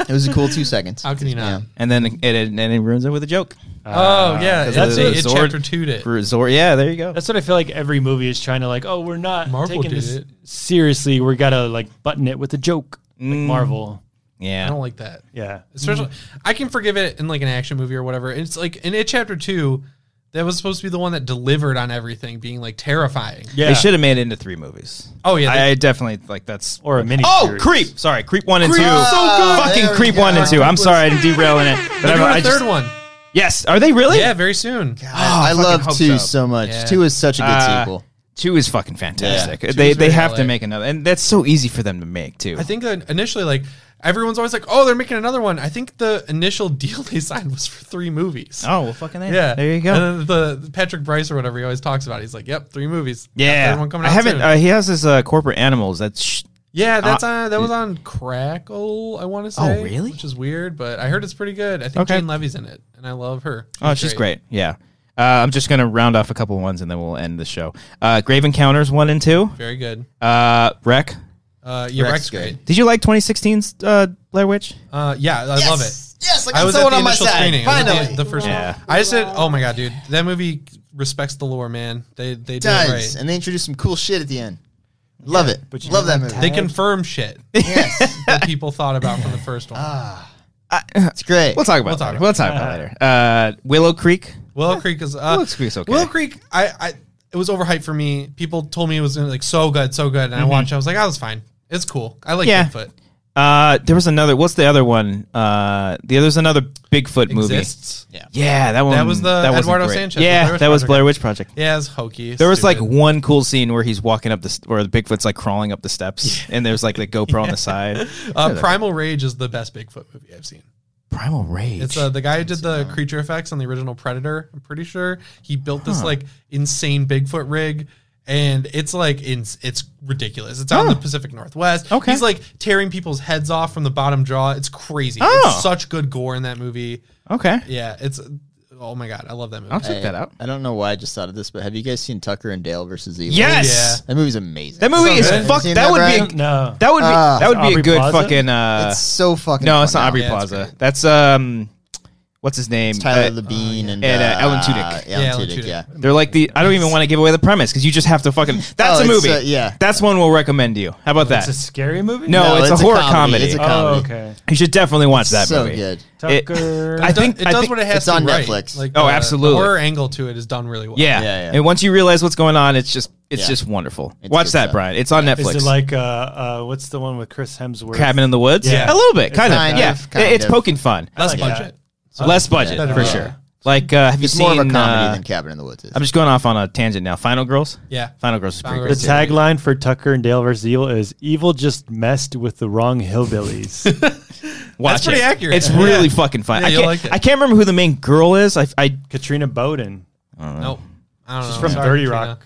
C: It was a cool two (laughs) seconds.
D: How can you not?
B: And then it, it, and it ruins it with a joke.
D: Oh yeah,
B: because
D: that's
B: the
D: it. It
B: Zord-
D: chapter two it.
B: For Zor, yeah, there you go.
E: That's what I feel like every movie is trying to like. Oh, we're not
D: Marvel
E: taking
D: did
E: this
D: it.
E: seriously. We gotta like button it with a joke, like
B: Mm.
E: Marvel.
B: yeah.
D: I don't like that.
E: Yeah,
D: Especially,
B: Mm.
D: I can forgive it in like an action movie or whatever. It's like in it chapter two, that was supposed to be the one that delivered on everything, being like terrifying.
E: yeah.
B: They should have made it into three movies.
D: Oh, yeah, they-
B: I definitely like that's.
E: or a mini.
B: Oh,
E: series.
B: creep! Sorry, creep one and
D: Creep
B: two.
D: was so good.
B: Fucking
C: There we
B: creep
C: go.
B: one and two. I'm sorry, I'm derailing it. But
D: They're
B: I'm-
D: doing
B: I
D: a
B: just-
D: third one.
B: Yes, are they really?
D: Yeah, very soon.
C: I, I
B: fucking
C: love
B: hope
C: two so,
B: so.
C: much.
D: Yeah.
C: Two is such a good
B: Uh,
C: sequel.
B: Two is fucking fantastic.
D: Two
B: They
D: is
B: they
D: very
B: have to
D: LA.
B: make another, and that's so easy for them to make too.
D: I think that initially, like everyone's always like, "Oh, they're making another one." I think the initial (laughs) deal they signed was for three movies.
B: Oh well, fucking A.
D: Yeah,
B: there you go.
D: And then the Patrick Bryce or whatever he always talks about. He's like, "Yep, three movies." Got
B: yeah,
D: third one coming
B: I
D: out
B: haven't.
D: soon.
B: Uh, he has his uh, corporate animals. That's sh-
D: yeah, that's
B: uh, Oh,
D: on. That was on Crackle. I want to say.
B: really?
D: Which is weird, but I heard it's pretty good. I think
B: Okay.
D: Jane Levy's in it, and I love her.
B: oh, she's great. Yeah, uh, I'm just gonna round off a couple ones and then we'll end the show. Uh, Grave Encounters one and two.
D: Very good.
B: Uh, Wreck.
D: Uh, yeah,
C: Rex
D: Rex
C: good.
D: great.
B: Did you like 2016's uh, Blair Witch?
D: Uh, yeah, I love it.
C: Yes, I got
D: I was at
C: someone
D: the
C: on my
D: initial
C: side.
D: screening. I was at the-
C: Finally,
D: the, first
B: Yeah.
D: one. I just said, "Oh my god, dude, that movie respects the lore, man. They they
C: It
D: do it
C: does,
D: right.
C: and they introduced some cool shit at the end. Love it. Love that movie.
D: They confirm shit
C: yes, Ah.
D: that people thought about from the
C: (laughs)
D: first one.
C: it's great.
B: We'll talk about
D: talk
B: it. Later. We'll talk about it later. Uh, Willow Creek.
D: Willow Creek is uh,
B: Willow Creek's okay.
D: Willow Creek, I, I it was overhyped for me. People told me it was like so good, so good, and I watched. it. I was like, "I was fine. It's cool. I like
B: Mm-hmm. Yeah.
D: Bigfoot.
B: Uh, there was another. What's the other one? Uh, the other's another Bigfoot movie.
D: Exists. Yeah,
B: Yeah, that one.
D: was the
B: that wasn't
D: Eduardo
B: great.
D: Sanchez, the
B: Yeah,
D: Blair Witch
B: that was
D: Project.
B: Blair Witch Project.
D: yeah, it's hokey.
B: There was like
D: stupid.
B: one cool scene where he's walking up the st- where the Bigfoot's like crawling up the steps, and there's like the GoPro
D: (laughs)
B: on the side.
D: uh, Primal Rage is the best Bigfoot movie I've seen.
B: Primal Rage.
D: It's uh, the guy who did the creature effects on the original Predator. I'm pretty sure he built this like insane Bigfoot rig, and it's like it's, it's ridiculous. It's out in the Pacific Northwest.
B: Okay.
D: he's like tearing people's heads off from the bottom jaw. It's crazy.
B: Oh.
D: It's such good gore in that movie.
B: okay.
D: Yeah, it's oh my god, I love that movie.
B: I'll check that out.
C: I don't know why I just thought of this, but have you guys seen Tucker and Dale versus Evil?
B: Yes,
C: that movie's amazing.
B: that movie
D: good.
B: is
C: Have
B: fuck.
C: you seen
B: That, would
C: that,
B: be
C: Brad?
B: a,
E: No.
B: that would be
C: Ah.
B: that would be a
E: Aubrey
B: good
E: Plaza?
B: fucking. Uh,
C: It's so fucking.
B: no,
C: fun
B: it's not
C: now.
B: Aubrey
D: Yeah, it's
B: Plaza. That's um, what's his name?
C: It's Tyler
B: Uh,
C: Labine and,
B: and, uh, Alan Tudyk.
C: Yeah, Alan
D: Yeah, Alan
C: Tudyk,
D: Tudyk.
C: Yeah.
B: They're like the. I don't even want to give away the premise because you just have to fucking. That's a
C: Oh, it's,
B: movie.
C: uh, yeah.
B: that's one we'll recommend to you. How about that?
E: It's a scary movie?
B: no,
C: No,
B: it's,
C: it's
B: a
C: a
B: horror
C: comedy.
B: comedy.
C: It's a
E: Oh,
C: comedy.
E: okay.
B: You should definitely watch that
C: So
B: movie.
C: good.
B: It-
E: Tucker.
B: I think
D: it
B: I
D: does
B: think-
D: what it has
C: It's
D: to
C: on
D: do right.
C: Netflix.
D: Like
B: Oh,
D: the-
B: absolutely.
D: The horror angle to it is done really well.
B: Yeah.
C: Yeah, yeah.
B: And once you realize what's going on, it's just it's
C: Yeah.
B: just wonderful.
C: It's
B: Watch
C: good
B: that,
C: stuff.
B: Brian. It's on Netflix.
E: Is it like, uh, uh, what's the one with Chris Hemsworth?
B: Cabin in the Woods? A
E: Yeah.
B: little bit, kind of.
C: Kind
B: yeah.
C: of, kind
B: it's
C: of.
B: poking fun.
D: less
E: like
D: budget.
B: Less budget
D: better
B: for
D: be.
B: sure. Like uh, have
C: It's
B: you
C: more
B: seen
C: of a comedy
B: uh,
C: than Cabin in the Woods is.
B: I'm just going off on a tangent now. Final Girls?
D: Yeah.
B: Final Girls is pretty
D: Final
E: The
B: great.
D: Girls.
B: too.
E: tagline for Tucker and Dale versus Evil is Evil just messed with the
B: (laughs)
E: wrong hillbillies.
B: Watch
D: That's pretty
B: it.
D: accurate.
B: It's
D: Yeah.
B: really fucking fun.
D: Yeah,
B: I
D: you'll
B: can't
D: like it.
B: I can't remember who the main girl is. I, I
E: Katrina Bowden.
D: Nope. I don't know.
E: She's from
D: Sorry,
E: Dirty
D: Katrina.
E: Rock.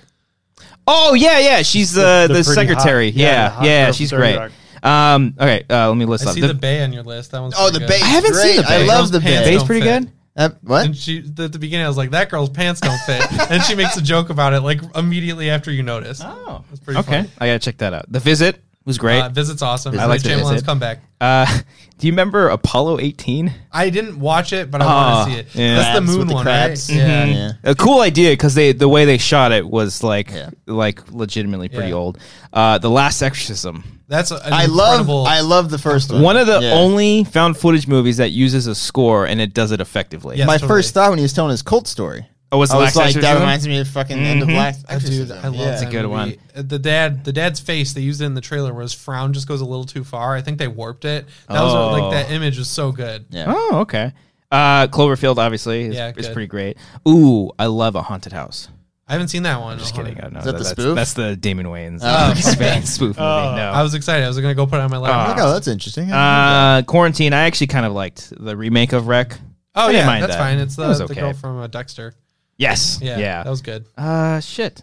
B: Oh yeah, yeah. She's the
E: The-
B: the,
E: the pretty
B: secretary.
E: hot- yeah, the
B: yeah,
E: hot
B: yeah.
E: girl
B: she's
E: from Thirty
B: great. Um. Okay. Uh, let me list
D: I
B: up.
D: see
B: The-
D: the, bay on your list. That one's
C: oh, the
D: pretty
C: bay.
D: good.
B: I haven't
C: great.
B: seen the
C: I
B: bay.
C: love the
D: Those
C: bay.
B: Bay's
D: don't
B: pretty
D: fit.
B: good.
C: Uh, what?
D: And she at the beginning, I was like, "That girl's pants don't fit," and she makes a joke about it like immediately after you notice.
B: Oh,
D: It's pretty
B: okay.
D: funny.
B: I gotta check that out. The visit was great.
D: Uh, visit's awesome.
B: I like The
D: Chamberlain's
B: Visit.
D: comeback.
B: Uh, (laughs) do you remember Apollo eighteen?
D: I didn't watch it, but I
B: Ah,
D: want to see it.
B: yeah.
D: That's the
C: Crabs
D: moon
C: with the
D: one,
C: crabs.
D: right? Mm-hmm. Yeah.
C: Yeah.
B: A cool idea because they the way they shot it was like
C: Yeah.
B: like legitimately pretty
D: Yeah.
B: old. Uh, the Last Exorcism,
D: That's an
C: I love.
D: incredible.
C: I love the first
D: Uh,
C: one.
B: one of the
C: Yeah.
B: only found footage movies that uses a score and it does it effectively.
D: Yeah.
C: My
D: Totally.
C: first thought when he was telling his cult story.
B: Oh, was
C: I was
B: Last
C: like, that
B: Exorcism?
C: reminds me of fucking end of last.
D: Oh, dude,
C: Exorcism.
D: I love
C: Yeah.
D: that
B: a good
D: movie.
B: one.
D: Uh, The dad, the dad's face they used it in the trailer was frown just goes a little too far. I think they warped it. That was
B: Oh.
D: like that image was so good.
C: Yeah.
B: Oh, okay. Uh, Cloverfield obviously is,
D: Yeah,
B: is
D: good.
B: pretty great. Ooh, I love a haunted house.
D: I haven't seen that one.
B: Just kidding. I know
C: Is that the
B: that's,
C: spoof?
B: That's the Damon Wayans
C: Oh,
B: (laughs) uh, spoof, spoof movie.
D: I
B: No.
D: was excited. I was gonna go put it on my laptop.
C: Like, oh, that's interesting.
B: Uh, Quarantine. I actually kind of liked the remake of Wreck. I
D: Oh
B: didn't
D: yeah,
B: mind
D: that's
B: that.
D: fine. It's
B: That
D: the,
B: was
D: the
B: okay.
D: girl from uh, Dexter.
B: Yes.
D: Yeah, that was good.
B: uh, shit.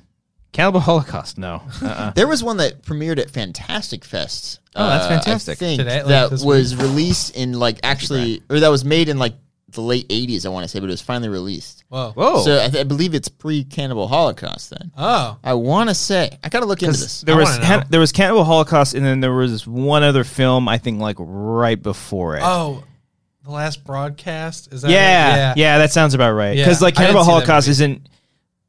B: Cannibal Holocaust. No. (laughs) Uh-uh.
C: There was one that premiered at Fantastic Fest.
B: Oh, that's
C: uh,
B: fantastic.
C: I think
D: Today, like
C: that
D: this
C: was released in like actually, or that was made in like the late '80s, I want to say, but it was finally released.
D: Whoa.
B: Whoa.
C: So I, th- I believe it's pre-Cannibal Holocaust. Then
D: Oh,
C: I want to say I gotta look into
B: 'Cause
C: this.
B: there
D: I
B: was
D: wanna know.
B: Han- there was Cannibal Holocaust, and then there was one other film I think like right before it.
D: oh, the last broadcast is that? it?
B: yeah, yeah, that sounds about right.
D: Yeah.
B: Because like
D: I didn't
B: Cannibal
D: see that
B: Holocaust
D: movie.
B: isn't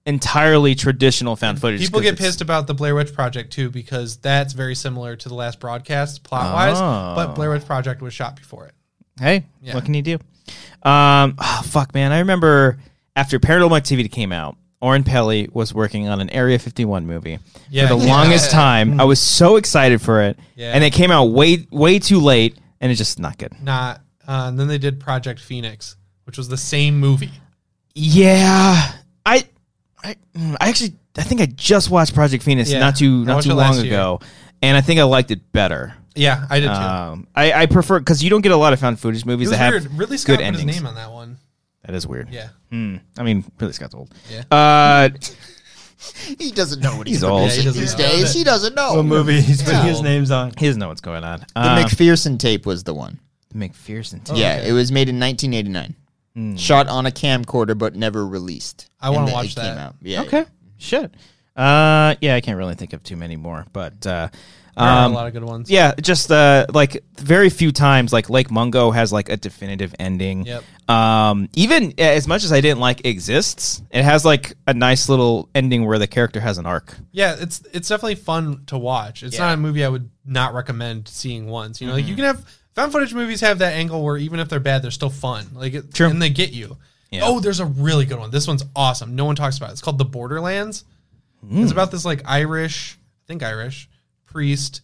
B: entirely traditional found footage.
D: People
B: 'cause
D: get
B: it's-
D: pissed about the Blair Witch Project too because that's very similar to the last broadcast plot wise,
B: Oh.
D: but Blair Witch Project was shot before it.
B: Hey,
D: Yeah.
B: what can you do? Um, oh, fuck, man. I remember after Paranormal Activity came out, Oren Pelly was working on an Area 51 movie
D: Yeah,
B: for the
D: yeah. (laughs)
B: longest time. I was so excited for it,
D: Yeah.
B: and it came out way way too late, and it's just not good.
D: Not. Uh, and then they did Project Phoenix, which was the same movie.
B: Yeah, I, I, mm, I actually, I think I just watched Project Phoenix
D: Yeah,
B: not too
D: I
B: not
D: watched
B: too
D: it
B: long
D: last year.
B: ago, and I think I liked it better.
D: Yeah, I did too.
B: Um, I, I prefer because you don't get a lot of found footage
D: it
B: movies
D: was
B: that have
D: weird. Ridley
B: good
D: Scott put
B: endings.
D: his name on that one.
B: That is weird.
D: Yeah.
B: Hmm. I mean, really, Scott's old.
D: Yeah.
B: Uh,
C: He doesn't know what he's,
B: He's old.
C: doing
B: Yeah, he
D: doesn't
C: these
D: know.
C: days. He doesn't know.
E: What movie he's putting
C: Yeah.
E: his names on?
B: He doesn't know what's going on.
C: The
B: Um,
C: McPherson tape was the one.
B: McPherson.
D: Oh.
B: tape.
C: yeah, it was made in 1989.
B: Hmm.
C: Shot on a camcorder, but never released.
D: I wanna
C: And
D: watch
C: it
D: that.
C: Came out. Yeah,
B: Okay. Shit. Uh, yeah, I can't really think of too many more, but uh,
D: There are a lot of good ones.
B: Yeah, just uh, like very few times, like Lake Mungo has like a definitive ending.
D: Yep.
B: Um, even as much as I didn't like exists, it has like a nice little ending where the character has an arc.
D: Yeah, it's it's definitely fun to watch. It's not a movie I would not recommend seeing once. You know, like you
B: Mm-hmm.
D: can have found footage movies have that angle where even if they're bad, they're still fun. Like it,
B: True.
D: and they get you.
B: Yeah.
D: Oh, there's a really good one. This one's awesome. No one talks about it. It's called The Borderlands.
B: Mm.
D: It's about this like Irish, I think Irish priest.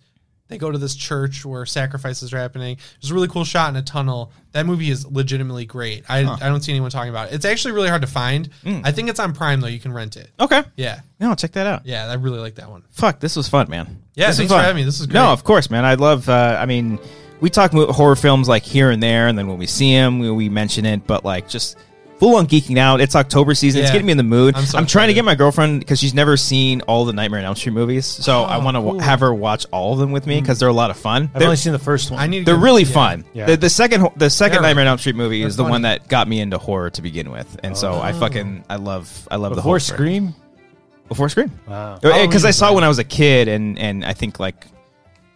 D: They go to this church where sacrifices are happening. There's a really cool shot in a tunnel. That movie is legitimately great. I, I don't see anyone talking about it. It's actually really hard to find.
B: Mm.
D: I think it's on Prime though. You can rent it.
B: Okay.
D: Yeah.
B: No, check that out.
D: Yeah, I really like that one.
B: Fuck, this was fun, man.
D: Yeah,
B: this was
D: thanks for having me. This was great.
B: No, of course, man. I love. Uh, I mean, we talk mo- horror films like here and there, and then when we see them, we, we mention it. But like, just full on geeking out. It's October season. It's
D: Yeah.
B: getting me in the mood. I'm,
D: I'm so
B: trying to
D: excited.
B: get my girlfriend because she's never seen all the Nightmare on Elm Street movies, so
D: Oh,
B: I want to w- have her watch all of them with
D: Mm.
B: me because they're a lot of fun.
E: I've
B: They're,
E: only seen the first one.
D: I need. to
B: they're
D: go-
B: really
D: yeah.
B: fun.
E: Yeah.
B: The, the second ho- the second
D: They're-
B: Nightmare on Elm Street movie is the
D: funny.
B: one that got me into horror to begin with, and so I fucking I love I love the
E: Oh. before
B: horror story.
E: Scream. Oh,
B: before Scream.
E: Wow.
B: Because Oh, I
E: Halloween
B: saw
E: was
B: when I was a kid, and and I think like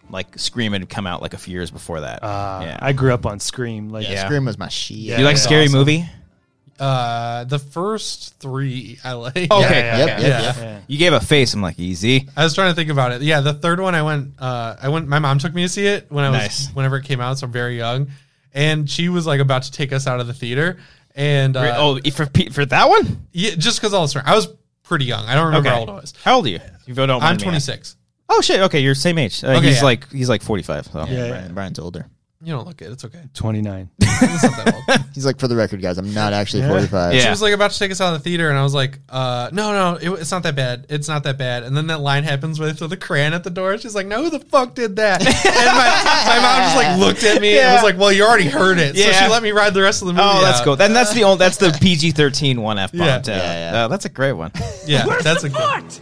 B: like Scream had come out like a few years before that.
E: Uh,
B: yeah.
E: I grew up on Scream. Like,
B: Yeah.
C: Scream was my shit.
E: Yeah.
B: you like
E: that's
B: scary
E: awesome.
B: movie?
D: Uh, the first three I like.
B: Okay.
C: Yep, yep,
D: Yeah.
C: yep.
E: yeah.
B: You gave a face. I'm like easy.
D: I was trying to think about it. Yeah, the third one I went. Uh, I went. My mom took me to see it when I was
B: Nice.
D: whenever it came out, so I'm very young, and she was like about to take us out of the theater, and uh,
B: oh, for Pete- for that one?
D: yeah, just because all this. I was pretty young. I don't remember how old I was.
B: How old are you? If you don't mind
D: I'm
B: me
D: 26.
B: asking. Oh shit. Okay, you're same age. Uh,
D: Okay,
B: he's
D: yeah.
B: like he's like 45. So.
E: Yeah, yeah.
C: Brian- Brian's older.
D: You don't look it. It's okay.
E: 29.
D: It's not (laughs) that old.
C: He's like, for the record, guys, I'm not actually
E: Yeah.
C: 45.
B: Yeah.
D: She was like about to take us out of the theater, and I was like, uh, "No, no, it, it's not that bad. It's not that bad." And then that line happens where they throw the crayon at the door. She's like, "No, who the fuck did that?"
B: (laughs)
D: And my, my mom just like looked at me and
B: Yeah.
D: was like, "Well, you already heard it." So
B: Yeah.
D: she let me ride the rest of the movie.
B: Oh, that's
D: out.
B: cool. Then that's the old. That's the PG-13 one F bomb.
D: Yeah.
B: too.
C: Yeah, yeah.
B: Uh, that's a great one.
D: Yeah, that's a good.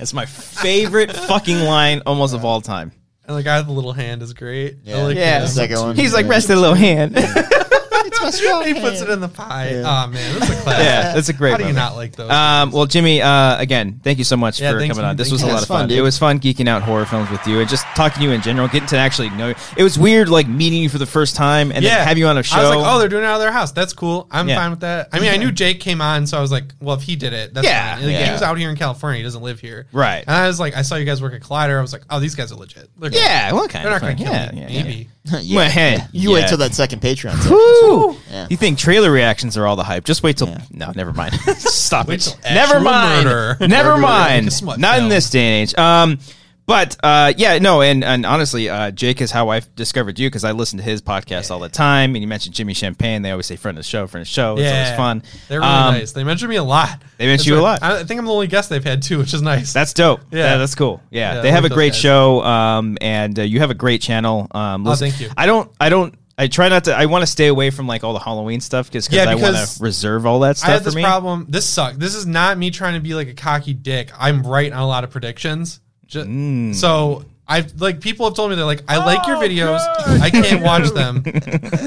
B: It's my favorite fucking line almost of all time.
D: And the guy with the little hand is great. I
C: Yeah.
D: like
B: Yeah.
D: him.
C: The second one.
B: He's like rest of the little hand. (laughs)
D: he puts it in the pie. Oh man, that's a classic.
B: yeah, (laughs) that's a great.
D: How do you
B: moment.
D: not like those?
B: Um, well, Jimmy, uh, again, thank you so much
D: Yeah,
B: for
D: thanks
B: coming
D: for-
B: on. This
D: thank
B: was a
D: you.
B: lot
C: It's
B: of fun.
C: fun, dude.
B: it was fun geeking out horror films with you and just talking to you in general, getting to actually know you. It was weird, like meeting you for the first time and then have you on a show.
D: I was like, oh, they're doing it out of their house. That's cool. I'm
B: Yeah.
D: fine with that. I mean, I knew Jake came on, so I was like, well, if he did it, that's
B: Yeah,
D: fine. Like,
B: yeah.
D: He was out here in California. He doesn't live here.
B: Right.
D: And I was like, I saw you guys work at Collider. I was like, oh, these guys are legit. They're good.
B: yeah, what kind
D: They're
B: of
D: not
B: fun?
D: going to kill
B: yeah,
D: me.
B: yeah, yeah.
D: Maybe.
C: (laughs) Yeah.
B: Well, hey,
C: You
B: yeah.
C: wait till that second Patreon.
B: Woo!
C: Yeah.
B: You think trailer reactions are all the hype? Just wait till no, never mind. (laughs) Stop
D: Wait
B: it.
D: till
B: Never
D: actual
B: mind.
D: murder.
B: (laughs) Never
D: Murder.
B: mind.
D: Guess what,
B: Not in
D: Phil?
B: this day and age. Um, but uh, yeah, no, and and honestly, uh, Jake is how I discovered you because I listen to his podcast all the time, and you mentioned Jimmy Champagne. They always say friend of the show, friend of the show. It's always fun.
D: They're really
B: Um,
D: nice. They mention me a lot.
B: They mention
D: That's
B: you a
D: right.
B: lot.
D: I I think I'm the only guest they've had too, which is nice.
B: That's dope. Yeah,
D: Yeah.
B: that's cool. Yeah,
D: Yeah,
B: they
D: I
B: have
D: like
B: a
D: those
B: great
D: guys.
B: show, um, and uh, you have a great channel. Um,
D: Oh,
B: listen-
D: thank you.
B: I don't. I don't. I try not to. I want to stay away from like all the Halloween stuff cause, 'cause
D: Yeah,
B: I want
D: because
B: to reserve all that stuff
D: I had
B: for
D: this
B: me.
D: problem. This sucked. This is not me trying to be like a cocky dick. I'm right on a lot of predictions. Ju-
B: Mm.
D: So I've like people have told me they're like, I like
C: Oh,
D: your videos. I can't watch
C: (laughs)
D: them.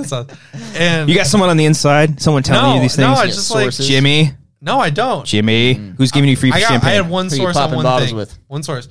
D: So- and
B: You got someone on the inside, someone telling
D: No,
B: you these
D: no,
B: things.
D: I just, like- Sources.
B: Jimmy,
D: no, I don't.
B: Jimmy, who's giving you free
D: I got. I
B: champagne?
D: had one
C: Who you
D: source on
C: popping
D: one
C: bottles
D: thing.
C: with?
D: One source.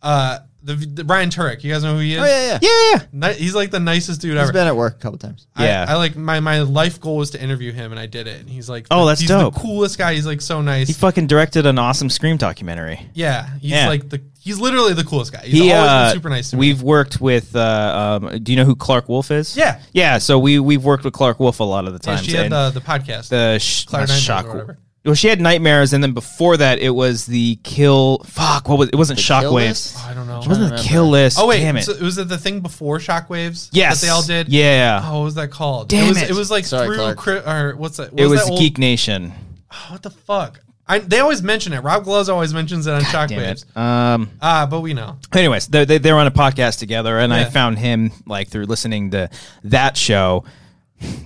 D: Uh, the, the Brian Turek. You guys know who he is?
C: Oh, yeah, yeah.
B: yeah,
D: Ni- he's like the nicest dude
C: He's
D: ever.
C: been at work a couple times.
D: I,
B: Yeah.
D: I like my my life goal was to interview him, and I did it. And he's like,
B: Oh, that's
D: he's
B: dope.
D: The coolest guy. He's like so nice.
B: he fucking directed an awesome Scream documentary.
D: Yeah, he's
B: Yeah.
D: like the he's literally the coolest guy. He's
B: He,
D: always
B: uh,
D: been super nice to me.
B: We've worked with. Uh, um, do you know who Clark Wolf is?
D: Yeah.
B: yeah. So we we've worked with Clark Wolf a lot of the
D: yeah,
B: times.
D: she
B: and-
D: had the, the podcast.
B: the sh-
D: Claire
B: not
D: Nightmares
B: shock.
D: or whatever.
B: Well, she had nightmares, and then before that, it was the kill. Fuck, what was it? Wasn't
C: Kill
B: shockwaves?
C: List?
D: oh, I don't
B: It
D: know.
B: wasn't the kill list.
D: Oh wait,
B: damn it.
D: so was it the thing before Shockwaves?
B: yes,
D: that they all did.
B: Yeah,
D: Oh, what was that called?
B: Damn
D: it was,
B: it.
D: it was like
C: Sorry,
D: through
C: Clark.
D: cri- or what's that? what
B: it was
D: that old-
B: Geek Nation.
D: oh, what the fuck? I, they always mention it. Rob Glows always mentions it on
B: Damn it.
D: Shockwaves.
B: Um.
D: Ah, but we know.
B: Anyways, they they they're on a podcast together, and I
D: Yeah.
B: found him like through listening to that show.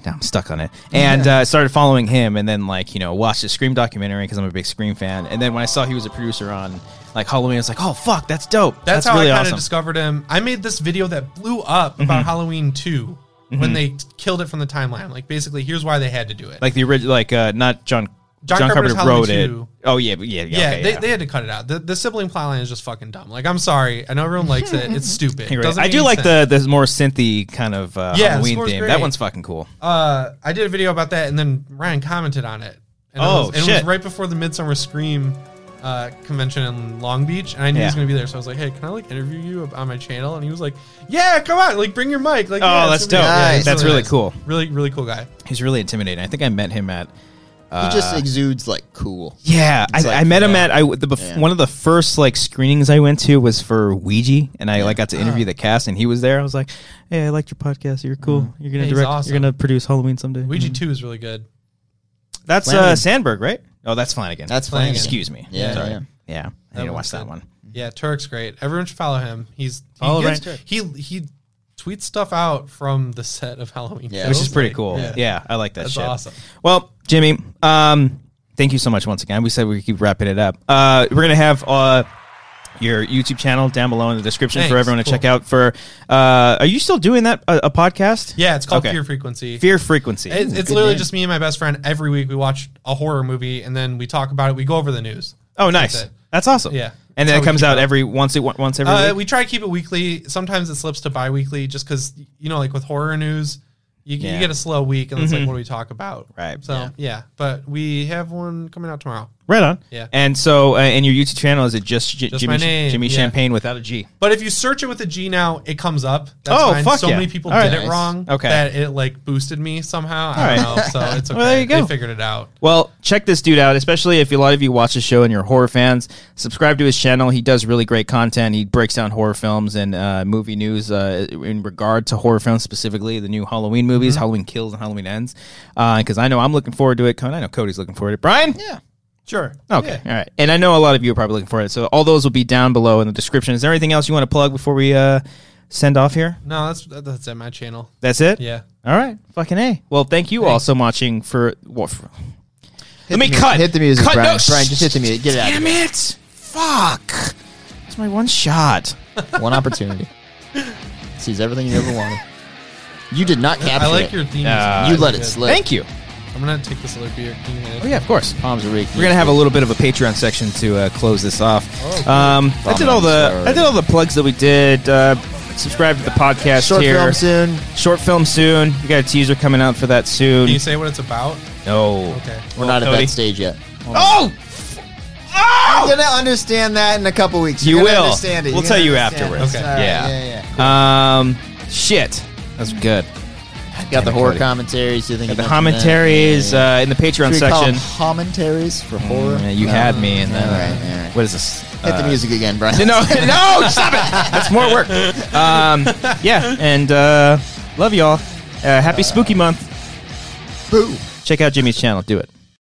B: Now I'm stuck on it, and uh, started following him, and then like you know watched the Scream documentary because I'm a big Scream fan, and then when I saw he was a producer on like Halloween, I was like, oh fuck, that's dope.
D: That's, how
B: really
D: I kind of
B: awesome.
D: discovered him. I made this video that blew up about Halloween 2 Mm-hmm. when they killed it from the timeline. Like basically, here's why they had to do it.
B: like the original, like uh, not John
D: John, Carpenter's Halloween 2,
B: it. Oh yeah, but yeah, yeah.
D: Yeah,
B: okay,
D: they,
B: yeah.
D: they had to cut it out. The, the sibling plotline is just fucking dumb. Like, I'm sorry. I know everyone likes
B: (laughs)
D: it. It's stupid.
B: You're right.
D: Doesn't
B: I
D: make
B: do
D: any
B: like
D: sense.
B: the the more synthy kind of uh,
D: Yeah, the
B: Halloween
D: score's
B: theme.
D: great.
B: That one's fucking cool.
D: uh, I did a video about that, and then Ryan commented on it. And
B: Oh,
D: it was, and It was
B: shit.
D: right before the Midsummer Scream uh, convention in Long Beach, and I knew he was
B: Yeah.
D: going to be there, so I was like, "Hey, can I like interview you on my channel?" And he was like, "Yeah, come on, like bring your mic." Like,
B: Oh,
D: yeah,
B: that's
D: it's gonna be-
B: dope.
D: yeah, it's
B: That's really
D: nice.
B: cool.
D: Really, really cool guy.
B: He's really intimidating. I think I met him at.
C: he
B: Uh,
C: just exudes like cool.
B: Yeah, I,
C: It's like-
B: I met him at I the bef-
C: Yeah.
B: one of the first like screenings I went to was for Ouija, and I like got
D: Ah.
B: to interview the cast, and he was there. I was like, "Hey, I liked your podcast. You're cool. You're gonna
D: Hey, Mm. he's
B: direct.
D: awesome.
B: You're gonna produce Halloween someday."
D: Ouija two is really good.
B: That's uh,
C: Flanagan.
B: Sandberg, right? Oh, that's Flanagan.
C: That's
D: Flanagan.
C: Flanagan.
B: excuse me.
C: Yeah,
B: Sorry.
C: yeah.
B: yeah. I
D: That
B: need to watch
D: one's
B: that
D: good.
B: one.
D: Yeah, Turek's great. Everyone should follow him. He's he
B: Follow
D: gives-
B: Ryan Turek.
D: he he tweets stuff out from the set of Halloween,
C: Yeah.
B: which
D: Kills.
B: is pretty
D: Like,
B: cool. Yeah.
D: yeah.
B: I like that
D: That's
B: shit.
D: awesome.
B: Well, Jimmy, um, thank you so much once again. We said we could keep wrapping it up. Uh, we're gonna have uh, your YouTube channel down below in the description for
D: Thanks.
B: everyone to
D: Cool.
B: check out. For uh, are you still doing that a, a podcast?
D: Yeah, it's called
B: Okay.
D: Fear Frequency.
B: Fear Frequency.
D: It- it's literally just me and my best friend every week. We watch a horror movie and then we talk about it. We go over the news.
B: oh, nice. That's,
D: it.
B: awesome.
D: Yeah.
B: and
D: That's
B: then
D: how
B: it
D: we
B: comes
D: keep
B: out
D: up.
B: every once it once every
D: Uh,
B: week.
D: we try to keep it weekly. Sometimes it slips to bi-weekly just because you know, like with horror news, you, you
B: Yeah. Mm-hmm.
D: get a slow week and it's like, what do we talk about?
B: Right.
D: So yeah. but we have one coming out tomorrow.
B: right on.
D: Yeah.
B: And so, uh, and your YouTube channel is it just, J-
D: Just
B: Jimmy
D: my name,
B: Jimmy
D: yeah.
B: Champagne without a G?
D: But if you search it with a G now, it comes up. That's
B: Oh,
D: fine.
B: fuck
D: So
B: yeah.
D: many people
B: All right.
D: did it
B: Nice.
D: wrong.
B: Okay.
D: That it like boosted me somehow. I don't
B: All
D: know. So it's
B: (laughs)
D: okay.
B: Well, there you go.
D: They figured it out.
B: Well, check this dude out, especially if a lot of you watch the show and you're horror fans. Subscribe to his channel. He does really great content. He breaks down horror films and uh, movie news uh, in regard to horror films, specifically the new Halloween movies, Halloween Kills and Halloween Ends. Because I know I'm looking forward to it. Con- I know Cody's looking forward to it. Brian?
C: Yeah.
D: Sure.
B: Okay. All right. And I know a lot of you are probably looking forward to it. So all those will be down below in the description. Is there anything else you want to plug before we uh, send off here?
D: No, that's that's at my channel.
B: That's it?
D: Yeah.
B: All right. Fucking A. Well, thank you all so much for. What, for let me
C: the mu-
B: cut.
C: hit the music,
B: Cut.
C: Brian.
B: No,
C: Brian, just hit the music. Get it out of
B: Damn it! Fuck! That's my one shot.
C: One opportunity. Sees everything you ever wanted. You did not capture
D: I like
C: it.
D: your theme.
B: Uh,
C: you let it
D: Good.
C: slip.
B: Thank you.
D: I'm gonna take this other beer. Can you have
B: Oh
D: it?
B: yeah, of course.
C: Palms are weak.
B: We're gonna have a little bit of a Patreon section to uh, close this off. Um, I did all the I did all the plugs that we did. Uh, subscribe to the podcast
C: short
B: here. Oh,
C: film soon.
B: Short film soon. You got a teaser coming out for that soon.
D: Can you say what it's about?
B: No.
D: Okay.
C: We're not at
B: Cody.
C: that stage yet.
B: Oh.
C: You're
B: Oh.
C: gonna understand that in a couple weeks.
B: You
C: You're gonna
B: will.
C: Understand it.
B: We'll
C: You're
B: tell
C: gonna
B: you
C: understand it.
B: afterwards.
C: It's
D: Okay.
C: all right.
B: Yeah.
C: yeah, yeah.
B: Um. Shit. That's good.
C: Got the
B: it,
C: horror
B: Cody.
C: commentaries. You think
B: Got
C: you
B: the
C: mentioned that.
B: commentaries
C: Yeah, yeah,
B: uh, in the
C: yeah.
B: Patreon
C: Should we call them
B: section. Mm,
C: commentaries for horror.
B: Yeah, you
C: No.
B: had me, and then
C: All right,
B: uh,
C: all right.
B: what is this?
C: Hit the
B: Uh,
C: music again, Brian.
B: No, (laughs) no, stop it. That's more work. Um, yeah, and uh, love y'all. Uh, happy spooky month.
C: (laughs) Boo.
B: Check out Jimmy's channel. Do it.